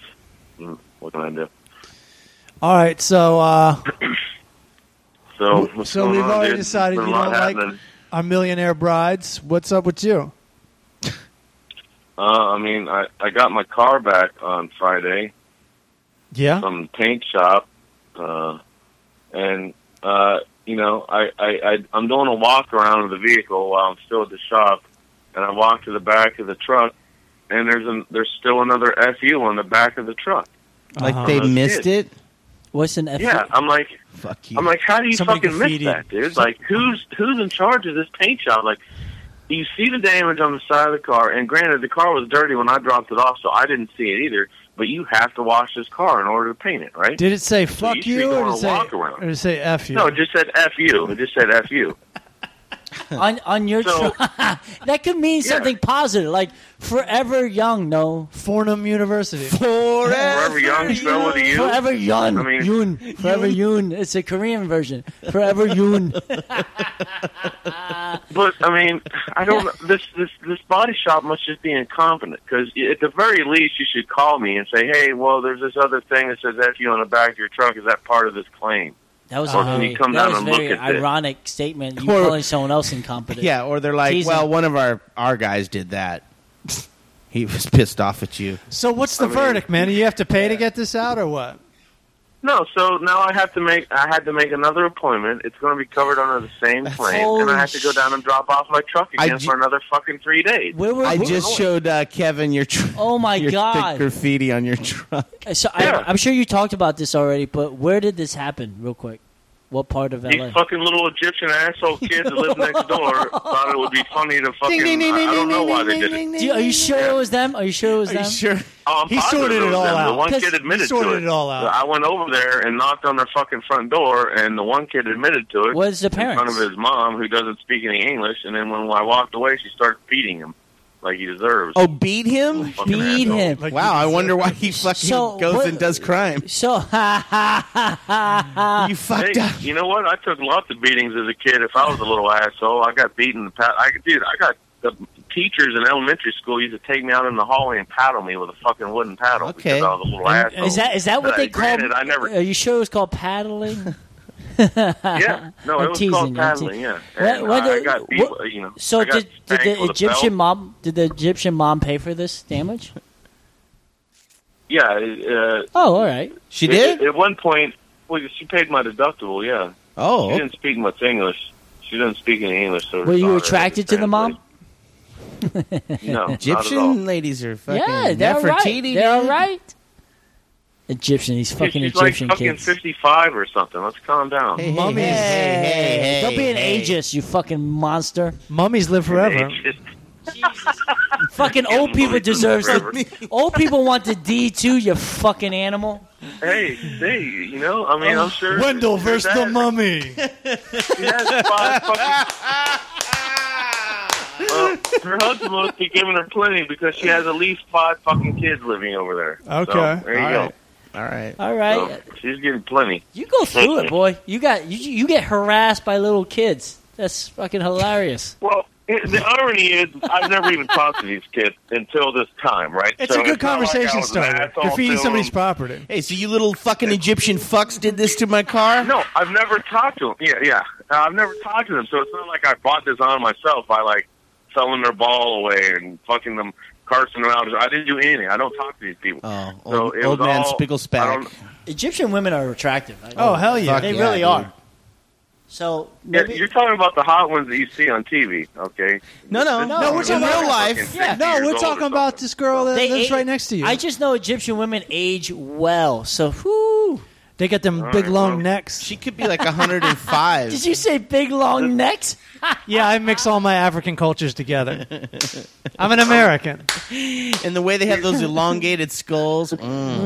Speaker 4: Hmm, What can I do?
Speaker 1: All right, so uh,
Speaker 4: So,
Speaker 1: So
Speaker 4: what's going
Speaker 1: we've
Speaker 4: on,
Speaker 1: already
Speaker 4: dude?
Speaker 1: decided
Speaker 4: Been a
Speaker 1: you
Speaker 4: lot
Speaker 1: don't like-
Speaker 4: happening.
Speaker 1: our millionaire brides, what's up with you?
Speaker 4: Uh, I mean, I I got my car back on Friday
Speaker 1: Yeah,
Speaker 4: from the paint shop, uh, and uh, you know, I, I I I'm doing a walk around of the vehicle while I'm still at the shop, and I walk to the back of the truck, and there's an there's still another fu on the back of the truck.
Speaker 1: Uh-huh.
Speaker 2: Like they
Speaker 4: That's
Speaker 2: missed it.
Speaker 3: what's an F?
Speaker 4: Yeah, I'm like,
Speaker 2: Fuck you.
Speaker 4: I'm like, how do you
Speaker 1: Somebody
Speaker 4: fucking miss
Speaker 1: graffitied.
Speaker 4: that, dude? Like, who's who's in charge of this paint job? Like, you see the damage on the side of the car, and granted, the car was dirty when I dropped it off, so I didn't see it either. But you have to wash this car in order to paint it, right?
Speaker 1: Did it say fuck
Speaker 4: you should
Speaker 1: you,
Speaker 4: be
Speaker 1: or
Speaker 4: going
Speaker 1: did
Speaker 4: on
Speaker 1: it
Speaker 4: a
Speaker 1: say
Speaker 4: walk around.
Speaker 1: or did it say f you?
Speaker 4: No, it just said "f you." It just said "f you."
Speaker 3: on on your
Speaker 4: So-
Speaker 3: tr- that could mean
Speaker 4: Yeah.
Speaker 3: something positive, like forever young. No,
Speaker 1: Fordham University.
Speaker 4: Forever young, spell with a U.
Speaker 3: forever young,
Speaker 4: I mean-
Speaker 3: Yoon, forever Yoon. It's a Korean version, forever Yoon.
Speaker 4: But I mean, I don't. This this this body shop must just be incompetent because at the very least, you should call me and say, "Hey, well, there's this other thing that says "f you" on the back of your truck. Is that part of this claim?"
Speaker 3: That was
Speaker 4: Or
Speaker 3: a
Speaker 4: can
Speaker 3: very,
Speaker 4: you come
Speaker 3: that
Speaker 4: down
Speaker 3: was
Speaker 4: and
Speaker 3: very
Speaker 4: look at this?
Speaker 3: ironic statement. You
Speaker 2: Or-
Speaker 3: calling someone else incompetent?
Speaker 2: Yeah, or they're like,
Speaker 3: Teasing.
Speaker 2: well, one of our our guys did that. he was pissed off at you.
Speaker 1: So what's the
Speaker 4: mean-
Speaker 1: verdict, man? Do you have to pay to get this out, or what?
Speaker 4: No, so now I have to make I had to make another appointment. It's going to be covered under the same claim, and I have to go down and drop off my truck
Speaker 2: I
Speaker 4: again
Speaker 2: ju-
Speaker 4: for another fucking three days.
Speaker 3: Where were
Speaker 2: I
Speaker 3: we-
Speaker 2: just showed uh, Kevin your. Tr-
Speaker 3: Oh my
Speaker 2: your thick
Speaker 3: God.
Speaker 2: graffiti on your truck.
Speaker 3: So
Speaker 4: Yeah.
Speaker 3: I, I'm sure you talked about this already, but where did this happen, real quick? What part of LA?
Speaker 4: These fucking little Egyptian asshole kids that live next door thought it would be funny to fucking. I, I don't know why they did it.
Speaker 3: Do you- are you sure it was them? Are you sure it was
Speaker 2: Are
Speaker 3: them?
Speaker 2: you sure?
Speaker 4: Oh, I'm
Speaker 1: He
Speaker 4: positive
Speaker 1: sorted it
Speaker 4: was
Speaker 1: all
Speaker 4: them.
Speaker 1: out.
Speaker 4: The one
Speaker 3: Cause
Speaker 4: kid admitted
Speaker 1: sorted
Speaker 4: to it.
Speaker 1: it all out.
Speaker 4: I went over there and knocked on their fucking front door, and the one kid admitted to it.
Speaker 3: Was the
Speaker 4: in front
Speaker 3: parents?
Speaker 4: of his mom, who doesn't speak any English? And then when I walked away, she started beating him like he deserves.
Speaker 2: Oh, beat him!
Speaker 4: Fucking
Speaker 3: Beat
Speaker 4: asshole.
Speaker 3: him.
Speaker 1: Like,
Speaker 2: Wow, I wonder why he fucking
Speaker 3: So,
Speaker 2: goes
Speaker 3: what-
Speaker 2: and does crime.
Speaker 3: So ha ha ha ha ha.
Speaker 2: you fucked
Speaker 4: Hey,
Speaker 2: up.
Speaker 4: you know what? I took lots of beatings as a kid. If I was a little asshole, I got beaten. The pat- I dude, I got the teachers in elementary school used to take me out in the hallway and paddle me with a fucking wooden paddle
Speaker 2: Okay.
Speaker 4: because I was a little asshole.
Speaker 3: Is that is that what
Speaker 4: But
Speaker 3: they call?
Speaker 4: granted, I never.
Speaker 3: Are you sure it was called paddling?
Speaker 4: yeah, no,
Speaker 3: I'm
Speaker 4: it was
Speaker 3: teasing, I'm
Speaker 4: called paddling.
Speaker 3: teasing.
Speaker 4: Yeah,
Speaker 3: What-
Speaker 4: and
Speaker 3: what
Speaker 4: I, I
Speaker 3: the-
Speaker 4: got beat. uh,
Speaker 3: what-
Speaker 4: you know,
Speaker 3: So
Speaker 4: I got
Speaker 3: did, did
Speaker 4: spanked
Speaker 3: the
Speaker 4: with a belt.
Speaker 3: Egyptian mom? Did the Egyptian mom pay for this damage?
Speaker 4: Yeah, uh,
Speaker 3: Oh, all right.
Speaker 2: She
Speaker 4: it-
Speaker 2: did.
Speaker 4: at one point. Well, she paid my deductible. Yeah, she
Speaker 2: Oh,
Speaker 4: didn't speak much English. She didn't speak any English. So her
Speaker 3: Were you
Speaker 4: daughter had
Speaker 3: attracted to the mom?
Speaker 4: translate. No, not at all.
Speaker 2: Egyptian ladies are fucking
Speaker 3: yeah, they're all right.
Speaker 2: Nefertiti,
Speaker 3: They're all
Speaker 2: dude.
Speaker 3: right. Egyptian, these
Speaker 4: Dude,
Speaker 3: fucking
Speaker 4: she's
Speaker 3: Egyptian
Speaker 4: like fucking
Speaker 3: kids.
Speaker 4: 55 or something. Let's calm down.
Speaker 2: Hey, hey,
Speaker 1: Mummies.
Speaker 2: hey, hey, hey,
Speaker 3: Don't be an
Speaker 2: hey.
Speaker 3: ageist, you fucking monster.
Speaker 1: Mummies live forever.
Speaker 4: It's just-
Speaker 3: fucking old people
Speaker 4: Mummies
Speaker 3: deserves
Speaker 4: forever.
Speaker 3: the old people want the D too. You fucking animal.
Speaker 4: hey, hey, you know, I mean, I'm sure.
Speaker 1: Um, Uh, Wendell
Speaker 4: her
Speaker 1: versus the
Speaker 4: dad-
Speaker 1: mummy.
Speaker 4: She has five fucking. Well, her husband must be giving her plenty because she has at least five fucking kids living over there.
Speaker 1: Okay.
Speaker 4: So, there you
Speaker 1: All
Speaker 4: go.
Speaker 1: right.
Speaker 2: All right.
Speaker 3: All right,
Speaker 4: So, she's getting plenty.
Speaker 3: you go through it, boy. You got you you get harassed by little kids. That's fucking hilarious.
Speaker 4: Well, it- the irony is, I've never even talked to these kids until this time, right?
Speaker 1: It's
Speaker 4: So
Speaker 1: a good
Speaker 4: not like I
Speaker 1: conversation
Speaker 4: was an
Speaker 1: starter.
Speaker 4: asshole
Speaker 1: You're feeding
Speaker 4: to
Speaker 1: somebody's
Speaker 4: them.
Speaker 1: property.
Speaker 2: Hey, so you little fucking Egyptian fucks did this to my car?
Speaker 4: No, I've never talked to them. Yeah, yeah. Uh, I've never talked to them, so it's not like I bought this on myself by like selling their ball away and fucking them, cursing them out. I didn't do anything. I don't talk to these people.
Speaker 2: Oh, old,
Speaker 4: So it
Speaker 2: old
Speaker 4: was
Speaker 2: man
Speaker 4: all-
Speaker 2: Spickle
Speaker 4: I
Speaker 2: Spack.
Speaker 4: don't-
Speaker 3: Egyptian women are attractive. I-
Speaker 1: Oh, hell yeah.
Speaker 2: fuck
Speaker 3: they
Speaker 2: yeah,
Speaker 3: really
Speaker 2: dude.
Speaker 3: are. So
Speaker 4: Yeah,
Speaker 3: maybe,
Speaker 4: you're talking about the hot ones that you see on TV, okay?
Speaker 2: No, no,
Speaker 4: This
Speaker 3: No,
Speaker 4: is
Speaker 3: we're
Speaker 4: like
Speaker 3: talking
Speaker 4: fucking
Speaker 2: real life.
Speaker 4: 50
Speaker 3: Yeah.
Speaker 1: No,
Speaker 4: years
Speaker 1: we're
Speaker 4: old or
Speaker 1: talking about
Speaker 4: something.
Speaker 1: this girl that
Speaker 3: they
Speaker 1: lives
Speaker 3: age-
Speaker 1: right next to you.
Speaker 3: I just know Egyptian women age well. So whoo.
Speaker 1: they got them
Speaker 4: All
Speaker 1: big
Speaker 4: right,
Speaker 1: long
Speaker 4: well-
Speaker 1: necks.
Speaker 2: She could be like 105.
Speaker 3: Did you say big long necks?
Speaker 1: yeah, I mix all my African cultures together. I'm an American.
Speaker 2: and the way they have those elongated skulls. Mm.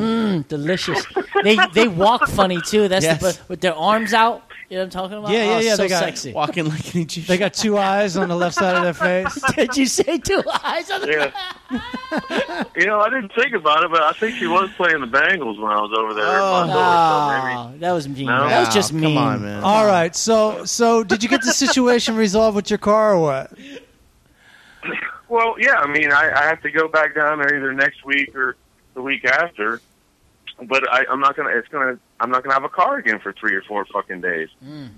Speaker 3: Mm, delicious. they they walk funny too. That's
Speaker 2: Yes.
Speaker 3: the bu- with their arms out. You know what I'm talking about?
Speaker 1: Yeah, yeah,
Speaker 3: Oh,
Speaker 1: yeah,
Speaker 3: So
Speaker 1: they got-
Speaker 3: sexy.
Speaker 2: Walking like an Egyptian.
Speaker 1: They got two eyes on the left side of their face.
Speaker 3: Did you say two eyes? On the-
Speaker 4: Yeah. you know, I didn't think about it, but I think she was playing the Bengals when I was over there. in
Speaker 2: Oh.
Speaker 4: Montgomery, so maybe-
Speaker 3: Oh, that was mean.
Speaker 4: No.
Speaker 3: That was just
Speaker 2: Wow,
Speaker 3: mean.
Speaker 2: Come on, man.
Speaker 1: All right, so so did you get the situation resolved with your car or what?
Speaker 4: Well, yeah, I mean, I, I have to go back down there either next week or the week after. But I, I'm not gonna. It's gonna. I'm not gonna have a car again for three or four fucking days.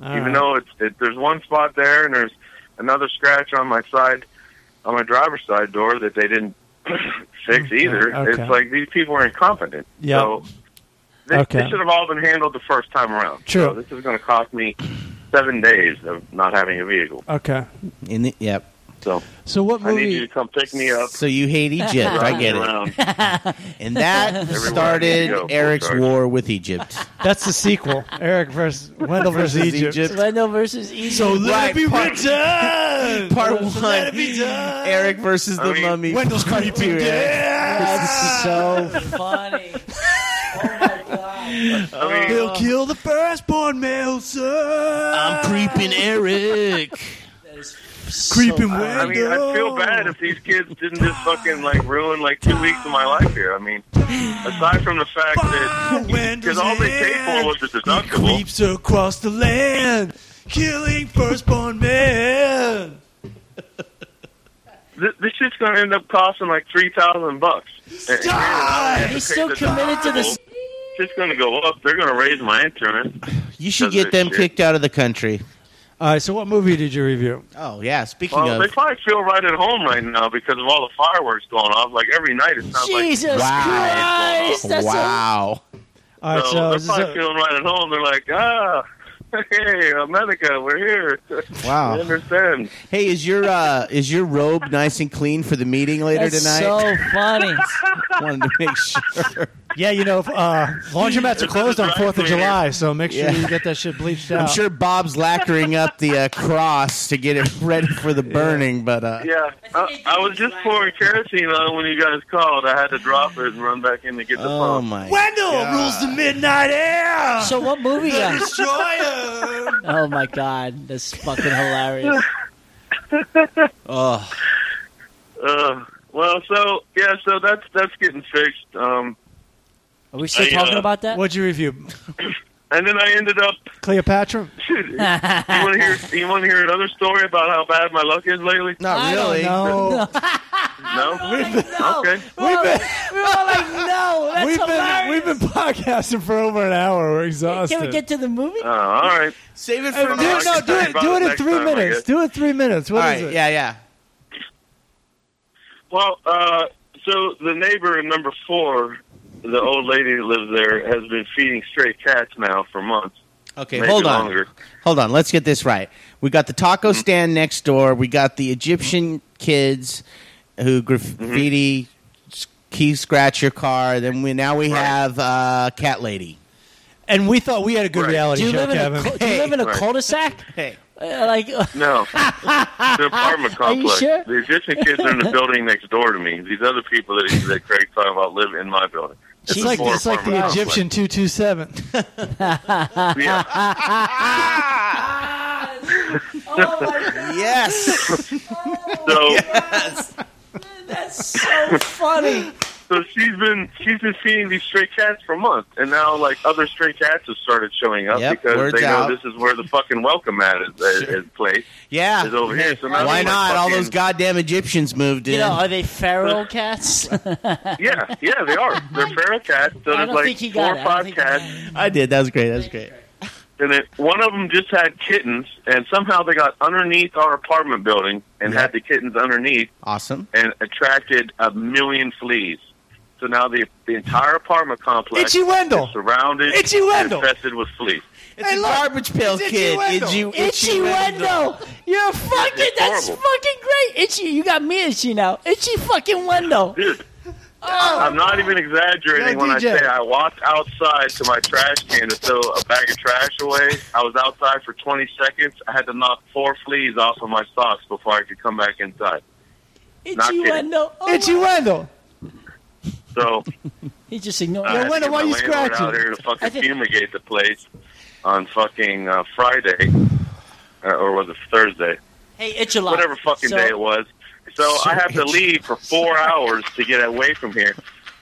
Speaker 1: All
Speaker 4: Even
Speaker 1: right.
Speaker 4: though it's it, there's one spot there and there's another scratch on my side, on my driver's side door that they didn't fix either.
Speaker 1: okay.
Speaker 4: It's like these people are incompetent.
Speaker 1: Yeah.
Speaker 4: So this,
Speaker 1: Okay.
Speaker 4: this should have all been handled the first time around.
Speaker 1: True.
Speaker 4: So this is going to cost me seven days of not having a vehicle.
Speaker 1: okay,
Speaker 2: In the, yep.
Speaker 4: So
Speaker 1: so what
Speaker 4: I need you to
Speaker 1: movie?
Speaker 4: come pick me up.
Speaker 2: So you hate Egypt. I
Speaker 4: drive me
Speaker 2: get it.
Speaker 4: around.
Speaker 2: And that
Speaker 4: Everywhere I
Speaker 2: started
Speaker 4: go, full
Speaker 2: Eric's
Speaker 4: charge.
Speaker 2: war with Egypt.
Speaker 1: That's the sequel. Eric versus Wendell versus Egypt.
Speaker 3: Wendell versus E. Egypt.
Speaker 2: Right, part-
Speaker 1: done.
Speaker 2: Part
Speaker 1: Let it
Speaker 2: one.
Speaker 1: be done.
Speaker 2: Eric versus the
Speaker 4: I mean-
Speaker 2: mummy.
Speaker 1: Wendell's
Speaker 2: Part
Speaker 1: creepy
Speaker 2: two, Eric.
Speaker 3: That's so funny. Oh my god.
Speaker 4: I mean,
Speaker 1: kill the firstborn male, sir.
Speaker 2: I'm creeping Eric.
Speaker 3: That is so-
Speaker 1: Creeping Wendell.
Speaker 4: I mean, I feel bad if these kids didn't just fucking like ruin like two weeks of my life here. I mean, aside from the fact that because all they paid for was the deductible.
Speaker 1: Creeps across the land, killing firstborn man.
Speaker 4: This, this shit's gonna end up costing like three thousand bucks. And- and I have to
Speaker 3: He's
Speaker 4: pay
Speaker 3: still
Speaker 4: the
Speaker 3: committed to
Speaker 4: deductible.
Speaker 3: this.
Speaker 4: It's just gonna go up. They're gonna raise my insurance.
Speaker 2: You should
Speaker 4: Doesn't
Speaker 2: get them
Speaker 4: shit.
Speaker 2: kicked out of the country.
Speaker 1: All right, so what movie did you review?
Speaker 2: Oh yeah. Speaking
Speaker 4: Well, they
Speaker 2: of,
Speaker 4: probably feel right at home right now because of all the fireworks going off. Like every night, it sounds like
Speaker 3: Jesus
Speaker 2: Wow.
Speaker 3: Christ! That's a,
Speaker 2: wow.
Speaker 1: All right,
Speaker 4: so
Speaker 1: so,
Speaker 4: they're
Speaker 1: this is
Speaker 4: probably
Speaker 1: a-
Speaker 4: feeling right at home. They're like, ah, hey, America, we're here.
Speaker 2: Wow.
Speaker 4: I understand.
Speaker 2: Hey, is your uh, is your robe nice and clean for the meeting later
Speaker 3: that's
Speaker 2: tonight?
Speaker 3: so funny.
Speaker 2: Wanted to make sure.
Speaker 1: yeah, you know, uh, laundromats are closed on Fourth of
Speaker 4: Right.
Speaker 1: July, so make sure
Speaker 2: Yeah.
Speaker 1: you get that shit bleached out.
Speaker 2: I'm sure Bob's lacquering up the uh, cross to get it ready for the burning, but uh,
Speaker 4: Yeah, I, I was just pouring kerosene on when you guys called. I had to drop it and run back in to get the
Speaker 2: oh
Speaker 4: pump.
Speaker 2: my.
Speaker 1: Wendell rules the midnight air.
Speaker 3: So what movie? uh,
Speaker 1: destroyer.
Speaker 3: oh my god, that's fucking hilarious.
Speaker 2: Oh,
Speaker 4: Uh, well, so yeah, so that's that's getting fixed. Um,
Speaker 3: Are we still
Speaker 4: I, uh,
Speaker 3: talking about that?
Speaker 1: What'd you review?
Speaker 4: and then I ended up.
Speaker 1: Cleopatra?
Speaker 4: Dude, you want to hear? You want to hear another story about how bad my luck is lately?
Speaker 2: not
Speaker 3: I don't
Speaker 2: really.
Speaker 1: No.
Speaker 4: No.
Speaker 3: no.
Speaker 4: Okay.
Speaker 3: We're all, like, Oh, we're all like, no. That's
Speaker 1: we've been we've
Speaker 3: hilarious.
Speaker 1: been podcasting for over an hour. We're exhausted.
Speaker 3: Can we get to the movie?
Speaker 4: Uh, all right.
Speaker 2: Save it
Speaker 1: Hey,
Speaker 2: for
Speaker 1: do,
Speaker 4: no, I
Speaker 1: it, no,
Speaker 4: can
Speaker 1: do
Speaker 4: talk
Speaker 1: it.
Speaker 4: about
Speaker 1: Do
Speaker 4: it
Speaker 1: it in
Speaker 4: next
Speaker 1: three
Speaker 4: time, I
Speaker 1: minutes.
Speaker 4: guess.
Speaker 1: Do it three minutes.
Speaker 2: All
Speaker 1: What is
Speaker 2: right.
Speaker 1: it?
Speaker 2: Yeah, yeah.
Speaker 4: Well, uh, so the neighbor in number four, the old lady that lives there, has been feeding stray cats now for months.
Speaker 2: Okay,
Speaker 4: maybe
Speaker 2: hold on.
Speaker 4: longer. Mm-hmm.
Speaker 2: Hold on. Let's get this right. We got the taco stand next door. We got the Egyptian kids who graffiti s- key scratch your car. Then we now we
Speaker 4: Mm-hmm. Right.
Speaker 2: have uh, cat lady.
Speaker 1: And we thought we had a good
Speaker 4: Right.
Speaker 1: reality
Speaker 3: Do you,
Speaker 1: show,
Speaker 3: live in a,
Speaker 1: Kevin.
Speaker 3: cul- do you live in a
Speaker 4: Right.
Speaker 3: cul-de-sac?
Speaker 2: Hey.
Speaker 3: Uh, like, uh,
Speaker 4: No, it's an apartment
Speaker 3: Are you
Speaker 4: complex.
Speaker 3: sure?
Speaker 4: The Egyptian kids are in the building next door to me. These other people that, that Craig's talking about live in my building.
Speaker 1: It's
Speaker 4: a
Speaker 1: like
Speaker 4: four
Speaker 1: it's like the
Speaker 4: apartment
Speaker 1: Egyptian two two seven.
Speaker 4: complex. Yeah.
Speaker 3: oh my god,
Speaker 2: Yes.
Speaker 4: So,
Speaker 3: that's so funny.
Speaker 4: so so she's been she's been seeing these stray cats for months, and now like other stray cats have started showing up
Speaker 2: Yep,
Speaker 4: because
Speaker 2: word's
Speaker 4: they
Speaker 2: out.
Speaker 4: know this is where the fucking welcome at is, is,
Speaker 2: Sure.
Speaker 4: is placed.
Speaker 2: Yeah.
Speaker 4: Is over here, so now
Speaker 2: Why
Speaker 4: they're, like,
Speaker 2: not? All those
Speaker 4: fucking-
Speaker 2: goddamn Egyptians moved in.
Speaker 3: You know, are they feral cats?
Speaker 4: Yeah, yeah, they are. They're feral cats. So
Speaker 3: I
Speaker 4: there's
Speaker 3: don't
Speaker 4: like
Speaker 3: think he got
Speaker 4: four or
Speaker 3: it. I don't
Speaker 4: five
Speaker 3: think he got
Speaker 4: cats,
Speaker 3: it.
Speaker 2: I did. That was great. That was great.
Speaker 4: and then one of them just had kittens, and somehow they got underneath our apartment building and
Speaker 2: Yeah.
Speaker 4: had the kittens underneath.
Speaker 2: Awesome.
Speaker 4: and attracted a million fleas. So now the the entire apartment complex
Speaker 1: Itchy Wendell.
Speaker 4: is surrounded
Speaker 1: Itchy
Speaker 4: and
Speaker 1: Wendell.
Speaker 4: infested with fleas.
Speaker 2: It's
Speaker 1: Hey,
Speaker 2: a
Speaker 1: look,
Speaker 2: garbage pail
Speaker 1: it's Itchy
Speaker 2: kid.
Speaker 1: Wendell.
Speaker 2: Itchy,
Speaker 3: Itchy Wendell, you're fucking.
Speaker 4: It's
Speaker 3: That's
Speaker 4: horrible.
Speaker 3: fucking great. Itchy, you got me itchy now. Itchy fucking Wendell.
Speaker 4: Dude,
Speaker 1: Oh.
Speaker 4: I'm not even exaggerating
Speaker 1: No,
Speaker 4: when
Speaker 1: DJ.
Speaker 4: I say I walked outside to my trash can to throw a bag of trash away. I was outside for 20 seconds. I had to knock four fleas off of my socks before I could come back inside. Not
Speaker 3: Itchy
Speaker 4: kidding.
Speaker 3: Wendell. Oh
Speaker 1: Itchy
Speaker 3: my-
Speaker 1: Wendell.
Speaker 4: So
Speaker 3: He just ignored.
Speaker 4: I
Speaker 1: Yo,
Speaker 4: had to
Speaker 1: Wendell,
Speaker 4: get
Speaker 1: why
Speaker 4: my
Speaker 1: you
Speaker 4: landlord
Speaker 1: scratching?
Speaker 4: out here to
Speaker 3: I
Speaker 4: fucking
Speaker 3: think-
Speaker 4: fumigate the place on fucking uh, Friday, uh, or was it Thursday?
Speaker 3: Hey, itchy lot.
Speaker 4: whatever fucking
Speaker 3: So-
Speaker 4: day it was. So
Speaker 3: So
Speaker 4: I have to
Speaker 3: interesting.
Speaker 4: leave for four hours to get away from here.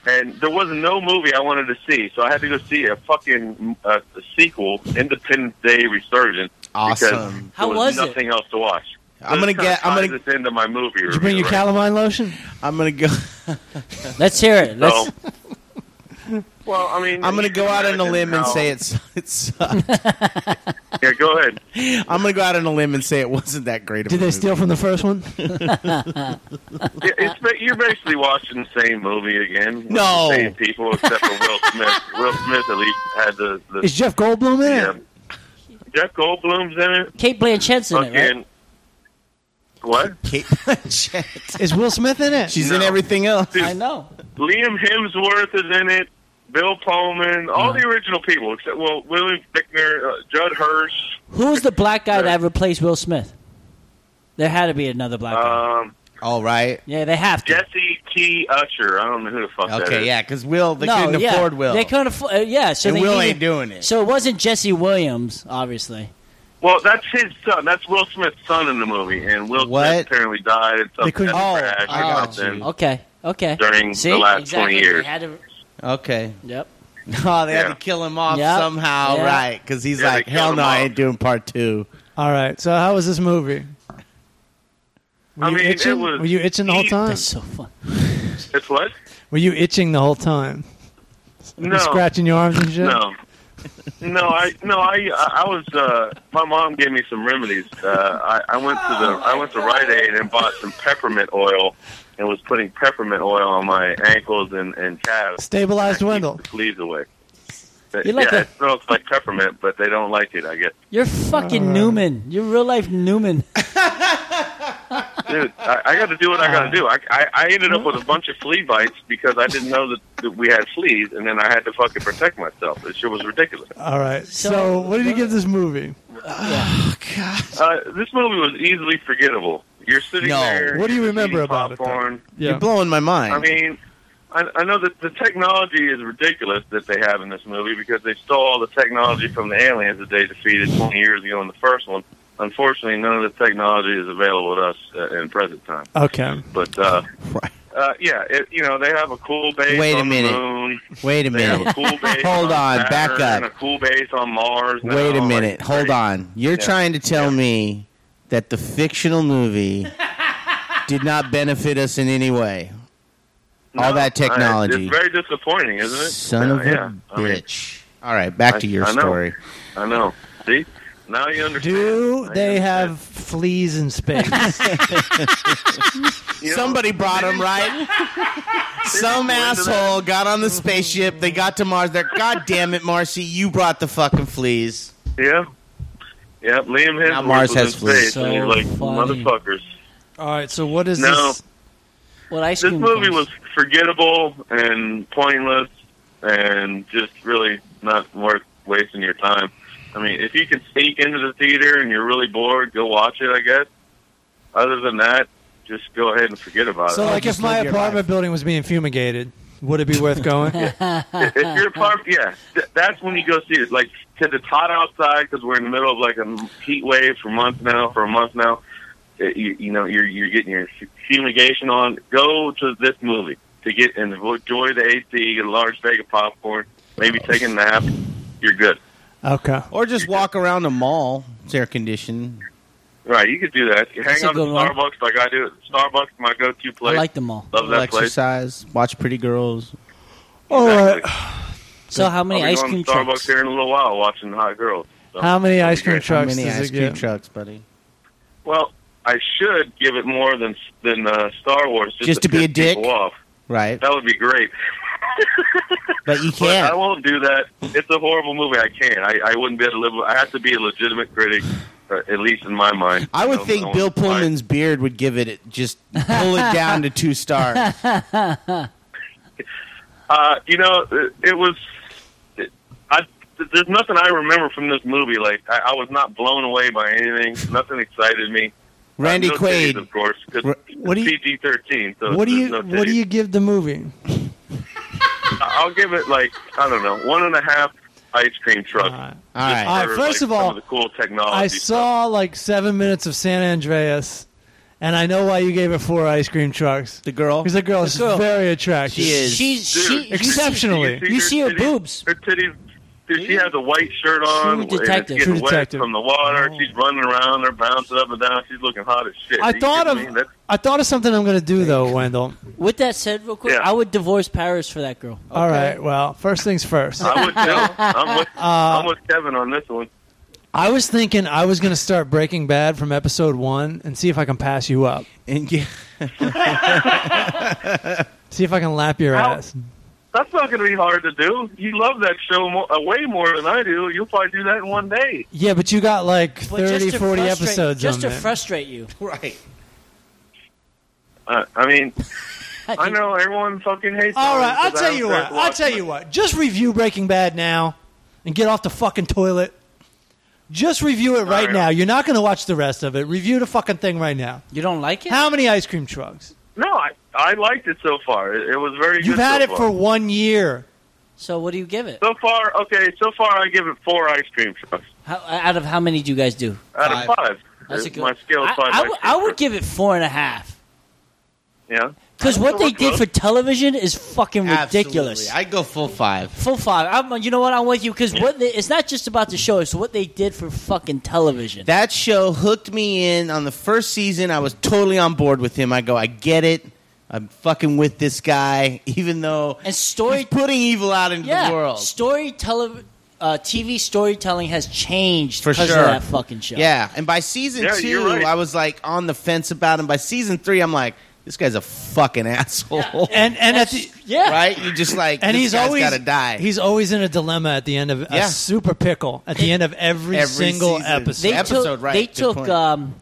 Speaker 4: And there was no movie I wanted to see, so I had to go see a fucking uh, a sequel, Independence Day Resurgence. Because
Speaker 2: Awesome.
Speaker 4: there
Speaker 3: How
Speaker 4: was,
Speaker 3: was it?
Speaker 4: nothing else to watch. So
Speaker 2: I'm gonna
Speaker 4: this kinda
Speaker 2: get- I'm
Speaker 4: ties
Speaker 2: gonna-
Speaker 4: this into my movie.
Speaker 1: Did you bring your
Speaker 4: right?
Speaker 1: calamine lotion?
Speaker 2: I'm gonna go.
Speaker 3: Let's hear it. Let's,
Speaker 4: So, well, I mean,
Speaker 2: I'm gonna
Speaker 4: you
Speaker 2: go
Speaker 4: can
Speaker 2: out on a
Speaker 4: imagine
Speaker 2: limb and
Speaker 4: how-
Speaker 2: say it's. it's uh,
Speaker 4: Yeah, go ahead.
Speaker 2: I'm gonna go out on a limb and say it wasn't that great. Of
Speaker 1: Did
Speaker 2: a
Speaker 1: they
Speaker 2: movie.
Speaker 1: steal from the first one?
Speaker 4: Yeah, it's, ba- you're basically watching the same movie again. with
Speaker 2: No.
Speaker 4: the same people except for Will Smith. Will Smith at least had the, the
Speaker 1: Is Jeff Goldblum in
Speaker 4: Yeah.
Speaker 1: it?
Speaker 4: Jeff Goldblum's in it.
Speaker 3: Kate Blanchett's in it, right?
Speaker 4: Fucking what?
Speaker 2: Kate Blanchett.
Speaker 1: Is Will Smith in it?
Speaker 2: She's in
Speaker 4: No.
Speaker 2: everything else.
Speaker 3: I know.
Speaker 4: Liam Hemsworth is in it. Bill Pullman, all the original people except well, William Fickner, uh, Judd Hirsch.
Speaker 3: Who's the black guy that replaced Will Smith? There had to be another black guy.
Speaker 4: Um,
Speaker 2: All right.
Speaker 3: Yeah, they have to.
Speaker 4: Jesse T. Usher. I don't know who the fuck that
Speaker 2: Okay.
Speaker 4: is.
Speaker 2: Yeah. Because Will, they couldn't
Speaker 3: yeah,
Speaker 2: afford Will.
Speaker 3: They couldn't afford. Uh, yeah, so
Speaker 2: and
Speaker 3: they
Speaker 2: Will
Speaker 3: needed-
Speaker 2: ain't doing it.
Speaker 3: So it wasn't Jesse Williams, obviously.
Speaker 4: Well, that's his son. That's Will Smith's son in the movie, and Will
Speaker 2: What?
Speaker 4: Smith apparently died in some
Speaker 1: They couldn't-
Speaker 4: kind of
Speaker 2: Oh,
Speaker 4: crash
Speaker 2: I
Speaker 4: or
Speaker 2: got
Speaker 4: something
Speaker 2: you.
Speaker 3: Okay, okay.
Speaker 4: during
Speaker 3: See,
Speaker 4: the last
Speaker 3: exactly.
Speaker 4: twenty years.
Speaker 3: They had to,
Speaker 2: okay.
Speaker 3: yep.
Speaker 2: Oh, they had
Speaker 4: Yeah.
Speaker 2: to kill him off
Speaker 3: Yep.
Speaker 2: somehow,
Speaker 3: Yeah.
Speaker 2: right? Because he's
Speaker 4: Yeah, they
Speaker 2: like,
Speaker 4: killed
Speaker 2: hell
Speaker 4: him
Speaker 2: no, I
Speaker 4: off.
Speaker 2: ain't doing part two.
Speaker 1: All right. So how was this movie? Were
Speaker 4: I
Speaker 1: you
Speaker 4: mean, it
Speaker 1: itching?
Speaker 4: was-
Speaker 1: Were you itching the whole
Speaker 4: he-
Speaker 1: time?
Speaker 3: That's so fun.
Speaker 4: It's what?
Speaker 1: Were you itching the whole time?
Speaker 4: No,
Speaker 1: Scratching your arms and shit.
Speaker 4: No. No, I no, I I was uh my mom gave me some remedies. Uh I, I went to the I went to Rite Aid and bought some peppermint oil and was putting peppermint oil on my ankles and, and calves.
Speaker 1: Stabilized Wendell.
Speaker 4: Keep the fleas away. But,
Speaker 3: You're like
Speaker 4: yeah,
Speaker 3: a-
Speaker 4: it smells like peppermint, but they don't like it, I guess.
Speaker 3: You're
Speaker 1: Uh,
Speaker 3: fucking Newman. You're real life Newman.
Speaker 4: Dude, I, I gotta do what I gotta do. I, I I ended up with a bunch of flea bites because I didn't know that, that we had fleas and then I had to fucking protect myself. This shit was ridiculous.
Speaker 1: All right. So,
Speaker 3: So-
Speaker 1: what did you give this movie?
Speaker 4: Uh, this movie was easily forgettable. You're sitting
Speaker 2: No.
Speaker 4: there.
Speaker 1: What do you
Speaker 4: you're
Speaker 1: remember
Speaker 4: eating
Speaker 1: about it, though?
Speaker 4: popcorn.
Speaker 2: You're blowing my mind.
Speaker 4: I mean, I, I know that the technology is ridiculous that they have in this movie because they stole all the technology from the aliens that they defeated 20 years ago in the first one. Unfortunately, none of the technology is available to us uh, in present time.
Speaker 1: Okay.
Speaker 4: But uh,
Speaker 2: Right.
Speaker 4: uh, yeah, it, you know they have a cool base
Speaker 2: Wait a
Speaker 4: on
Speaker 2: minute.
Speaker 4: the moon.
Speaker 2: Wait a
Speaker 4: They have
Speaker 2: minute.
Speaker 4: a cool base.
Speaker 2: Hold on,
Speaker 4: Saturn,
Speaker 2: back up.
Speaker 4: A cool base on Mars. now,
Speaker 2: Wait a
Speaker 4: Oh, like,
Speaker 2: minute. Hold
Speaker 4: great.
Speaker 2: on. You're
Speaker 4: Yeah.
Speaker 2: trying to tell me that the fictional movie did not benefit us in any way. All
Speaker 4: No,
Speaker 2: that
Speaker 4: I-
Speaker 2: technology.
Speaker 4: it's very disappointing, isn't it?
Speaker 2: Son
Speaker 4: Yeah,
Speaker 2: of a
Speaker 4: yeah. I mean,
Speaker 2: bitch. All right, back
Speaker 4: I-
Speaker 2: to your
Speaker 4: I know.
Speaker 2: story.
Speaker 4: I know. See, now you understand.
Speaker 1: Do
Speaker 4: Now
Speaker 1: they
Speaker 4: you
Speaker 1: have fleas in space?
Speaker 4: understand. You know,
Speaker 2: Somebody brought him, right? Some
Speaker 4: They didn't go into
Speaker 2: asshole got on the spaceship. They got to Mars. They're, God damn it, Marcy, you brought the fucking fleas.
Speaker 4: Yeah. Yeah, Liam
Speaker 2: Now
Speaker 4: Hemsworth
Speaker 2: Mars
Speaker 4: was in
Speaker 2: has fleas.
Speaker 4: space, and he's
Speaker 3: So
Speaker 4: like,
Speaker 3: funny.
Speaker 4: motherfuckers.
Speaker 1: All right. So what is
Speaker 4: No.
Speaker 1: this?
Speaker 3: What ice
Speaker 4: This
Speaker 3: cream
Speaker 4: movie
Speaker 3: comes.
Speaker 4: was forgettable and pointless, and just really not worth wasting your time. I mean, if you can sneak into the theater and you're really bored, go watch it. I guess. Other than that, just go ahead and forget about
Speaker 1: So
Speaker 4: it.
Speaker 1: like,
Speaker 2: just
Speaker 1: if my
Speaker 2: live your
Speaker 1: apartment
Speaker 2: life.
Speaker 1: building was being fumigated, would it be worth going?
Speaker 4: if you're part, yeah, th- that's when you go see it. Like, 'cause it's hot outside because we're in the middle of like a heat wave for months now. eh, For a month now, Uh, you, you know, you're you're getting your f- fumigation on. Go to this movie. to get and enjoy the AC, get a large bag of popcorn, maybe take a nap. You're good.
Speaker 1: Okay.
Speaker 2: Or just walk around the mall. It's air conditioned.
Speaker 4: Right, you could do that. You hang
Speaker 3: That's a
Speaker 4: out at
Speaker 3: good one.
Speaker 4: Starbucks like I do. Starbucks, my go-to
Speaker 3: I
Speaker 4: place.
Speaker 3: like them all.
Speaker 4: Love
Speaker 2: Little
Speaker 4: that place.
Speaker 2: exercise. Watch pretty girls.
Speaker 1: All
Speaker 4: Exactly.
Speaker 1: right.
Speaker 3: So how many
Speaker 4: I'll be
Speaker 3: ice
Speaker 4: going
Speaker 3: cream
Speaker 4: to Starbucks
Speaker 3: trucks?
Speaker 4: here in a little while, watching hot girls. So
Speaker 1: How many
Speaker 4: that'd
Speaker 1: ice
Speaker 4: be
Speaker 1: cream
Speaker 4: great.
Speaker 1: trucks
Speaker 2: How many
Speaker 1: does
Speaker 2: ice
Speaker 1: it
Speaker 2: cream
Speaker 1: get?
Speaker 2: trucks, buddy?
Speaker 4: Well, I should give it more than than uh, Star Wars just,
Speaker 2: Just to be
Speaker 4: piss
Speaker 2: a dick?
Speaker 4: people Off.
Speaker 2: Right,
Speaker 4: That would be great.
Speaker 2: but you
Speaker 4: But I
Speaker 2: can't.
Speaker 4: won't do that. It's a horrible movie. I can't. I, I wouldn't be able to live. with- I have to be a legitimate critic, uh, at least in my mind.
Speaker 2: I
Speaker 4: You
Speaker 2: would
Speaker 4: know,
Speaker 2: think
Speaker 4: wouldn't-
Speaker 2: Bill Pullman's beard would give it just pull it down to two stars.
Speaker 4: Uh, you know, it, it was. It, I th- there's nothing I remember from this movie. Like I, I was not blown away by anything. Nothing excited me. Uh,
Speaker 2: Randy
Speaker 4: no titties,
Speaker 2: Quaid.
Speaker 4: of course. 'cause
Speaker 2: Ra-
Speaker 4: it's
Speaker 1: what do you-
Speaker 4: PG-13? So
Speaker 1: What do
Speaker 4: there's
Speaker 1: you
Speaker 4: No
Speaker 1: What do
Speaker 4: titties.
Speaker 1: you give the movie?
Speaker 4: I'll give it like I don't know, one and a half ice cream trucks.
Speaker 1: Alright.
Speaker 2: All right.
Speaker 4: Just
Speaker 1: Uh,
Speaker 4: for,
Speaker 1: first
Speaker 4: like,
Speaker 1: of all,
Speaker 4: some of the cool technology.
Speaker 1: I
Speaker 4: stuff.
Speaker 1: saw like seven minutes of San Andreas, and I know why you gave it four ice cream trucks.
Speaker 2: The girl.
Speaker 1: Because the girl is
Speaker 3: The girl.
Speaker 1: very attractive.
Speaker 2: She is.
Speaker 3: She's
Speaker 4: Dude,
Speaker 3: she
Speaker 1: Exceptionally.
Speaker 3: You see her
Speaker 4: titties?
Speaker 3: boobs.
Speaker 4: Her titties. Dude, she
Speaker 3: Yeah.
Speaker 4: has a white shirt on. and
Speaker 3: detective.
Speaker 4: It's
Speaker 1: True
Speaker 4: getting wet
Speaker 1: detective.
Speaker 4: from the water.
Speaker 1: Oh.
Speaker 4: She's running around. They're bouncing up and down. She's looking hot as shit.
Speaker 1: I
Speaker 4: Are you
Speaker 1: thought
Speaker 4: kidding
Speaker 1: of-
Speaker 4: me? That's,
Speaker 1: I thought of something I'm going to do though, Wendell.
Speaker 3: With that said, real quick,
Speaker 4: Yeah.
Speaker 3: I would divorce Paris for that girl.
Speaker 1: All right. Well, first things first.
Speaker 4: I would tell. I'm
Speaker 1: Uh,
Speaker 4: with, I'm with Kevin on this one.
Speaker 1: I was thinking I was going to start Breaking Bad from episode one and see if I can pass you up.
Speaker 2: And yeah,
Speaker 1: See if I can lap your
Speaker 4: How-
Speaker 1: ass.
Speaker 4: That's not going to be hard to do. You love that show mo uh, way more than I do. You'll probably do that in one day.
Speaker 1: Yeah, but you got like
Speaker 3: But just
Speaker 1: 30, 40
Speaker 3: to frustrate-
Speaker 1: episodes
Speaker 3: Just
Speaker 1: on
Speaker 3: to
Speaker 1: it.
Speaker 3: frustrate you.
Speaker 2: right.
Speaker 4: Uh, I mean, I know everyone fucking hates.
Speaker 1: All
Speaker 4: Ellen
Speaker 1: right, I'll
Speaker 4: 'cause
Speaker 1: tell
Speaker 4: I
Speaker 1: you
Speaker 4: don't
Speaker 1: what.
Speaker 4: care
Speaker 1: I'll tell you what. Just review Breaking Bad now and get off the fucking toilet. Just review it right
Speaker 4: right.
Speaker 1: now. You're not going to watch the rest of it. Review the fucking thing right now.
Speaker 3: You don't like it?
Speaker 1: How many ice cream trucks?
Speaker 4: No, I I liked it so far. It, it was very.
Speaker 1: You've
Speaker 4: good
Speaker 1: had
Speaker 4: so
Speaker 1: it
Speaker 4: far.
Speaker 1: for one year.
Speaker 3: So what do you give it?
Speaker 4: So far, okay. So far, I give it four ice cream trucks
Speaker 3: How, out of how many do you guys do?
Speaker 4: out
Speaker 2: Five.
Speaker 4: of five.
Speaker 3: That's a
Speaker 4: It's
Speaker 3: good.
Speaker 4: My scale is
Speaker 3: I,
Speaker 4: five.
Speaker 3: I
Speaker 4: ice
Speaker 3: would-
Speaker 4: cream
Speaker 3: I would
Speaker 4: trucks.
Speaker 3: give it four and a half. Because
Speaker 4: Yeah.
Speaker 3: what they
Speaker 4: We're
Speaker 3: did
Speaker 4: close.
Speaker 3: for television is fucking ridiculous.
Speaker 2: Absolutely. I'd go full five.
Speaker 3: Full five. I'm, you know what? I'm with you because what they, it's not just about the show; it's what they did for fucking television.
Speaker 2: That show hooked me in on the first season. I was totally on board with him. I go, I get it. I'm fucking with this guy, even though
Speaker 3: and story,
Speaker 2: he's putting evil out into
Speaker 3: yeah,
Speaker 2: the world.
Speaker 3: story tele, uh, TV storytelling has changed
Speaker 2: For
Speaker 3: because
Speaker 2: sure.
Speaker 3: of that fucking show.
Speaker 2: Yeah, and by season
Speaker 4: Yeah,
Speaker 2: two,
Speaker 4: you're right.
Speaker 2: I was like on the fence about him. By season three, I'm like, this guy's a fucking asshole,
Speaker 1: And and at
Speaker 3: That's-
Speaker 1: the
Speaker 3: yeah.
Speaker 2: right? You just like,
Speaker 1: and
Speaker 2: this
Speaker 1: he's
Speaker 2: guy's
Speaker 1: always
Speaker 2: gotta die.
Speaker 1: He's always in a dilemma at the end of
Speaker 2: Yeah.
Speaker 1: a super pickle at the end of every,
Speaker 2: Every
Speaker 1: single
Speaker 2: season.
Speaker 1: episode.
Speaker 3: They
Speaker 2: Episode,
Speaker 3: took,
Speaker 2: right,
Speaker 3: They
Speaker 2: good
Speaker 3: took
Speaker 2: point.
Speaker 3: um,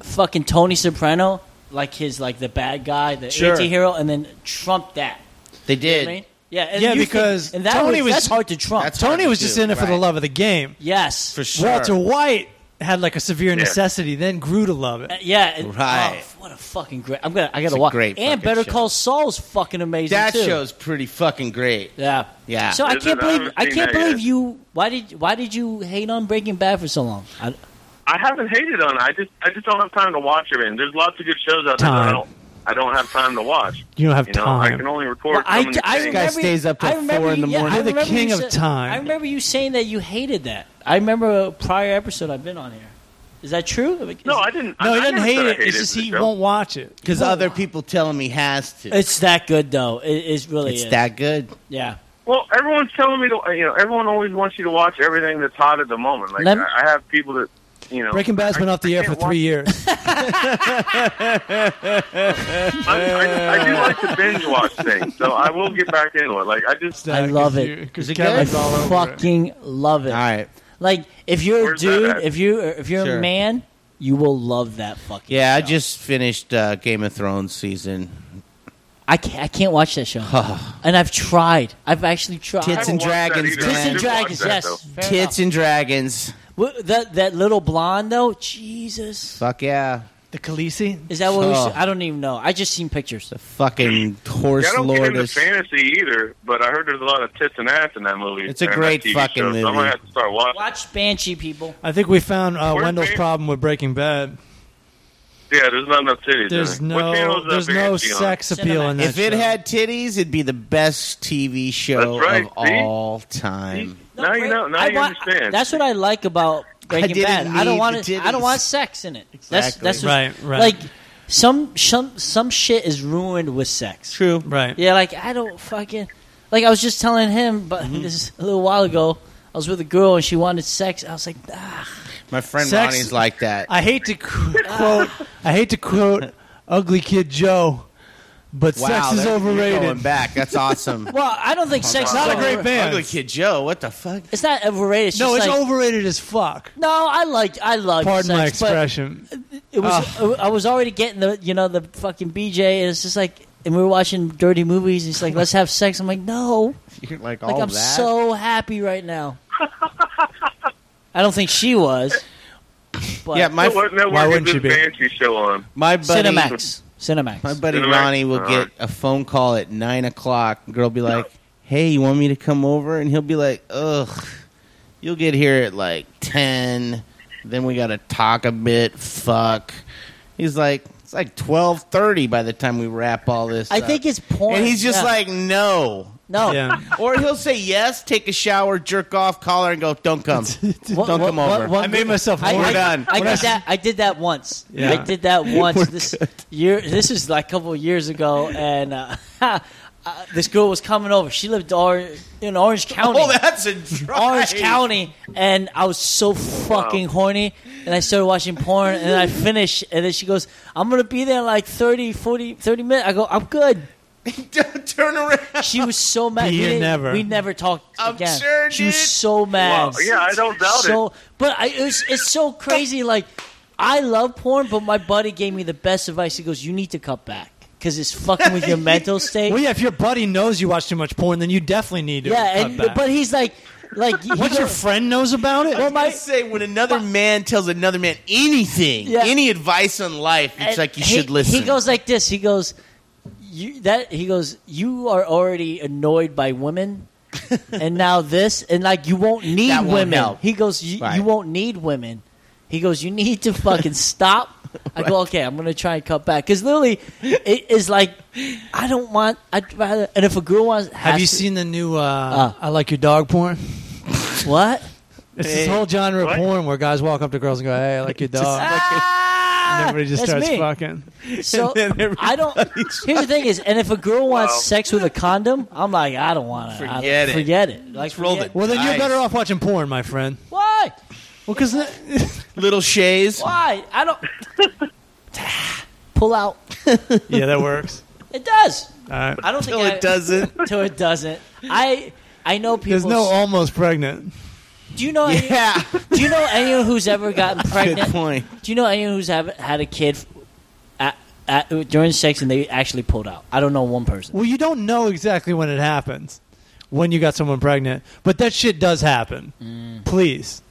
Speaker 3: fucking Tony Soprano, like his like the bad guy, the
Speaker 2: Sure.
Speaker 3: anti-hero, and then trumped that.
Speaker 2: they
Speaker 3: You know
Speaker 2: did.
Speaker 3: what I mean? Yeah, and
Speaker 1: Yeah,
Speaker 3: you think-
Speaker 1: because
Speaker 3: and that
Speaker 1: Tony was-
Speaker 3: that's hard to trump.
Speaker 2: That's-
Speaker 1: Tony was
Speaker 2: Dude,
Speaker 1: just in it for the
Speaker 2: right.
Speaker 1: love of the game.
Speaker 3: yes,
Speaker 2: For sure.
Speaker 1: Walter White had like a severe
Speaker 4: Yeah.
Speaker 1: necessity, then grew to love it.
Speaker 3: Uh, Yeah, and-
Speaker 2: Right.
Speaker 3: oh, what a fucking great! I'm gonna. I gotta
Speaker 2: a
Speaker 3: watch.
Speaker 2: great fucking
Speaker 3: and Better
Speaker 2: show.
Speaker 3: Call Saul's fucking amazing
Speaker 2: That
Speaker 3: too.
Speaker 2: show's pretty fucking great.
Speaker 3: Yeah,
Speaker 2: Yeah.
Speaker 3: So I
Speaker 4: Is
Speaker 3: can't
Speaker 4: it? I
Speaker 3: believe I
Speaker 4: haven't seen
Speaker 3: can't
Speaker 4: that
Speaker 3: believe
Speaker 4: yet.
Speaker 3: you. Why did Why did you hate on Breaking Bad for so long? I,
Speaker 4: I haven't hated on it. I just I just don't have time to watch it. And there's lots of good shows out there. That I
Speaker 1: Time.
Speaker 4: don't I don't have time to watch.
Speaker 1: You don't have
Speaker 4: You know,
Speaker 1: time.
Speaker 4: I can only record.
Speaker 3: Well,
Speaker 4: so many
Speaker 3: I
Speaker 4: things.
Speaker 2: guy
Speaker 3: remember-
Speaker 2: stays up till
Speaker 3: I remember
Speaker 2: four in the
Speaker 3: you- yeah,
Speaker 2: morning.
Speaker 3: I
Speaker 1: You're the
Speaker 3: remember you
Speaker 1: king of
Speaker 3: said-
Speaker 1: time.
Speaker 3: I remember you saying that you hated that. I remember a prior episode I've been on here. Is that true? Like, is
Speaker 4: no,
Speaker 3: it-
Speaker 4: I didn't.
Speaker 1: No,
Speaker 4: I,
Speaker 1: he
Speaker 4: I
Speaker 1: doesn't
Speaker 4: never
Speaker 1: hate
Speaker 4: said I
Speaker 1: it.
Speaker 4: hated
Speaker 1: It's just
Speaker 4: the
Speaker 1: he
Speaker 4: show.
Speaker 1: won't watch it.
Speaker 2: Because other people tell him he has to.
Speaker 3: It's that good though. It, it really
Speaker 2: It's
Speaker 3: is.
Speaker 2: that good.
Speaker 3: Yeah.
Speaker 4: Well, everyone's telling me to. You know, everyone always wants you to watch everything that's hot at the moment. Like
Speaker 3: Lem-
Speaker 4: I I have people that. You know,
Speaker 1: Breaking Bad's been
Speaker 4: Oh, I-
Speaker 1: off the
Speaker 4: I
Speaker 1: air for
Speaker 4: can't
Speaker 1: three years.
Speaker 4: watch- I, I, I do like to binge watch things, so I will get back into it. Like I just,
Speaker 3: I love it.
Speaker 1: Because
Speaker 2: Is it
Speaker 3: I
Speaker 2: Kevin's
Speaker 1: all over it.
Speaker 3: fucking love it.
Speaker 2: All right.
Speaker 3: Like if you're
Speaker 4: Where's
Speaker 3: a dude,
Speaker 4: that at?
Speaker 3: if you if you're
Speaker 2: Sure.
Speaker 3: a man, you will love that fucking.
Speaker 2: Yeah, I
Speaker 3: show.
Speaker 2: just finished uh, Game of Thrones season.
Speaker 3: I can't I can't watch that show. and I've tried. I've actually tried.
Speaker 4: I
Speaker 2: Tits
Speaker 4: haven't
Speaker 2: and
Speaker 4: watched that
Speaker 2: Dragons,
Speaker 4: either.
Speaker 2: man.
Speaker 4: I
Speaker 3: Tits and
Speaker 4: should watch
Speaker 3: Dragons,
Speaker 4: that,
Speaker 3: yes.
Speaker 4: though.
Speaker 3: Fair
Speaker 2: Tits and Dragons.
Speaker 3: Wh- That that little blonde though, Jesus.
Speaker 2: Fuck yeah.
Speaker 1: The Khaleesi.
Speaker 3: Is that what we
Speaker 2: Oh.
Speaker 3: should, I don't even know. I just seen pictures.
Speaker 2: The fucking
Speaker 4: Yeah, I
Speaker 2: horse
Speaker 4: don't get into
Speaker 2: lordess.
Speaker 4: fantasy either, but I heard there's a lot of tits and ass in that movie.
Speaker 2: It's a
Speaker 4: and that
Speaker 2: great
Speaker 4: TV
Speaker 2: fucking
Speaker 4: show, So I'm
Speaker 2: movie.
Speaker 4: gonna have to start watching.
Speaker 3: Watch Banshee people.
Speaker 1: I think we found uh,
Speaker 4: Where's
Speaker 1: Wendell's
Speaker 4: Bran-
Speaker 1: problem with Breaking Bad.
Speaker 4: Yeah, there's not enough titties. in
Speaker 1: There's
Speaker 4: it. What channel
Speaker 1: no
Speaker 4: is that
Speaker 1: there's no
Speaker 4: VHD on?
Speaker 1: sex appeal in that.
Speaker 2: If it
Speaker 1: show.
Speaker 2: had titties, it'd be the best TV show
Speaker 4: That's right,
Speaker 2: of
Speaker 4: see?
Speaker 2: all time.
Speaker 4: See? Now you know. Now
Speaker 3: I
Speaker 4: you
Speaker 3: want-
Speaker 4: understand.
Speaker 3: That's what I like about Breaking
Speaker 2: didn't
Speaker 3: Bad. I don't
Speaker 2: need
Speaker 3: want
Speaker 2: the
Speaker 3: it, I don't
Speaker 2: titties.
Speaker 3: want sex in it.
Speaker 2: Exactly.
Speaker 3: That's that's what,
Speaker 1: Right, right.
Speaker 3: Like some some some shit is ruined with sex.
Speaker 2: True.
Speaker 1: right.
Speaker 3: Yeah, like I don't fucking like I was just telling him, but
Speaker 2: Mm-hmm.
Speaker 3: this a little while ago. I was with a girl and she wanted sex. I was like, ah,
Speaker 2: My friend
Speaker 1: Sex-
Speaker 2: Ronnie's like that.
Speaker 1: I hate to qu- quote. I hate to quote Ugly Kid Joe, but
Speaker 2: wow,
Speaker 1: sex is
Speaker 2: that- you're Going
Speaker 1: overrated.
Speaker 2: back, that's awesome.
Speaker 3: well, I don't think
Speaker 2: Oh,
Speaker 3: sex.
Speaker 1: Not
Speaker 3: is
Speaker 1: a great
Speaker 3: overrated.
Speaker 1: band.
Speaker 2: Ugly kid Joe, what the fuck?
Speaker 3: It's not overrated. It's
Speaker 1: No,
Speaker 3: just
Speaker 1: it's
Speaker 3: like,
Speaker 1: overrated as fuck.
Speaker 3: No, I like I love.
Speaker 1: Pardon my
Speaker 3: sex, but
Speaker 1: expression.
Speaker 3: It was I was already getting the you know the fucking BJ. And it's just like and we were watching dirty movies. He's like, let's have sex. I'm like, no,
Speaker 2: You're like all
Speaker 3: like I'm
Speaker 2: that.
Speaker 3: so happy right now. I don't think she was. But
Speaker 2: yeah, my
Speaker 4: So what network
Speaker 1: Why
Speaker 4: is
Speaker 1: wouldn't
Speaker 4: this
Speaker 1: you be?
Speaker 4: Banshee show on?
Speaker 2: my buddy,
Speaker 3: Cinemax, Cinemax.
Speaker 2: my buddy
Speaker 4: Cinemax?
Speaker 2: Ronnie will
Speaker 4: All
Speaker 2: get
Speaker 4: right.
Speaker 2: a phone call at nine o'clock. Girl, be like, "Hey, you want me to come over?" And he'll be like, "Ugh, you'll get here at like ten. Then we gotta talk a bit. Fuck." He's like, "It's like twelve thirty by the time we wrap all this."
Speaker 3: I
Speaker 2: up."
Speaker 3: think it's porn.
Speaker 2: and he's just
Speaker 3: Yeah.
Speaker 2: like, "No."
Speaker 3: no.
Speaker 1: Yeah.
Speaker 2: Or he'll say yes, take a shower, jerk off, call her, and go, "Don't come."
Speaker 3: What-
Speaker 2: Don't
Speaker 3: what-
Speaker 2: come
Speaker 3: what-
Speaker 2: over.
Speaker 3: what-
Speaker 1: I made myself
Speaker 3: I,
Speaker 1: horny.
Speaker 2: We're
Speaker 3: I,
Speaker 2: done.
Speaker 3: I
Speaker 1: We're
Speaker 3: did that. I did that once.
Speaker 1: Yeah.
Speaker 3: I did that once. This year, this is like a couple of years ago, and uh, uh, this girl was coming over. She lived or- in Orange County,
Speaker 2: Oh, that's a drive.
Speaker 3: Orange County, and I was so fucking horny. And I started watching porn, and I finished, and then she goes, "I'm gonna be there in like 30, 40, 30 minutes." I go, "I'm good."
Speaker 2: Don't turn around.
Speaker 3: She was so mad.
Speaker 1: Be
Speaker 3: we
Speaker 1: here
Speaker 3: didn't-
Speaker 1: never.
Speaker 3: We never talked
Speaker 2: I'm
Speaker 3: again.
Speaker 2: sure,
Speaker 3: she was
Speaker 2: dude.
Speaker 3: so mad.
Speaker 4: Wow, yeah, I don't doubt
Speaker 3: so, But I, it was, it's so crazy. Like, I love porn, but my buddy gave me the best advice. He goes, "You need to cut back because it's fucking with your mental state."
Speaker 1: Well, yeah. If your buddy knows you watch too much porn, then you definitely need to.
Speaker 3: yeah,
Speaker 1: cut
Speaker 3: and,
Speaker 1: back.
Speaker 3: but he's like, like he
Speaker 1: once your
Speaker 3: goes-
Speaker 1: friend knows about it,
Speaker 3: Well, my-
Speaker 2: I say when another man tells another man anything,
Speaker 3: Yeah.
Speaker 2: any advice on life, it's
Speaker 3: and
Speaker 2: like you
Speaker 3: he-
Speaker 2: should listen.
Speaker 3: He goes like this. He goes, "You that." He goes, "You are already annoyed by women." and now this, and like you won't need
Speaker 2: That won't
Speaker 3: women.
Speaker 2: help.
Speaker 3: He goes, "You-
Speaker 2: Right.
Speaker 3: you won't need women. He goes, you need to fucking stop. I go, okay, I'm gonna try and cut back because literally, it is like I don't want. I'd rather. And if a girl wants,
Speaker 1: have
Speaker 3: has
Speaker 1: you
Speaker 3: to-
Speaker 1: seen the new uh,
Speaker 3: Uh.
Speaker 1: "I Like Your Dog" porn?
Speaker 3: what?
Speaker 1: It's
Speaker 2: Hey.
Speaker 1: this whole genre of
Speaker 4: What?
Speaker 1: porn where guys walk up to girls and go, "Hey, I like your
Speaker 2: Just
Speaker 1: dog."
Speaker 3: Ah,
Speaker 1: Oh, and everybody just
Speaker 3: that's
Speaker 1: starts
Speaker 3: me.
Speaker 1: fucking.
Speaker 3: So
Speaker 2: And then everybody-
Speaker 3: I don't. Here's the thing: is and if a girl wants
Speaker 4: Wow.
Speaker 3: sex with a condom, I'm like, I don't want it.
Speaker 2: Forget it.
Speaker 3: Forget it. Like,
Speaker 2: Just roll
Speaker 3: forget-
Speaker 2: the-
Speaker 1: Well, then
Speaker 2: Nice.
Speaker 1: you're better off watching porn, my friend.
Speaker 3: Why?
Speaker 1: Well, because
Speaker 2: Little Shays.
Speaker 3: Why? I don't. Pull out.
Speaker 1: yeah, that works.
Speaker 3: It does.
Speaker 1: All right.
Speaker 3: I don't think
Speaker 2: No,
Speaker 3: I,
Speaker 2: it doesn't.
Speaker 3: Till it doesn't. I I know people.
Speaker 1: There's no almost pregnant.
Speaker 3: Do you know? Any,
Speaker 2: yeah.
Speaker 3: Do you know anyone who's ever gotten
Speaker 2: Good
Speaker 3: pregnant?
Speaker 2: point.
Speaker 3: Do you know anyone who's have, had a kid at, at, during sex and they actually pulled out? I don't know one person.
Speaker 1: Well, you don't know exactly when it happens, when you got someone pregnant, but that shit does happen.
Speaker 3: Mm.
Speaker 1: Please,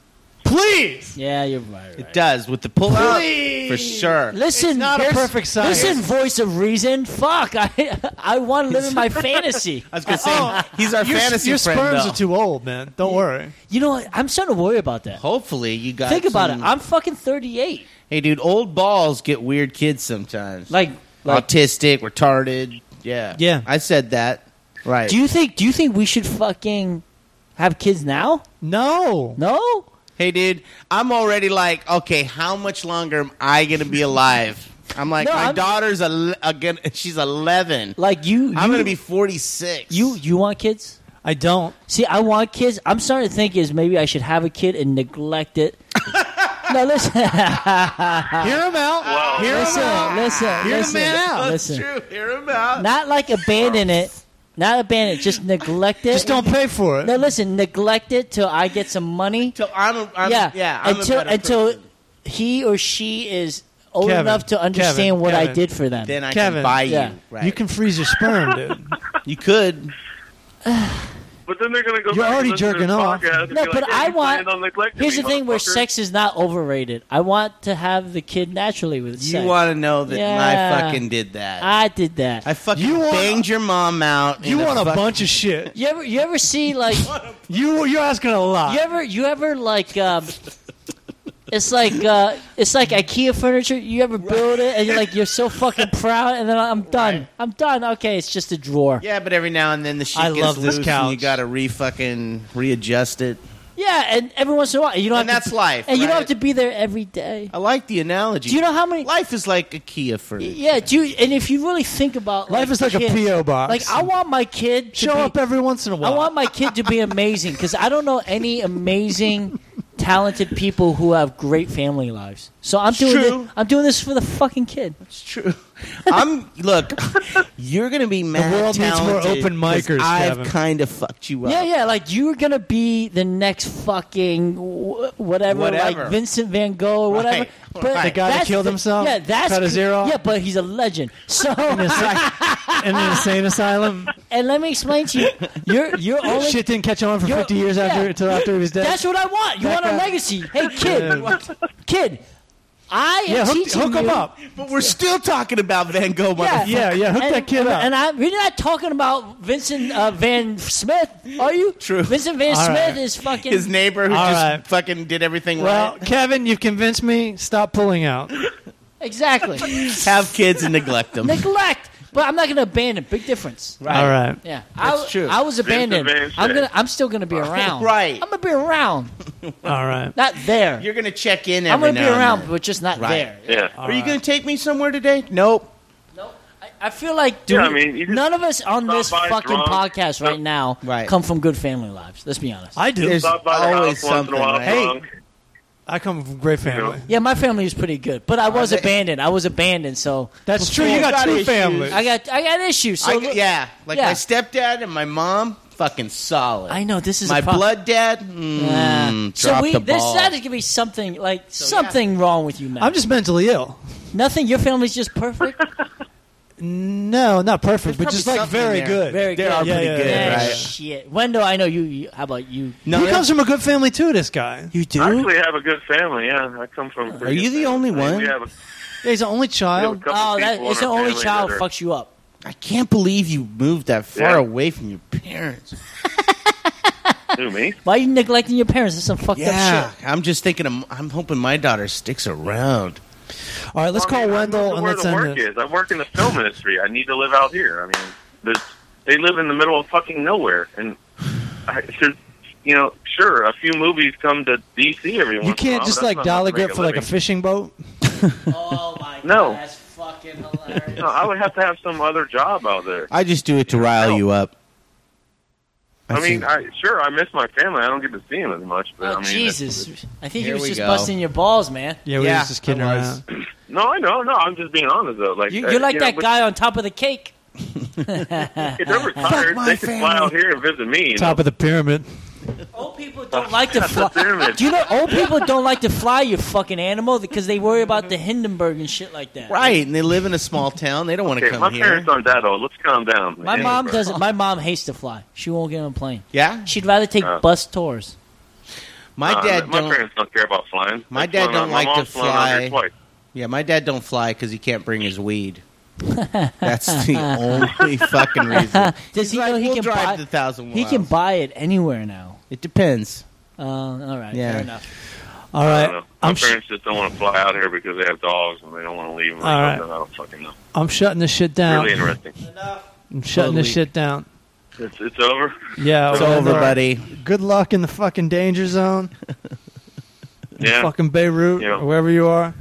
Speaker 1: please.
Speaker 3: Yeah, you're right. right.
Speaker 2: It does with the pull out for sure.
Speaker 3: Listen,
Speaker 1: It's not a
Speaker 3: here's-
Speaker 1: perfect science.
Speaker 3: Listen, voice of reason. Fuck, I I want to live in my fantasy.
Speaker 2: I was gonna say
Speaker 3: Oh,
Speaker 2: he's our
Speaker 1: Your,
Speaker 2: fantasy
Speaker 1: your
Speaker 2: friend.
Speaker 1: sperms
Speaker 2: though.
Speaker 1: are too old, man. Don't worry.
Speaker 3: You know, what? I'm starting to worry about that.
Speaker 2: Hopefully you got.
Speaker 3: Think about it.
Speaker 2: some-
Speaker 3: I'm fucking 38.
Speaker 2: hey, dude, old balls get weird kids sometimes.
Speaker 3: Like, like
Speaker 2: autistic, retarded. Yeah.
Speaker 1: Yeah.
Speaker 2: I said that. Right.
Speaker 3: do you think do you think we should fucking have kids now?
Speaker 1: No.
Speaker 3: No.
Speaker 2: hey, dude, I'm already like, okay, how much longer am I gonna be alive? I'm like,
Speaker 3: No,
Speaker 2: my
Speaker 3: I'm-
Speaker 2: daughter's a, again. She's 11.
Speaker 3: Like you,
Speaker 2: I'm
Speaker 3: you-
Speaker 2: gonna be 46.
Speaker 3: you. You want kids?
Speaker 1: I don't.
Speaker 3: See, I want kids. I'm starting to think is maybe I should have a kid and neglect it. no, listen, Ah.
Speaker 1: Hear him out.
Speaker 4: Wow.
Speaker 1: Hear him out.
Speaker 3: listen, listen,
Speaker 1: Hear the
Speaker 3: listen.
Speaker 1: man out.
Speaker 2: That's
Speaker 3: listen.
Speaker 2: true. Hear him out.
Speaker 3: Not like abandon it. Not abandon it. Just neglect it.
Speaker 1: Just don't pay for
Speaker 3: No,
Speaker 1: it.
Speaker 3: listen. Neglect it till I get some money.
Speaker 2: Till I'm, a, I'm
Speaker 3: yeah,
Speaker 2: yeah. I'm a
Speaker 3: until
Speaker 2: better
Speaker 3: until
Speaker 2: person.
Speaker 3: he or she is old
Speaker 1: Kevin,
Speaker 3: enough to understand
Speaker 1: Kevin,
Speaker 3: what I
Speaker 1: Kevin.
Speaker 3: did for them.
Speaker 2: then I
Speaker 1: Kevin,
Speaker 2: can buy
Speaker 3: yeah.
Speaker 2: you. Right.
Speaker 1: You can freeze your sperm, dude.
Speaker 2: You could.
Speaker 4: But then they're going to go.
Speaker 1: You're
Speaker 4: back
Speaker 1: already
Speaker 4: and listen to
Speaker 1: jerking
Speaker 4: this
Speaker 1: off.
Speaker 4: podcast and
Speaker 3: No,
Speaker 4: be
Speaker 3: but
Speaker 4: like, "Yeah,
Speaker 3: I
Speaker 4: you
Speaker 3: want-
Speaker 4: planned on neglecting
Speaker 3: Here's
Speaker 4: me,
Speaker 3: the thing where
Speaker 4: motherfucker."
Speaker 3: sex is not overrated. I want to have the kid naturally with
Speaker 2: You
Speaker 3: sex.
Speaker 2: want to know that
Speaker 3: Yeah.
Speaker 2: I fucking did that. I,
Speaker 3: I did that.
Speaker 2: fucking
Speaker 1: You wanna-
Speaker 2: banged your mom out.
Speaker 1: You
Speaker 2: in
Speaker 1: want a
Speaker 2: fuck-
Speaker 1: bunch of shit.
Speaker 3: you ever you ever see like
Speaker 1: You you're asking a lot.
Speaker 3: you ever you ever like um It's like uh, it's like IKEA furniture. You ever build it and you're like you're so fucking proud, and then I'm done.
Speaker 2: Right.
Speaker 3: I'm done. Okay, it's just a drawer. Yeah,
Speaker 2: Yeah, but every now and then the shit
Speaker 1: I
Speaker 2: gets
Speaker 1: love this
Speaker 2: loose and you
Speaker 1: couch.
Speaker 2: gotta re fucking readjust it.
Speaker 3: and every once in a while, you don't.
Speaker 2: And
Speaker 3: have
Speaker 2: that's
Speaker 3: to,
Speaker 2: life,
Speaker 3: And you don't
Speaker 2: right?
Speaker 3: have to be there every day.
Speaker 2: I like the analogy.
Speaker 3: Do you know how many?
Speaker 2: life is like a Kia furniture?
Speaker 3: Yeah, do you, and if you really think about
Speaker 1: Life is like a
Speaker 3: kids-
Speaker 1: PO box.
Speaker 3: Like I want my kid to
Speaker 1: show
Speaker 3: be-
Speaker 1: up every once in a
Speaker 3: I
Speaker 1: while.
Speaker 3: want my kid to be amazing because I don't know any amazing, talented people who have great family lives. So I'm doing
Speaker 2: True.
Speaker 3: this, I'm doing this for the fucking kid.
Speaker 2: It's true. I'm look. You're gonna be mad.
Speaker 1: world needs more
Speaker 2: talented
Speaker 1: open
Speaker 2: 'cause
Speaker 1: micers,
Speaker 2: I've
Speaker 1: Kevin.
Speaker 2: kind of fucked you up.
Speaker 3: yeah, yeah. Like you're gonna be the next fucking wh- whatever,
Speaker 2: Whatever.
Speaker 3: like Vincent Van Gogh or whatever.
Speaker 2: Right, right. The
Speaker 1: guy that
Speaker 3: that's
Speaker 1: killed
Speaker 3: the-
Speaker 1: himself,
Speaker 3: Yeah, that's
Speaker 1: cut his ear off?
Speaker 3: Yeah, but he's a legend. So
Speaker 1: in an insane asylum.
Speaker 3: and let me explain to you, you're you're only
Speaker 1: Shit didn't catch on for
Speaker 3: Yo,
Speaker 1: 50 years after
Speaker 3: yeah.
Speaker 1: until after he was dead.
Speaker 3: That's what I want. You
Speaker 1: That
Speaker 3: want a
Speaker 1: guy-
Speaker 3: legacy. Hey, kid. kid, I am
Speaker 1: yeah, hook,
Speaker 3: teaching
Speaker 1: hook him
Speaker 3: you-
Speaker 1: up.
Speaker 2: But we're still talking about Van Gogh. motherfucker.
Speaker 1: Yeah, yeah, hook
Speaker 3: and,
Speaker 1: that kid
Speaker 3: and,
Speaker 1: up.
Speaker 3: And I, we're not talking about Vincent uh, Van Smith, are you?
Speaker 2: True.
Speaker 3: Vincent Van
Speaker 1: All
Speaker 3: Smith
Speaker 1: right.
Speaker 3: is fucking.
Speaker 2: His neighbor who
Speaker 1: All
Speaker 2: just
Speaker 1: right.
Speaker 2: fucking did everything
Speaker 1: Well,
Speaker 2: right.
Speaker 1: Kevin, you've convinced me. Stop pulling out.
Speaker 3: Exactly.
Speaker 2: Have kids and neglect them.
Speaker 3: Neglect. But I'm not going to abandon. Big difference.
Speaker 2: Right.
Speaker 1: All right.
Speaker 3: Yeah. I,
Speaker 2: That's true.
Speaker 3: I was
Speaker 4: Vincent
Speaker 3: abandoned.
Speaker 4: Van
Speaker 3: I'm
Speaker 4: Smith.
Speaker 3: gonna. I'm still going to be around.
Speaker 2: Right.
Speaker 3: I'm going to be around.
Speaker 1: All right.
Speaker 3: Not there.
Speaker 2: You're gonna check in. Every
Speaker 3: I'm going to be
Speaker 2: now and
Speaker 3: around,
Speaker 2: then.
Speaker 3: but just not
Speaker 2: Right.
Speaker 3: there.
Speaker 4: Yeah.
Speaker 2: Are you gonna take me somewhere today? Nope.
Speaker 3: No, I, I feel like dude,
Speaker 4: Yeah, I mean, you just
Speaker 3: none of us on
Speaker 4: stop
Speaker 3: this
Speaker 4: by
Speaker 3: fucking
Speaker 4: drunk.
Speaker 3: podcast right now
Speaker 2: Right.
Speaker 3: come from good family lives. Let's be honest.
Speaker 1: I do.
Speaker 2: There's-
Speaker 4: Stop by the
Speaker 2: Always
Speaker 4: house once in a
Speaker 2: something,
Speaker 4: while.
Speaker 2: right?
Speaker 1: Hey.
Speaker 4: drunk.
Speaker 1: I come from a great family.
Speaker 3: yeah, my family was pretty good, but I was
Speaker 2: they-
Speaker 3: abandoned. I was abandoned, so
Speaker 1: That's true. You
Speaker 2: Before-
Speaker 1: got
Speaker 2: Got
Speaker 1: two
Speaker 2: issues.
Speaker 1: families.
Speaker 3: I got I got issues. So
Speaker 2: I-
Speaker 3: look-
Speaker 2: yeah, like
Speaker 3: yeah.
Speaker 2: my stepdad and my mom, fucking solid.
Speaker 3: I know this is
Speaker 2: my
Speaker 3: a problem.
Speaker 2: blood dad. Mm,
Speaker 3: Yeah. so
Speaker 2: dropped
Speaker 3: we
Speaker 2: the
Speaker 3: this
Speaker 2: ball.
Speaker 3: that is gonna be something like
Speaker 2: yeah.
Speaker 3: something wrong with you, man.
Speaker 1: I'm just mentally ill.
Speaker 3: nothing. Your family's just perfect.
Speaker 1: No, not perfect, but
Speaker 2: probably
Speaker 1: just like
Speaker 2: something
Speaker 1: very
Speaker 2: there.
Speaker 1: good.
Speaker 3: Very
Speaker 2: They
Speaker 3: good.
Speaker 2: are
Speaker 1: Yeah,
Speaker 2: pretty
Speaker 1: yeah,
Speaker 2: good,
Speaker 3: Yeah,
Speaker 2: right?
Speaker 3: Shit, Wendell. I know you, you. How about you?
Speaker 2: No,
Speaker 1: he
Speaker 2: that-
Speaker 1: comes from a good family too. This guy.
Speaker 3: You do.
Speaker 4: I actually have a good family. Yeah, I come from. a pretty
Speaker 2: Are you
Speaker 4: good
Speaker 2: the only
Speaker 4: family.
Speaker 2: one?
Speaker 4: We have a-
Speaker 1: Yeah, he's the only child.
Speaker 4: couple
Speaker 3: oh, that
Speaker 4: people
Speaker 3: it's
Speaker 4: in
Speaker 3: the
Speaker 4: our
Speaker 3: only
Speaker 4: family
Speaker 3: child
Speaker 4: that are-
Speaker 3: fucks you up.
Speaker 2: I can't believe you moved that far
Speaker 4: Yeah.
Speaker 2: away from your parents.
Speaker 4: Who me?
Speaker 3: Why are you neglecting your parents? That's some fucked up
Speaker 2: Yeah,
Speaker 3: shit.
Speaker 2: I'm just thinking. I'm, I'm hoping my daughter sticks around.
Speaker 1: All right, let's
Speaker 4: Well, I
Speaker 1: call
Speaker 4: mean, I don't know
Speaker 1: Wendell and
Speaker 4: where
Speaker 1: let's
Speaker 4: the
Speaker 1: end
Speaker 4: work
Speaker 1: this.
Speaker 4: is. I work in the film industry. I need to live out here. I mean, there's, they live in the middle of fucking nowhere, and I should, you know, sure, a few movies come to DC every once.
Speaker 1: You can't just like dolly grip for like a
Speaker 4: fish.
Speaker 1: fishing boat.
Speaker 3: Oh my
Speaker 4: No.
Speaker 3: god, that's fucking hilarious.
Speaker 4: No, I would have to have some other job out there.
Speaker 2: I just do it to rile you up.
Speaker 4: I, mean,
Speaker 2: see.
Speaker 4: I, sure, I miss my family. I don't get to see them as much, but
Speaker 3: Oh
Speaker 4: I mean,
Speaker 3: Jesus! I think he
Speaker 2: Here
Speaker 3: was
Speaker 2: we
Speaker 3: just
Speaker 2: go.
Speaker 3: busting your balls, man.
Speaker 1: Yeah, we
Speaker 2: Yeah,
Speaker 1: was just kidding
Speaker 2: I was.
Speaker 1: around.
Speaker 4: no, I know, no. I'm just being honest though. Like
Speaker 3: You,
Speaker 4: uh,
Speaker 3: you're like
Speaker 4: you know,
Speaker 3: that
Speaker 4: but
Speaker 3: guy on top of the cake.
Speaker 4: If they're retired,
Speaker 2: my
Speaker 4: they can fly
Speaker 2: family.
Speaker 4: out here and visit me. you
Speaker 1: Top
Speaker 4: know?
Speaker 1: of the pyramid.
Speaker 3: Old people don't like to fly.
Speaker 4: pyramid.
Speaker 3: Do you know old people don't like to fly? You fucking animal, because they worry about the Hindenburg and shit like that.
Speaker 2: Right, and they live in a small town. They don't want to
Speaker 4: Okay, my
Speaker 2: come here.
Speaker 4: parents aren't that old. Let's calm down.
Speaker 3: My
Speaker 4: Yeah,
Speaker 3: mom
Speaker 4: bro.
Speaker 3: doesn't. My mom hates to fly. She won't get on a plane.
Speaker 2: Yeah,
Speaker 3: She'd rather take
Speaker 4: Uh.
Speaker 3: bus tours.
Speaker 2: my
Speaker 4: Uh,
Speaker 2: dad
Speaker 4: my
Speaker 2: don't.
Speaker 4: parents don't care about flying.
Speaker 2: My
Speaker 4: They've
Speaker 2: dad
Speaker 4: flown
Speaker 2: don't
Speaker 4: out- my
Speaker 2: like to
Speaker 4: mom's flown out here
Speaker 2: fly.
Speaker 4: twice.
Speaker 2: Yeah, my dad don't fly because he can't bring his weed. That's the only fucking reason.
Speaker 3: Does he
Speaker 2: He's like,
Speaker 3: know he
Speaker 2: "We'll
Speaker 3: can
Speaker 2: drive
Speaker 3: buy?
Speaker 2: the thousand
Speaker 3: He
Speaker 2: miles."
Speaker 3: can buy it anywhere now.
Speaker 2: It depends.
Speaker 3: Uh, all right,
Speaker 2: Yeah.
Speaker 3: fair enough.
Speaker 1: All
Speaker 4: I
Speaker 1: right,
Speaker 4: don't know. My
Speaker 1: I'm sh-
Speaker 4: parents just don't want to fly out here because they have dogs and they don't want to leave them. or
Speaker 1: All right.
Speaker 4: something. I don't fucking know.
Speaker 1: I'm shutting this shit down.
Speaker 4: Really interesting.
Speaker 1: I'm shutting this
Speaker 2: Totally.
Speaker 1: shit down.
Speaker 4: It's, it's over.
Speaker 1: Yeah,
Speaker 2: It's
Speaker 1: Wendell,
Speaker 2: over, buddy.
Speaker 1: Good luck in the fucking danger zone,
Speaker 4: Yeah.
Speaker 1: fucking Beirut,
Speaker 4: Yeah.
Speaker 1: or wherever you are.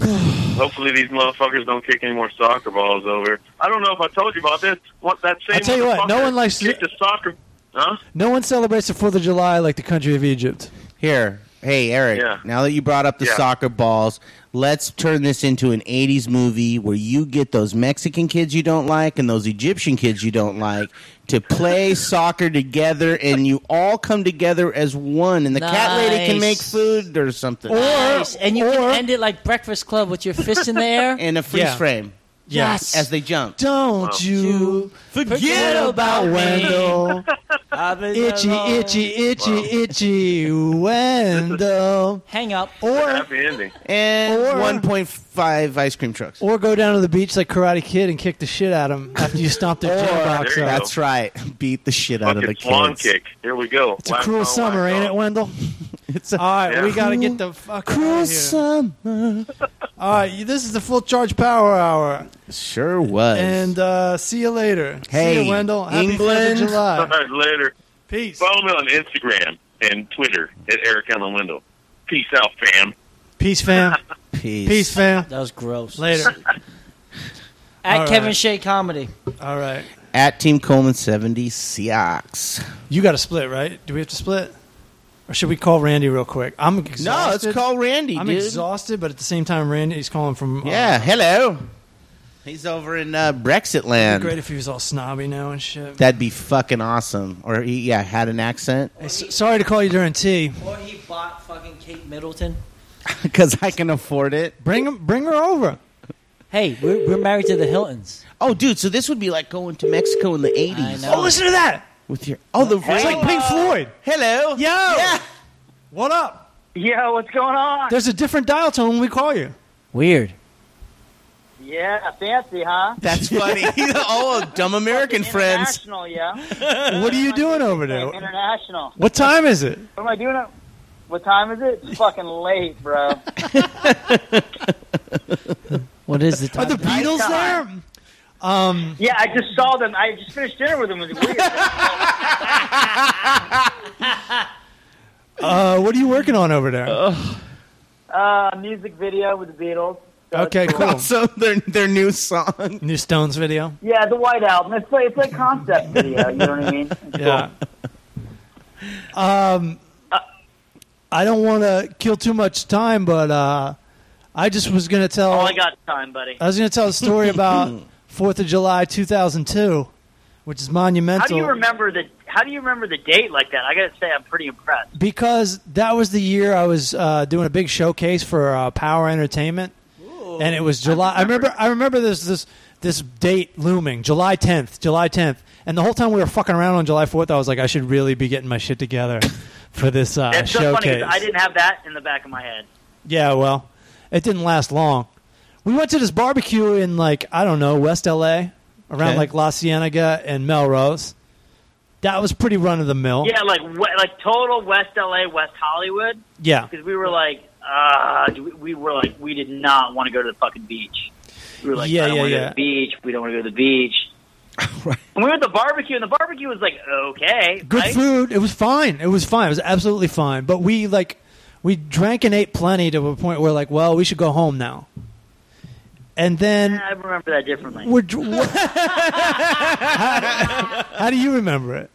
Speaker 4: Hopefully these motherfuckers don't kick any more soccer balls over. I don't know if I told you about this. What that same.
Speaker 1: I'll tell you what, no
Speaker 4: motherfucker
Speaker 1: one likes to-
Speaker 4: kicked a soccer. Huh?
Speaker 1: No one celebrates the Fourth of July like the country of Egypt.
Speaker 2: Here, hey Eric.
Speaker 4: Yeah.
Speaker 2: Now that you brought up the
Speaker 4: Yeah.
Speaker 2: soccer balls, let's turn this into an '80s movie where you get those Mexican kids you don't like and those Egyptian kids you don't like to play soccer together, and you all come together as one. And the cat lady can make
Speaker 3: Nice.
Speaker 2: food or something,
Speaker 3: Nice. And you
Speaker 1: or-
Speaker 3: can end it like Breakfast Club with your fist in the air.
Speaker 2: and a freeze
Speaker 1: Yeah.
Speaker 2: frame
Speaker 3: yes.
Speaker 2: as they jump.
Speaker 1: Don't you forget about
Speaker 3: me.
Speaker 1: Wendell?
Speaker 3: I've been
Speaker 1: Itchy,
Speaker 3: alone.
Speaker 1: itchy, itchy, itchy, Wendell.
Speaker 3: Hang up.
Speaker 1: Or
Speaker 4: Happy ending.
Speaker 2: and
Speaker 1: Or-
Speaker 2: 1.5 ice cream trucks.
Speaker 1: or go down to the beach like Karate Kid and kick the shit out of him after you stomp their
Speaker 2: Or-
Speaker 1: gym box
Speaker 4: There you
Speaker 1: out.
Speaker 2: That's right. Beat the shit out of
Speaker 4: Fucking
Speaker 2: the
Speaker 4: swan
Speaker 2: kids.
Speaker 4: kick. Here we go.
Speaker 1: It's a cruel summer, ain't it, Wendell?
Speaker 2: It's a
Speaker 1: All right, we
Speaker 4: Yeah.
Speaker 1: got to get the fuck out
Speaker 2: cruel
Speaker 1: of here.
Speaker 2: summer.
Speaker 1: All right, you- this is the full charge power hour,
Speaker 2: Sure was.
Speaker 1: and uh, see you later. see
Speaker 2: Hey,
Speaker 1: you, Wendell. Happy Fourth
Speaker 2: England.
Speaker 1: of
Speaker 4: All
Speaker 1: July.
Speaker 4: right, later.
Speaker 1: Peace.
Speaker 4: Follow me on Instagram and Twitter at Eric Allen Wendell. Peace out, fam.
Speaker 1: Peace, fam.
Speaker 2: peace.
Speaker 1: Peace, fam.
Speaker 3: That was gross.
Speaker 1: Later.
Speaker 3: At
Speaker 1: All
Speaker 3: Kevin
Speaker 1: right.
Speaker 3: Shea Comedy.
Speaker 1: All right.
Speaker 2: At Team Coleman 70 Seahawks.
Speaker 1: You got to split, right? Do we have to split? Or should we call Randy real quick? I'm exhausted.
Speaker 2: No, let's call Randy,
Speaker 1: I'm
Speaker 2: dude.
Speaker 1: exhausted, but at the same time, Randy's calling from. uh,
Speaker 2: yeah, hello. He's over in uh, Brexit land.
Speaker 1: it'd be great if he was all snobby now and shit.
Speaker 2: That'd be fucking awesome. Or he, yeah, had an accent
Speaker 1: Hey, s- sorry to call you during tea.
Speaker 3: Or he bought fucking Kate Middleton.
Speaker 2: because I can afford it.
Speaker 1: Bring him, bring her over.
Speaker 3: Hey, we're, we're married to the Hiltons.
Speaker 2: Oh, dude, so this would be like going to Mexico in the
Speaker 3: I
Speaker 2: eighties
Speaker 3: know.
Speaker 1: Oh, listen to that!
Speaker 2: with your oh the
Speaker 1: It's
Speaker 2: rain.
Speaker 1: like Pink Floyd.
Speaker 2: Hello,
Speaker 1: Yo,
Speaker 2: yeah.
Speaker 1: what up?
Speaker 5: Yo, what's going on?
Speaker 1: There's a different dial tone when we call you.
Speaker 3: Weird.
Speaker 5: Yeah, fancy, huh?
Speaker 2: That's funny. oh, dumb American friends.
Speaker 5: International, yeah.
Speaker 1: What are you doing over there?
Speaker 5: International.
Speaker 1: What time is it?
Speaker 5: What am I doing? up- What time is it? It's fucking late, bro.
Speaker 3: What is the
Speaker 1: Are
Speaker 3: time?
Speaker 1: the Beatles there?
Speaker 5: time. Yeah, I just saw them. I just finished dinner with them. It was weird.
Speaker 1: Uh, what are you working on over there?
Speaker 5: uh, music video with the Beatles. So
Speaker 1: Okay,
Speaker 5: it's-
Speaker 1: cool.
Speaker 2: Also, their their new song.
Speaker 1: New Stones video.
Speaker 5: Yeah, the White Album. It's like, it's like concept video. You know what I mean? It's
Speaker 1: Yeah. Um, I don't want to kill too much time, but uh, I just was gonna tell.
Speaker 5: Cool. All I got is time, buddy.
Speaker 1: I was gonna tell a story about Fourth of July, two thousand two, which is monumental.
Speaker 5: How do you remember the How do you remember the date like that? I gotta say, I'm pretty impressed.
Speaker 1: because that was the year I was uh, doing a big showcase for uh, Power Entertainment, and it was July. I remember. I remember this this this date looming, July tenth, July tenth, and the whole time we were fucking around on July fourth, I was like, I should really be getting my shit together for this uh,
Speaker 5: That's so funny
Speaker 1: showcase.
Speaker 5: because I didn't have that in the back of my head.
Speaker 1: yeah, well, it didn't last long. We went to this barbecue in like I don't know West L.A. around
Speaker 2: Okay.
Speaker 1: like La Cienega and Melrose. That was pretty run of the mill.
Speaker 5: Yeah, like we, like total West LA, West Hollywood.
Speaker 1: yeah.
Speaker 5: Because we were like, uh, do we, we were like, we did not want to go to the fucking beach. We were like,
Speaker 1: Yeah,
Speaker 5: I don't
Speaker 1: yeah,
Speaker 5: want to
Speaker 1: yeah.
Speaker 5: go to the beach. We don't want to go to the beach. And we were at the barbecue, and the barbecue was like, okay,
Speaker 1: good
Speaker 5: right?
Speaker 1: food. It was fine. It was fine. It was absolutely fine. But we like we drank and ate plenty to a point where like, well, we should go home now. And then
Speaker 5: I remember that differently.
Speaker 1: we're. dr- wha- how, how do you remember it?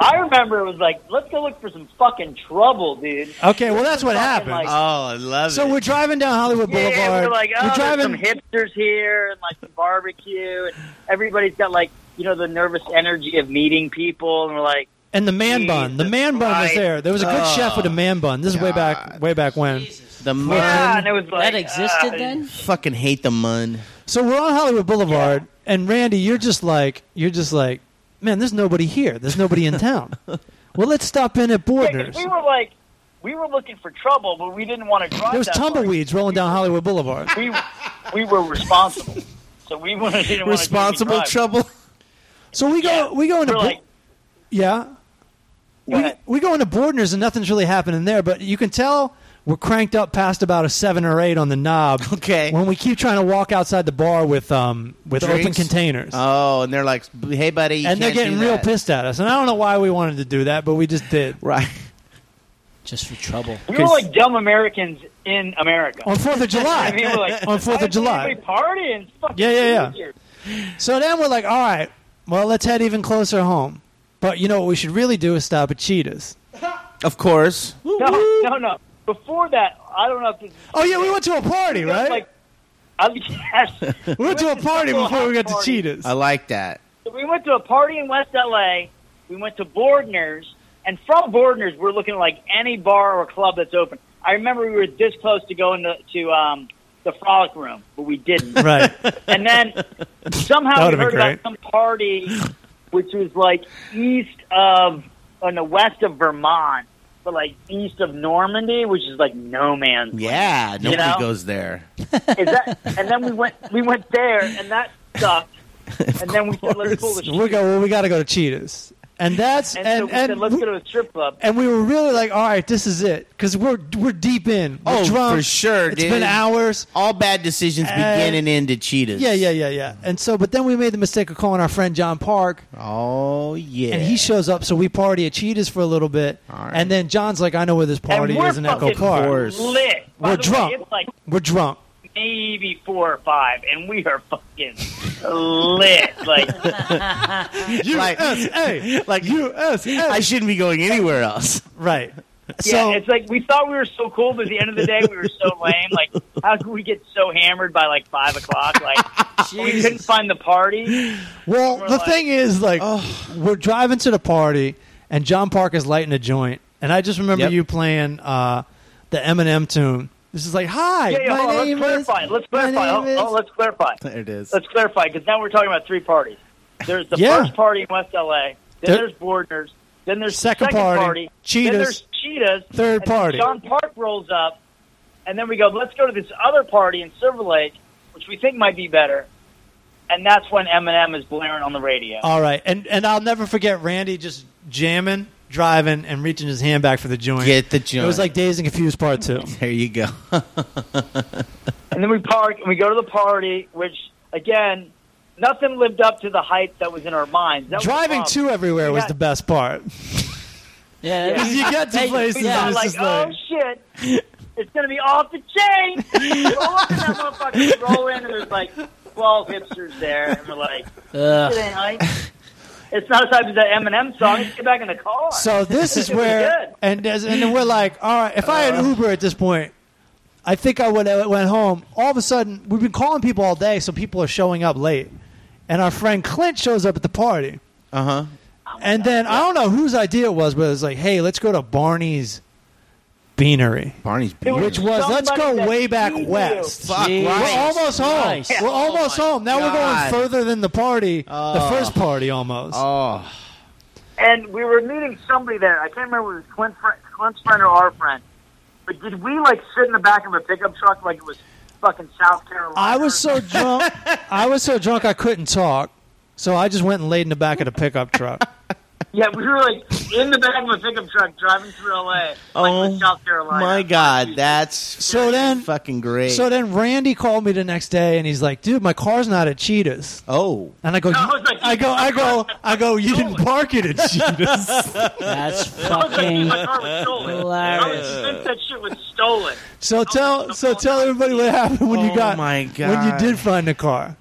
Speaker 5: I remember it was like, let's go look for some fucking trouble, dude.
Speaker 1: Okay, well that's what happened.
Speaker 5: Fucking, like-
Speaker 2: Oh, I love
Speaker 1: so we're driving down Hollywood Boulevard.
Speaker 5: Yeah, we were like, oh,
Speaker 1: we're
Speaker 5: there's
Speaker 1: driving.
Speaker 5: some hipsters here and like some barbecue, and everybody's got like you know the nervous energy of meeting people, and we're like,
Speaker 1: and the man bun. The man bun was
Speaker 5: Christ.
Speaker 1: there. There was a good
Speaker 2: Oh,
Speaker 1: chef with a man bun. This is way back,
Speaker 2: God.
Speaker 1: way back when.
Speaker 2: the mun.
Speaker 5: yeah, "Ah," and it was like
Speaker 3: that existed
Speaker 5: uh,
Speaker 3: then?
Speaker 2: Fucking hate the mun.
Speaker 1: So we're on Hollywood Boulevard, and Randy, you're just like, you're just like, man, there's nobody here. There's nody in town. well, let's stop in at
Speaker 5: Yeah, 'cause
Speaker 1: Borders.
Speaker 5: we were like, we were looking for trouble, but we didn't want to drive.
Speaker 1: There was
Speaker 5: that far.
Speaker 1: tumbleweeds rolling down Hollywood Boulevard.
Speaker 5: We we were responsible, so we wanted didn't wanna
Speaker 2: Responsible
Speaker 5: drive.
Speaker 2: trouble.
Speaker 1: So we go, we go into,
Speaker 5: We're
Speaker 1: Bo-
Speaker 5: like,
Speaker 1: yeah,
Speaker 5: go
Speaker 1: we,
Speaker 5: ahead.
Speaker 1: we go into Borders, and nothing's really happening there. But you can tell we're cranked up past about a seven or eight on the knob.
Speaker 2: Okay.
Speaker 1: When we keep trying to walk outside the bar with um with open
Speaker 2: Drinks?
Speaker 1: containers.
Speaker 2: Oh, and they're like, hey, buddy, you
Speaker 1: and they're
Speaker 2: can't
Speaker 1: getting
Speaker 2: do
Speaker 1: real
Speaker 2: that.
Speaker 1: pissed at us, and I don't know why we wanted to do that, but we just did.
Speaker 2: Right.
Speaker 3: Just for trouble.
Speaker 5: we were like dumb Americans in America.
Speaker 1: On Fourth of July,
Speaker 5: I mean, we're like,
Speaker 1: on Fourth
Speaker 5: why
Speaker 1: of
Speaker 5: is
Speaker 1: July,
Speaker 5: everybody partying. It's fucking
Speaker 1: Yeah, yeah, yeah.
Speaker 5: weird.
Speaker 1: So then we're like, all right, well, let's head even closer home. But you know what we should really do is stop at Cheetahs.
Speaker 2: Of course.
Speaker 5: No, no, no. Before that, I don't know if this
Speaker 1: Oh yeah, we went to a party,
Speaker 5: it was
Speaker 1: right?
Speaker 5: Like, I, yes.
Speaker 1: we went to a party before we got to Cheetahs.
Speaker 2: I like that.
Speaker 5: we went to a party in West LA. We went to Bordner's, and from Bordner's, we're looking at like any bar or club that's open. I remember we were this close to going to, to um, the frolic room, but we didn't.
Speaker 1: Right.
Speaker 5: and then
Speaker 1: That
Speaker 5: somehow we
Speaker 1: would've been
Speaker 5: heard
Speaker 1: great.
Speaker 5: about some party, which was like east of, on the west of Vermont, but like east of Normandy, which is like no man's land.
Speaker 2: Yeah, nobody
Speaker 5: know?
Speaker 2: goes there.
Speaker 5: Is that? And then we went we went there, and that sucked. and then we said, let's pull the
Speaker 1: we go. Well, we got to go to Cheetahs. and that's
Speaker 5: And,
Speaker 1: and
Speaker 5: so we
Speaker 1: and,
Speaker 5: said, let's
Speaker 1: we-
Speaker 5: go to a strip club.
Speaker 1: and we were really like, all right, this is it, because we're we're deep in. We're
Speaker 2: Oh,
Speaker 1: drunk.
Speaker 2: for sure,
Speaker 1: It's
Speaker 2: dude.
Speaker 1: been hours.
Speaker 2: All bad decisions begin
Speaker 1: Uh,
Speaker 2: and end at Cheetahs.
Speaker 1: Yeah, yeah, yeah, yeah. And so, but then we made the mistake of calling our friend John Park,
Speaker 2: Oh yeah.
Speaker 1: and he shows up. So we party at Cheetahs for a little bit,
Speaker 2: All right.
Speaker 1: and then John's like, I know where this party
Speaker 5: and we're
Speaker 1: is in Echo
Speaker 5: fucking
Speaker 1: Park.
Speaker 5: lit. By
Speaker 1: We're
Speaker 5: the way,
Speaker 1: drunk.
Speaker 5: it's like
Speaker 1: We're drunk.
Speaker 5: maybe four or five, and we are fucking lit. Like
Speaker 2: Like-
Speaker 1: USA,
Speaker 2: like-
Speaker 1: USA.
Speaker 2: I shouldn't be going anywhere else.
Speaker 1: right.
Speaker 5: Yeah,
Speaker 1: So
Speaker 5: it's like we thought we were so cool, but at the end of the day, we were so lame. Like, how could we get so hammered by like five o'clock? Like, we couldn't find the party.
Speaker 1: Well,
Speaker 5: We're
Speaker 1: the
Speaker 5: like-
Speaker 1: thing is, like, we're driving to the party, and John Park is lighting a joint, and I just remember
Speaker 2: Yep.
Speaker 1: you playing uh, the Eminem tune. This is like, hi,
Speaker 5: Yeah, yeah.
Speaker 1: my
Speaker 5: hold on,
Speaker 1: name
Speaker 5: let's clarify.
Speaker 1: is.
Speaker 5: let's
Speaker 1: my
Speaker 5: clarify.
Speaker 1: name
Speaker 5: Oh,
Speaker 1: is-
Speaker 5: oh, let's clarify.
Speaker 2: There it is.
Speaker 5: Let's clarify because now we're talking about three parties. There's the
Speaker 1: Yeah.
Speaker 5: first party in West LA. Then
Speaker 1: There-
Speaker 5: there's Bordner's. Then there's the
Speaker 1: Second
Speaker 5: second
Speaker 1: party,
Speaker 5: Then
Speaker 1: Cheetahs.
Speaker 5: there's Cheetahs.
Speaker 1: Third
Speaker 5: and then
Speaker 1: party.
Speaker 5: John Park rolls up, and then we go. Let's go to this other party in Silver Lake, which we think might be better. And that's when Eminem is blaring on the radio.
Speaker 1: All right, and and I'll never forget Randy just jamming, driving, and reaching his hand back for the joint.
Speaker 2: Get the joint.
Speaker 1: It was like Days and Confused Part Two.
Speaker 2: there you go.
Speaker 5: And then we park and we go to the party, which again, nothing lived up to the hype that was in our minds. That was the
Speaker 1: Driving
Speaker 5: problem.
Speaker 1: to everywhere was
Speaker 5: Yeah.
Speaker 1: the best part.
Speaker 3: Yeah,
Speaker 5: Yeah.
Speaker 1: 'Cause you get to
Speaker 3: Hey,
Speaker 1: places
Speaker 5: We
Speaker 1: and
Speaker 3: yeah,
Speaker 5: thought
Speaker 1: it's
Speaker 5: like,
Speaker 1: just
Speaker 5: oh
Speaker 1: like,
Speaker 5: shit, it's gonna be off the chain. roll up in that motherfucker, we roll in, and there's like twelve hipsters there, and we're like,
Speaker 3: Ugh.
Speaker 5: it ain't hype. It's not as hype as that Eminem song. Let's get back in the car.
Speaker 1: So this is
Speaker 5: It was
Speaker 1: where,
Speaker 5: good.
Speaker 1: and as- and then we're like, all right, if I had Uber at this point, I think I would have went home. All of a sudden, we've been calling people all day, so people are showing up late, and our friend Clint shows up at the party,
Speaker 2: Uh huh.
Speaker 1: and then I don't know whose idea it was, but it was like, hey, let's go to Barney's Beanery,
Speaker 2: Barney's
Speaker 5: was-
Speaker 1: which was let's
Speaker 5: Somebody
Speaker 1: go
Speaker 5: that
Speaker 1: way back
Speaker 5: he knew.
Speaker 1: west.
Speaker 2: Fuck
Speaker 3: Jeez.
Speaker 1: We're
Speaker 2: right.
Speaker 1: almost home.
Speaker 3: Christ.
Speaker 1: We're almost
Speaker 5: Oh my
Speaker 1: home. Now
Speaker 2: God.
Speaker 1: we're going further than the party,
Speaker 2: Oh.
Speaker 1: the first party almost.
Speaker 2: Oh,
Speaker 5: and we were meeting somebody there. I can't remember if it was Clint's friend, Clint's friend or our friend. But did we like sit in the back of a pickup truck like it was fucking South Carolina?
Speaker 1: I was so drunk. I was so drunk I couldn't talk. So I just went and laid in the back of the pickup truck.
Speaker 5: yeah. We were like in the back of a pickup truck driving through LA, like
Speaker 2: Oh,
Speaker 5: with South Carolina.
Speaker 2: my God, that's
Speaker 1: So then,
Speaker 2: fucking great.
Speaker 1: so then Randy called me the next day and he's like, "Dude, my car's not at Cheetahs."
Speaker 2: oh,
Speaker 1: And I go,
Speaker 5: I was like,
Speaker 1: I go, I go, I go. You didn't park it at Cheetahs.
Speaker 3: that's
Speaker 5: I was like, dude,
Speaker 3: fucking.
Speaker 5: my car was stolen. I was
Speaker 3: Hilarious.
Speaker 5: convinced that shit was stolen.
Speaker 1: So tell, so tell everybody what happened when
Speaker 2: Oh
Speaker 1: you got,
Speaker 2: my
Speaker 1: when you
Speaker 2: God.
Speaker 1: did find the car.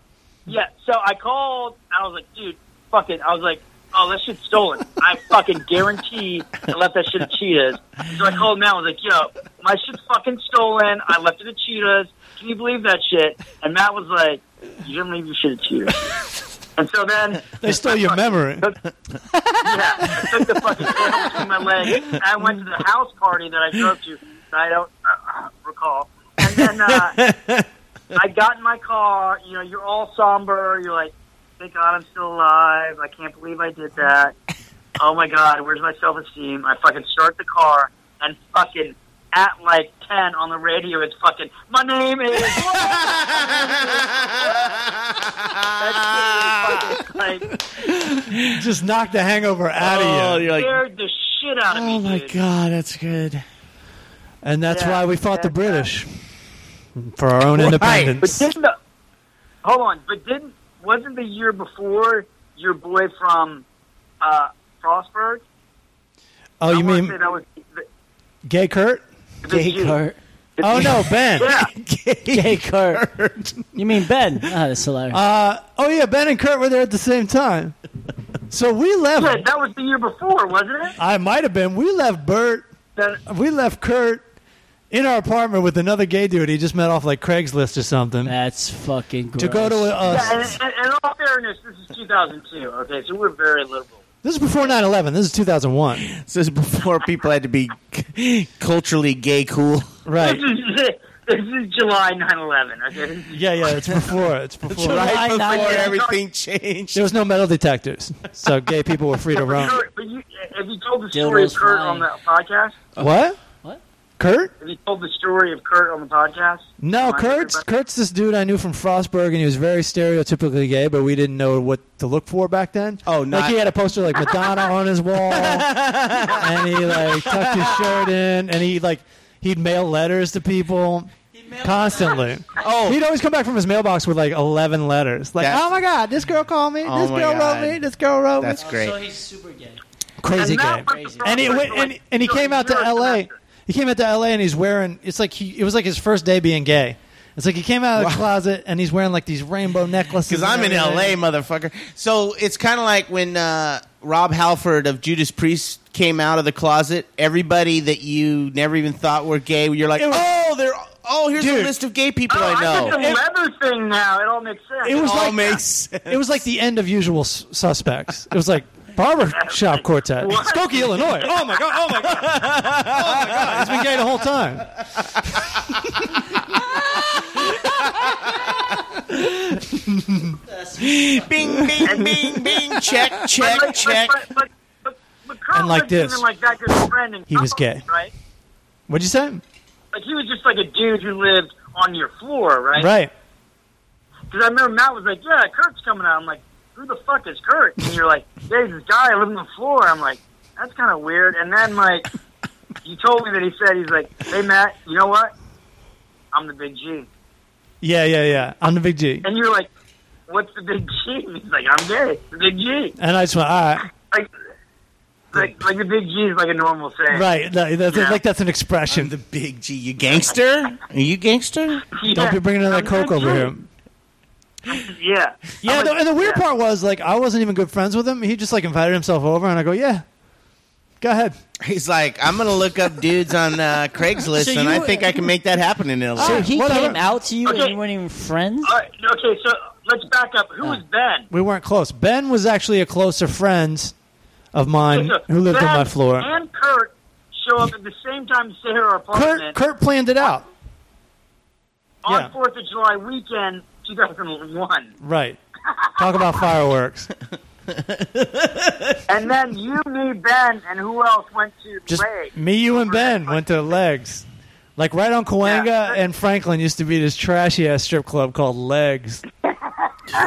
Speaker 5: Yeah, so I called and I was like, dude, fuck it. I was like, oh, that shit's stolen. I fucking guarantee I left that shit at Cheetahs. So I called Matt. I was like, yo, my shit's fucking stolen. I left it at Cheetahs. Can you believe that shit? And Matt was like, you didn't leave your shit at Cheetahs. And so then,
Speaker 1: They stole your memory.
Speaker 5: yeah, I took the fucking tail between my legs. and I went to the house party that I drove to. That I don't uh, recall. And then uh, I got in my car. You know, you're all somber. You're like, thank God I'm still alive. I can't believe I did that. Oh my God, where's my self esteem? I fucking start the car and fucking at like 10 on the radio, it's fucking, my name is. That shit was fucking, like,
Speaker 1: Just knocked the hangover out
Speaker 2: oh,
Speaker 1: of you.
Speaker 2: you're like,
Speaker 5: scared the shit out of me.
Speaker 2: oh my
Speaker 5: dude.
Speaker 2: God, that's good.
Speaker 1: And that's
Speaker 5: Yeah,
Speaker 1: why we fought the
Speaker 5: yeah.
Speaker 1: British for our own
Speaker 5: But
Speaker 1: independence.
Speaker 5: didn't the hold on? But didn't wasn't the year before your boy from uh, Frostburg?
Speaker 1: Oh,
Speaker 5: I
Speaker 1: you
Speaker 5: wanna
Speaker 1: mean
Speaker 5: say that was the,
Speaker 1: Gay Kurt?
Speaker 5: the
Speaker 3: Gay
Speaker 5: Jew.
Speaker 3: Kurt.
Speaker 1: Oh no, Ben.
Speaker 5: Yeah,
Speaker 3: Gay Kurt. You mean Ben? Ah, that's hilarious.
Speaker 1: Uh, oh yeah, Ben and Kurt were there at the same time. So we
Speaker 5: yeah,
Speaker 1: left.
Speaker 5: that was the year before, wasn't it?
Speaker 1: I might have been. We left Bert.
Speaker 5: That,
Speaker 1: We left Kurt in our apartment with another gay dude he just met off like Craigslist or something
Speaker 3: that's fucking gross.
Speaker 1: to go to. Uh,
Speaker 5: yeah, and, and, and in all fairness, this is 2002. Okay, so we're very liberal.
Speaker 1: This is before 9-11. This is two thousand one.
Speaker 2: This is before people had to be culturally gay cool.
Speaker 1: Right.
Speaker 5: This is this is July 9/11. Okay, This is-
Speaker 1: Yeah, yeah. It's before. It's before.
Speaker 3: July
Speaker 2: Right before
Speaker 3: 9th.
Speaker 2: everything changed.
Speaker 1: There was no metal detectors, so gay people were free to roam.
Speaker 5: Kurt, but you, have you told the story of
Speaker 3: Dildos
Speaker 5: Kurt
Speaker 3: flying.
Speaker 5: on the podcast?
Speaker 1: What?
Speaker 3: What?
Speaker 1: Kurt?
Speaker 5: Have you told the story of Kurt on the podcast?
Speaker 1: No,
Speaker 5: Remind
Speaker 1: Kurt's
Speaker 5: everybody?
Speaker 1: Kurt's this dude I knew from Frostburg, and he was very stereotypically gay, but we didn't know what to look for back then.
Speaker 2: Oh,
Speaker 1: like
Speaker 2: not-
Speaker 1: he had a poster like Madonna on his wall, and he like tucked his shirt in, and he like he'd mail letters to people constantly.
Speaker 2: Oh,
Speaker 1: He'd always come back from his mailbox with like eleven letters. Like,
Speaker 2: That's-
Speaker 1: oh my god, this girl called me.
Speaker 2: Oh
Speaker 1: this
Speaker 2: my
Speaker 1: girl
Speaker 2: God.
Speaker 1: wrote me. This girl wrote
Speaker 2: that's
Speaker 1: me.
Speaker 3: So
Speaker 2: great.
Speaker 3: he's super gay.
Speaker 1: Crazy
Speaker 5: And that
Speaker 1: gay.
Speaker 5: was the
Speaker 3: Crazy.
Speaker 1: And he
Speaker 5: problem
Speaker 1: went,
Speaker 5: for,
Speaker 1: and,
Speaker 5: like,
Speaker 1: and he came out to
Speaker 5: zero
Speaker 1: L.A.
Speaker 5: semester.
Speaker 1: He came out to L.A. and he's wearing. It's like he. It was like his first day being gay. It's like he came out of the closet and he's wearing like these rainbow necklaces.
Speaker 2: Because
Speaker 1: and
Speaker 2: I'm in LA,
Speaker 1: everything.
Speaker 2: motherfucker. So it's kind of like when uh, Rob Halford of Judas Priest came out of the closet. Everybody that you never even thought were gay, you're like,
Speaker 1: It was-
Speaker 2: oh, they're oh, here's a
Speaker 1: Dude.
Speaker 2: list of gay people
Speaker 5: Oh,
Speaker 2: I
Speaker 5: I
Speaker 2: know.
Speaker 5: get the leather thing now. It all makes sense.
Speaker 1: It was
Speaker 2: all
Speaker 1: like-
Speaker 2: makes sense.
Speaker 1: It was like the end of Usual S- Suspects. It was like barbershop quartet,
Speaker 5: What?
Speaker 1: Skokie, Illinois. Oh my god! Oh my god! Oh my god! He's been gay the whole time.
Speaker 2: Bing, bing, bing, bing. Check, check,
Speaker 5: but, like,
Speaker 2: check.
Speaker 5: But, but, but, but Kurt
Speaker 1: And like
Speaker 5: wasn't even
Speaker 1: this.
Speaker 5: like that good a friend in
Speaker 1: He was
Speaker 5: college,
Speaker 1: gay.
Speaker 5: right?
Speaker 1: What'd you say?
Speaker 5: Like he was just like a dude who lived on your floor, right?
Speaker 1: Right.
Speaker 5: Because I remember Matt was like, "Yeah, Kurt's coming out." I'm like, "Who the fuck is Kurt?" And you're like, "Yeah, he's this guy living on the floor." I'm like, "That's kind of weird." And then like, you told me that he said he's like, "Hey Matt, you know what? I'm the big G."
Speaker 1: Yeah, yeah, yeah. I'm the big G.
Speaker 5: And you're like, "What's the big G?" And he's like, "I'm gay, the big G."
Speaker 1: And I just went, all right,
Speaker 5: Like, like, like the big G is like a normal thing,
Speaker 1: right. That- That's,
Speaker 5: Yeah. Um,
Speaker 1: Like that's an
Speaker 2: I'm
Speaker 1: expression.
Speaker 2: the big G. You gangster? Are you gangster?
Speaker 5: Yeah.
Speaker 1: Don't be bringing another
Speaker 5: I'm the
Speaker 1: coke
Speaker 5: big
Speaker 1: over
Speaker 5: G.
Speaker 1: here.
Speaker 5: Yeah.
Speaker 1: Yeah,
Speaker 5: I'm
Speaker 1: the,
Speaker 5: like,
Speaker 1: and the weird
Speaker 5: yeah.
Speaker 1: part was like I wasn't even good friends with him. He just like invited himself over, and I go, "Yeah, go ahead."
Speaker 2: He's like, I'm gonna look up dudes on uh, Craigslist,
Speaker 3: So
Speaker 2: and I
Speaker 3: you-
Speaker 2: think I can make that happen in LA.
Speaker 3: So he
Speaker 1: whatever.
Speaker 3: came out to you and
Speaker 5: Okay.
Speaker 3: you weren't even friends?
Speaker 5: All right, okay, so let's back up. Who was Ben?
Speaker 1: We weren't close. Ben was actually a closer friend of mine
Speaker 5: So
Speaker 1: who lived
Speaker 5: ben
Speaker 1: on my floor.
Speaker 5: And Kurt show up at the same time to stay at our
Speaker 1: Kurt
Speaker 5: apartment
Speaker 1: Kurt planned it out,
Speaker 5: on
Speaker 1: yeah.
Speaker 5: Fourth of July weekend, two thousand one.
Speaker 1: right? Talk about fireworks.
Speaker 5: And then you, me, Ben, and who else went to
Speaker 1: Just
Speaker 5: play?
Speaker 1: me, you, and Ben went to Legs, like right on Coanga
Speaker 5: Yeah.
Speaker 1: and Franklin used to be this trashy ass strip club called Legs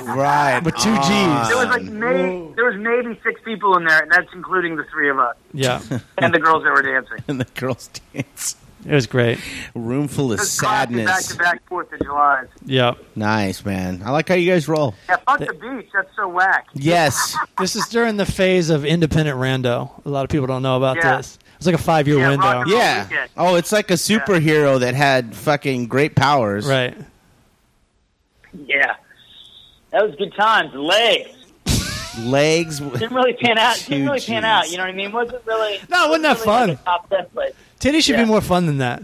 Speaker 2: Right.
Speaker 1: with two G's.
Speaker 5: There was like maybe there was maybe six people in there, and that's including the three of us
Speaker 1: yeah,
Speaker 5: and the girls that were dancing.
Speaker 2: and the girls dance.
Speaker 1: it was great.
Speaker 2: A room full of
Speaker 5: Just classic
Speaker 2: sadness.
Speaker 5: Back to back Fourth of July.
Speaker 1: Yeah.
Speaker 2: Nice man. I like how you guys roll.
Speaker 5: Yeah, fuck the beach. That's so whack.
Speaker 2: Yes.
Speaker 1: This is during the phase of independent rando. A lot of people don't know about
Speaker 5: Yeah.
Speaker 1: this. It's like a five year
Speaker 5: Yeah,
Speaker 1: window.
Speaker 5: rock and roll.
Speaker 2: Yeah. Oh, it's like a superhero that had fucking great powers.
Speaker 1: Right.
Speaker 5: Yeah, that was good times. Legs
Speaker 2: Legs.
Speaker 5: didn't really pan out.
Speaker 2: Two
Speaker 5: Didn't really pan
Speaker 2: Gs.
Speaker 5: out. You know what I mean? Wasn't really.
Speaker 1: No, wasn't that
Speaker 5: really like
Speaker 1: fun?
Speaker 5: a top ten place.
Speaker 1: Titty should
Speaker 5: Yeah.
Speaker 1: be more fun than that.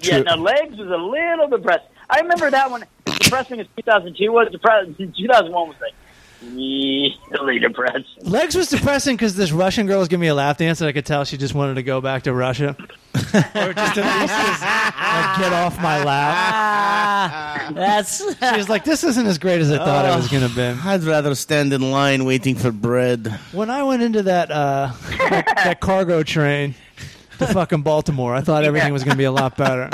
Speaker 5: Yeah,
Speaker 1: True.
Speaker 5: now legs was a little depressing. I remember that one. Depressing as 2002 was. Depressing 2001 was like really depressing.
Speaker 1: Legs was depressing because this Russian girl was giving me a lap dance, and I could tell she just wanted to go back to Russia. or just at least just, like, get off my lap.
Speaker 3: Ah, that's
Speaker 1: She was like, this isn't as great as I thought it was going to be.
Speaker 2: I'd rather stand in line waiting for bread.
Speaker 1: When I went into that, uh, that, that cargo train to fucking Baltimore, I thought everything was going to be a lot better.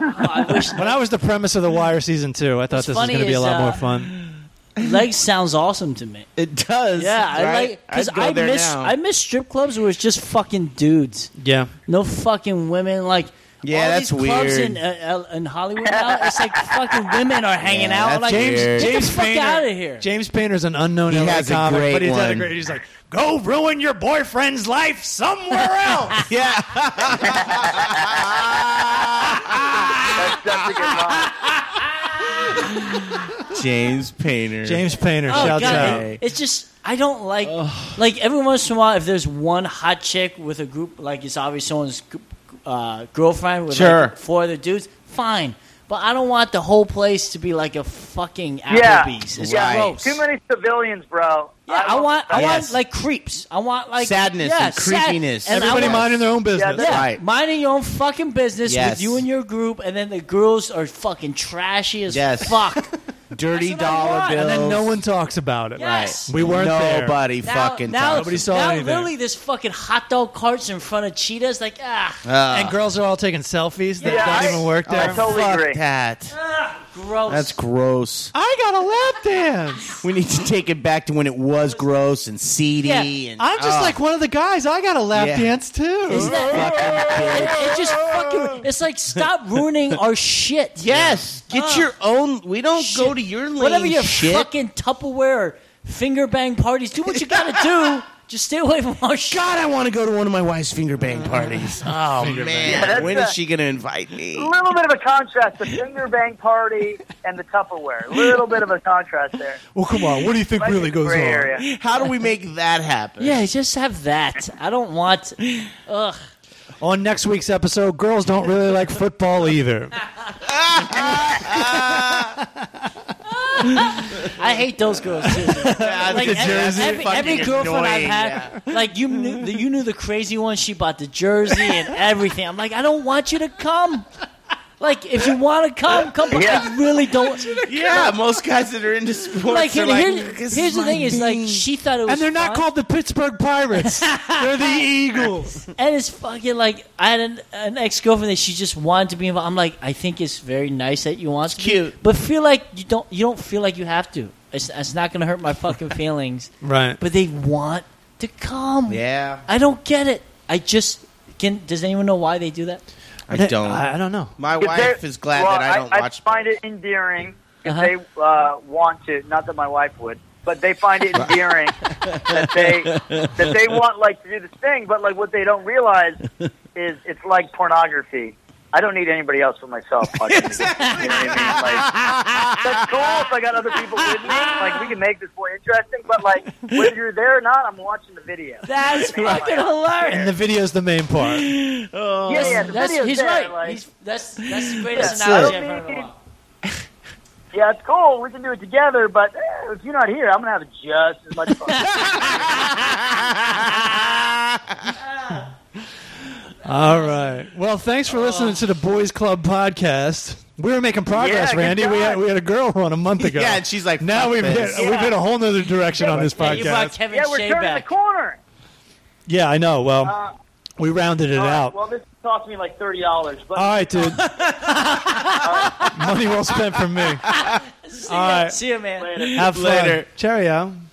Speaker 3: I wish
Speaker 1: When I was the premise of The Wire season two, I thought
Speaker 3: What's
Speaker 1: this was
Speaker 3: funny
Speaker 1: going to be a
Speaker 3: is,
Speaker 1: lot
Speaker 3: uh,
Speaker 1: more fun.
Speaker 3: legs sounds awesome to me.
Speaker 2: It does.
Speaker 3: Yeah, I
Speaker 2: right?
Speaker 3: like because
Speaker 2: I'd go
Speaker 3: I
Speaker 2: there
Speaker 3: miss
Speaker 2: now.
Speaker 3: I miss strip clubs where it's just fucking dudes,
Speaker 1: Yeah.
Speaker 3: no fucking women. Like
Speaker 2: Yeah,
Speaker 3: all
Speaker 2: that's
Speaker 3: these clubs
Speaker 2: weird.
Speaker 3: in, uh, uh, in Hollywood now, it's like fucking women are hanging
Speaker 2: Yeah,
Speaker 3: out.
Speaker 2: that's
Speaker 3: Like
Speaker 2: James-
Speaker 3: get
Speaker 1: James
Speaker 3: the fuck
Speaker 1: Painter.
Speaker 3: out of here.
Speaker 1: James Painter's an unknown
Speaker 2: He
Speaker 1: LA
Speaker 2: has a
Speaker 1: comic,
Speaker 2: great
Speaker 1: but he's had a
Speaker 2: one.
Speaker 1: great. He's like, go ruin your boyfriend's life somewhere else.
Speaker 2: Yeah.
Speaker 5: That's such a good line.
Speaker 2: James Painter.
Speaker 1: James Painter,
Speaker 3: Oh,
Speaker 1: shouts
Speaker 3: God,
Speaker 1: out.
Speaker 3: it- It's just I don't like like every once in a while if there's one hot chick with a group like it's obviously someone's g- uh, girlfriend with
Speaker 2: Sure.
Speaker 3: like, four other dudes, fine. But I don't want the whole place to be like a fucking
Speaker 5: Yeah.
Speaker 3: Applebee's. It's
Speaker 2: Right.
Speaker 3: gross.
Speaker 5: Too many civilians, bro.
Speaker 3: yeah, I want I
Speaker 2: Yes.
Speaker 3: want like creeps. I want like
Speaker 2: Sadness
Speaker 3: yeah,
Speaker 2: and
Speaker 3: sad-
Speaker 2: creepiness.
Speaker 3: and I
Speaker 1: Everybody
Speaker 3: want-
Speaker 1: minding their own business.
Speaker 5: Yeah,
Speaker 3: yeah,
Speaker 2: Right.
Speaker 3: minding your own fucking business
Speaker 2: Yes.
Speaker 3: with you and your group, and then the girls are fucking trashy as
Speaker 2: Yes.
Speaker 3: fuck.
Speaker 2: dirty
Speaker 3: That's what I
Speaker 2: dollar
Speaker 3: want.
Speaker 2: bills.
Speaker 1: and then no one talks about it.
Speaker 3: Yes.
Speaker 1: We weren't there.
Speaker 2: Nobody
Speaker 3: Now,
Speaker 2: fucking
Speaker 3: now,
Speaker 2: talks.
Speaker 1: Nobody saw
Speaker 3: now
Speaker 1: anything.
Speaker 3: literally, there's fucking hot dog carts in front of cheetahs. Like, ah,
Speaker 2: Ah,
Speaker 1: And girls are all taking selfies that
Speaker 4: Yeah,
Speaker 1: don't
Speaker 4: I-
Speaker 1: even work
Speaker 4: I
Speaker 1: there.
Speaker 4: told- Totally
Speaker 2: fuck
Speaker 4: agree.
Speaker 2: that.
Speaker 3: gross.
Speaker 2: That's gross.
Speaker 1: I got a lap dance.
Speaker 2: We need to take it back to when it was gross and seedy.
Speaker 3: Yeah,
Speaker 2: and,
Speaker 1: I'm just
Speaker 2: oh,
Speaker 1: like one of the guys. I got a lap
Speaker 2: Yeah.
Speaker 1: dance too.
Speaker 3: Isn't that-
Speaker 2: fucking bitch.
Speaker 3: it, it just fucking. It's like stop ruining our shit.
Speaker 2: Yes, get
Speaker 3: Ah.
Speaker 2: your own. We don't
Speaker 3: Shit.
Speaker 2: go to your lane.
Speaker 3: whatever your
Speaker 2: shit.
Speaker 3: fucking Tupperware or finger bang parties. Do what you gotta do. Just stay away from our shit.
Speaker 2: God, I want to go to one of my wife's finger bang parties. Oh man,
Speaker 4: Yeah, that's
Speaker 2: when is
Speaker 4: a-
Speaker 2: she gonna invite me?
Speaker 5: A little bit of a contrast, the finger bang party and the Tupperware. A little bit of a contrast there.
Speaker 1: well, come on. What do you think
Speaker 5: Like
Speaker 1: really
Speaker 5: a
Speaker 1: goes on?
Speaker 5: gray area.
Speaker 2: How do we make that happen?
Speaker 3: Yeah, just have that. I don't want. Ugh.
Speaker 1: On next week's episode, girls don't really like football either.
Speaker 3: I hate those girls too. like
Speaker 2: the jersey
Speaker 3: every,
Speaker 2: fucking
Speaker 3: every girlfriend I've
Speaker 2: annoying,
Speaker 3: had, like you knew, the, you knew the crazy one. She bought the jersey and everything. I'm like, I don't want you to come. Like, if you want to come, come. But I really don't.
Speaker 2: yeah. Most guys that are into sports
Speaker 3: Like,
Speaker 2: are
Speaker 3: here,
Speaker 2: like,
Speaker 3: here's,
Speaker 2: "This
Speaker 3: here's the
Speaker 2: my
Speaker 3: thing: is like
Speaker 2: thing."
Speaker 3: she thought it was,
Speaker 1: And they're not
Speaker 3: fun.
Speaker 1: called the Pittsburgh Pirates. They're the Eagles.
Speaker 3: And it's fucking like I had an, an ex girlfriend that she just wanted to be involved. I'm like, I think it's very nice that you want to, be,
Speaker 2: cute.
Speaker 3: but feel like you don't. You don't feel like you have to. It's, it's not going to hurt my fucking feelings.
Speaker 1: Right.
Speaker 3: But they want to come.
Speaker 2: yeah,
Speaker 3: I don't get it. I just can. Does anyone know why they do that?
Speaker 2: I don't.
Speaker 1: I, I don't know.
Speaker 2: my
Speaker 5: If they're-
Speaker 2: wife is glad
Speaker 5: well,
Speaker 2: that I don't
Speaker 5: I,
Speaker 2: watch.
Speaker 5: find it endearing if
Speaker 3: Uh-huh.
Speaker 5: they uh, want to. Not that my wife would, but they find it endearing that they that they want like to do this thing. But like what they don't realize is it's like pornography. I don't need anybody else but myself watching. it. You know what I mean? Like, that's cool if I got other people with me. Like we can make this more interesting. But like whether you're there or not, I'm watching the video.
Speaker 3: That's fucking
Speaker 1: And
Speaker 3: hilarious.
Speaker 1: the video's the main part.
Speaker 5: yeah, yeah, the
Speaker 3: That's,
Speaker 5: video's
Speaker 3: he's
Speaker 5: there,
Speaker 3: right.
Speaker 5: like-
Speaker 3: he's, that's that's the greatest
Speaker 2: That's
Speaker 3: analogy
Speaker 5: it.
Speaker 3: I've heard in a while.
Speaker 5: Yeah, it's cool. We can do it together, but eh, if you're not here, I'm gonna have just as much fun.
Speaker 1: All right. Well, thanks for listening to the Boys Club podcast. We were making progress,
Speaker 5: Yeah, good
Speaker 1: Randy. We had,
Speaker 5: job.
Speaker 1: we had a girl on a month ago.
Speaker 2: yeah, and she's like,
Speaker 1: now
Speaker 2: "Fuck
Speaker 1: we've hit,
Speaker 2: this."
Speaker 1: we've hit a whole nother direction on this
Speaker 3: Yeah, you brought
Speaker 1: podcast.
Speaker 3: Kevin
Speaker 5: yeah, we're
Speaker 3: Shea
Speaker 5: turning
Speaker 3: back.
Speaker 5: the corner.
Speaker 1: Yeah, I know. Well, we rounded it
Speaker 5: Uh, All right,
Speaker 1: out.
Speaker 5: Well, this cost me like thirty dollars, but
Speaker 1: All right, dude. Money well spent for me.
Speaker 3: See
Speaker 1: All
Speaker 3: ya.
Speaker 1: right.
Speaker 3: See you, man.
Speaker 5: later.
Speaker 1: Have fun.
Speaker 2: Later.
Speaker 1: Cheerio.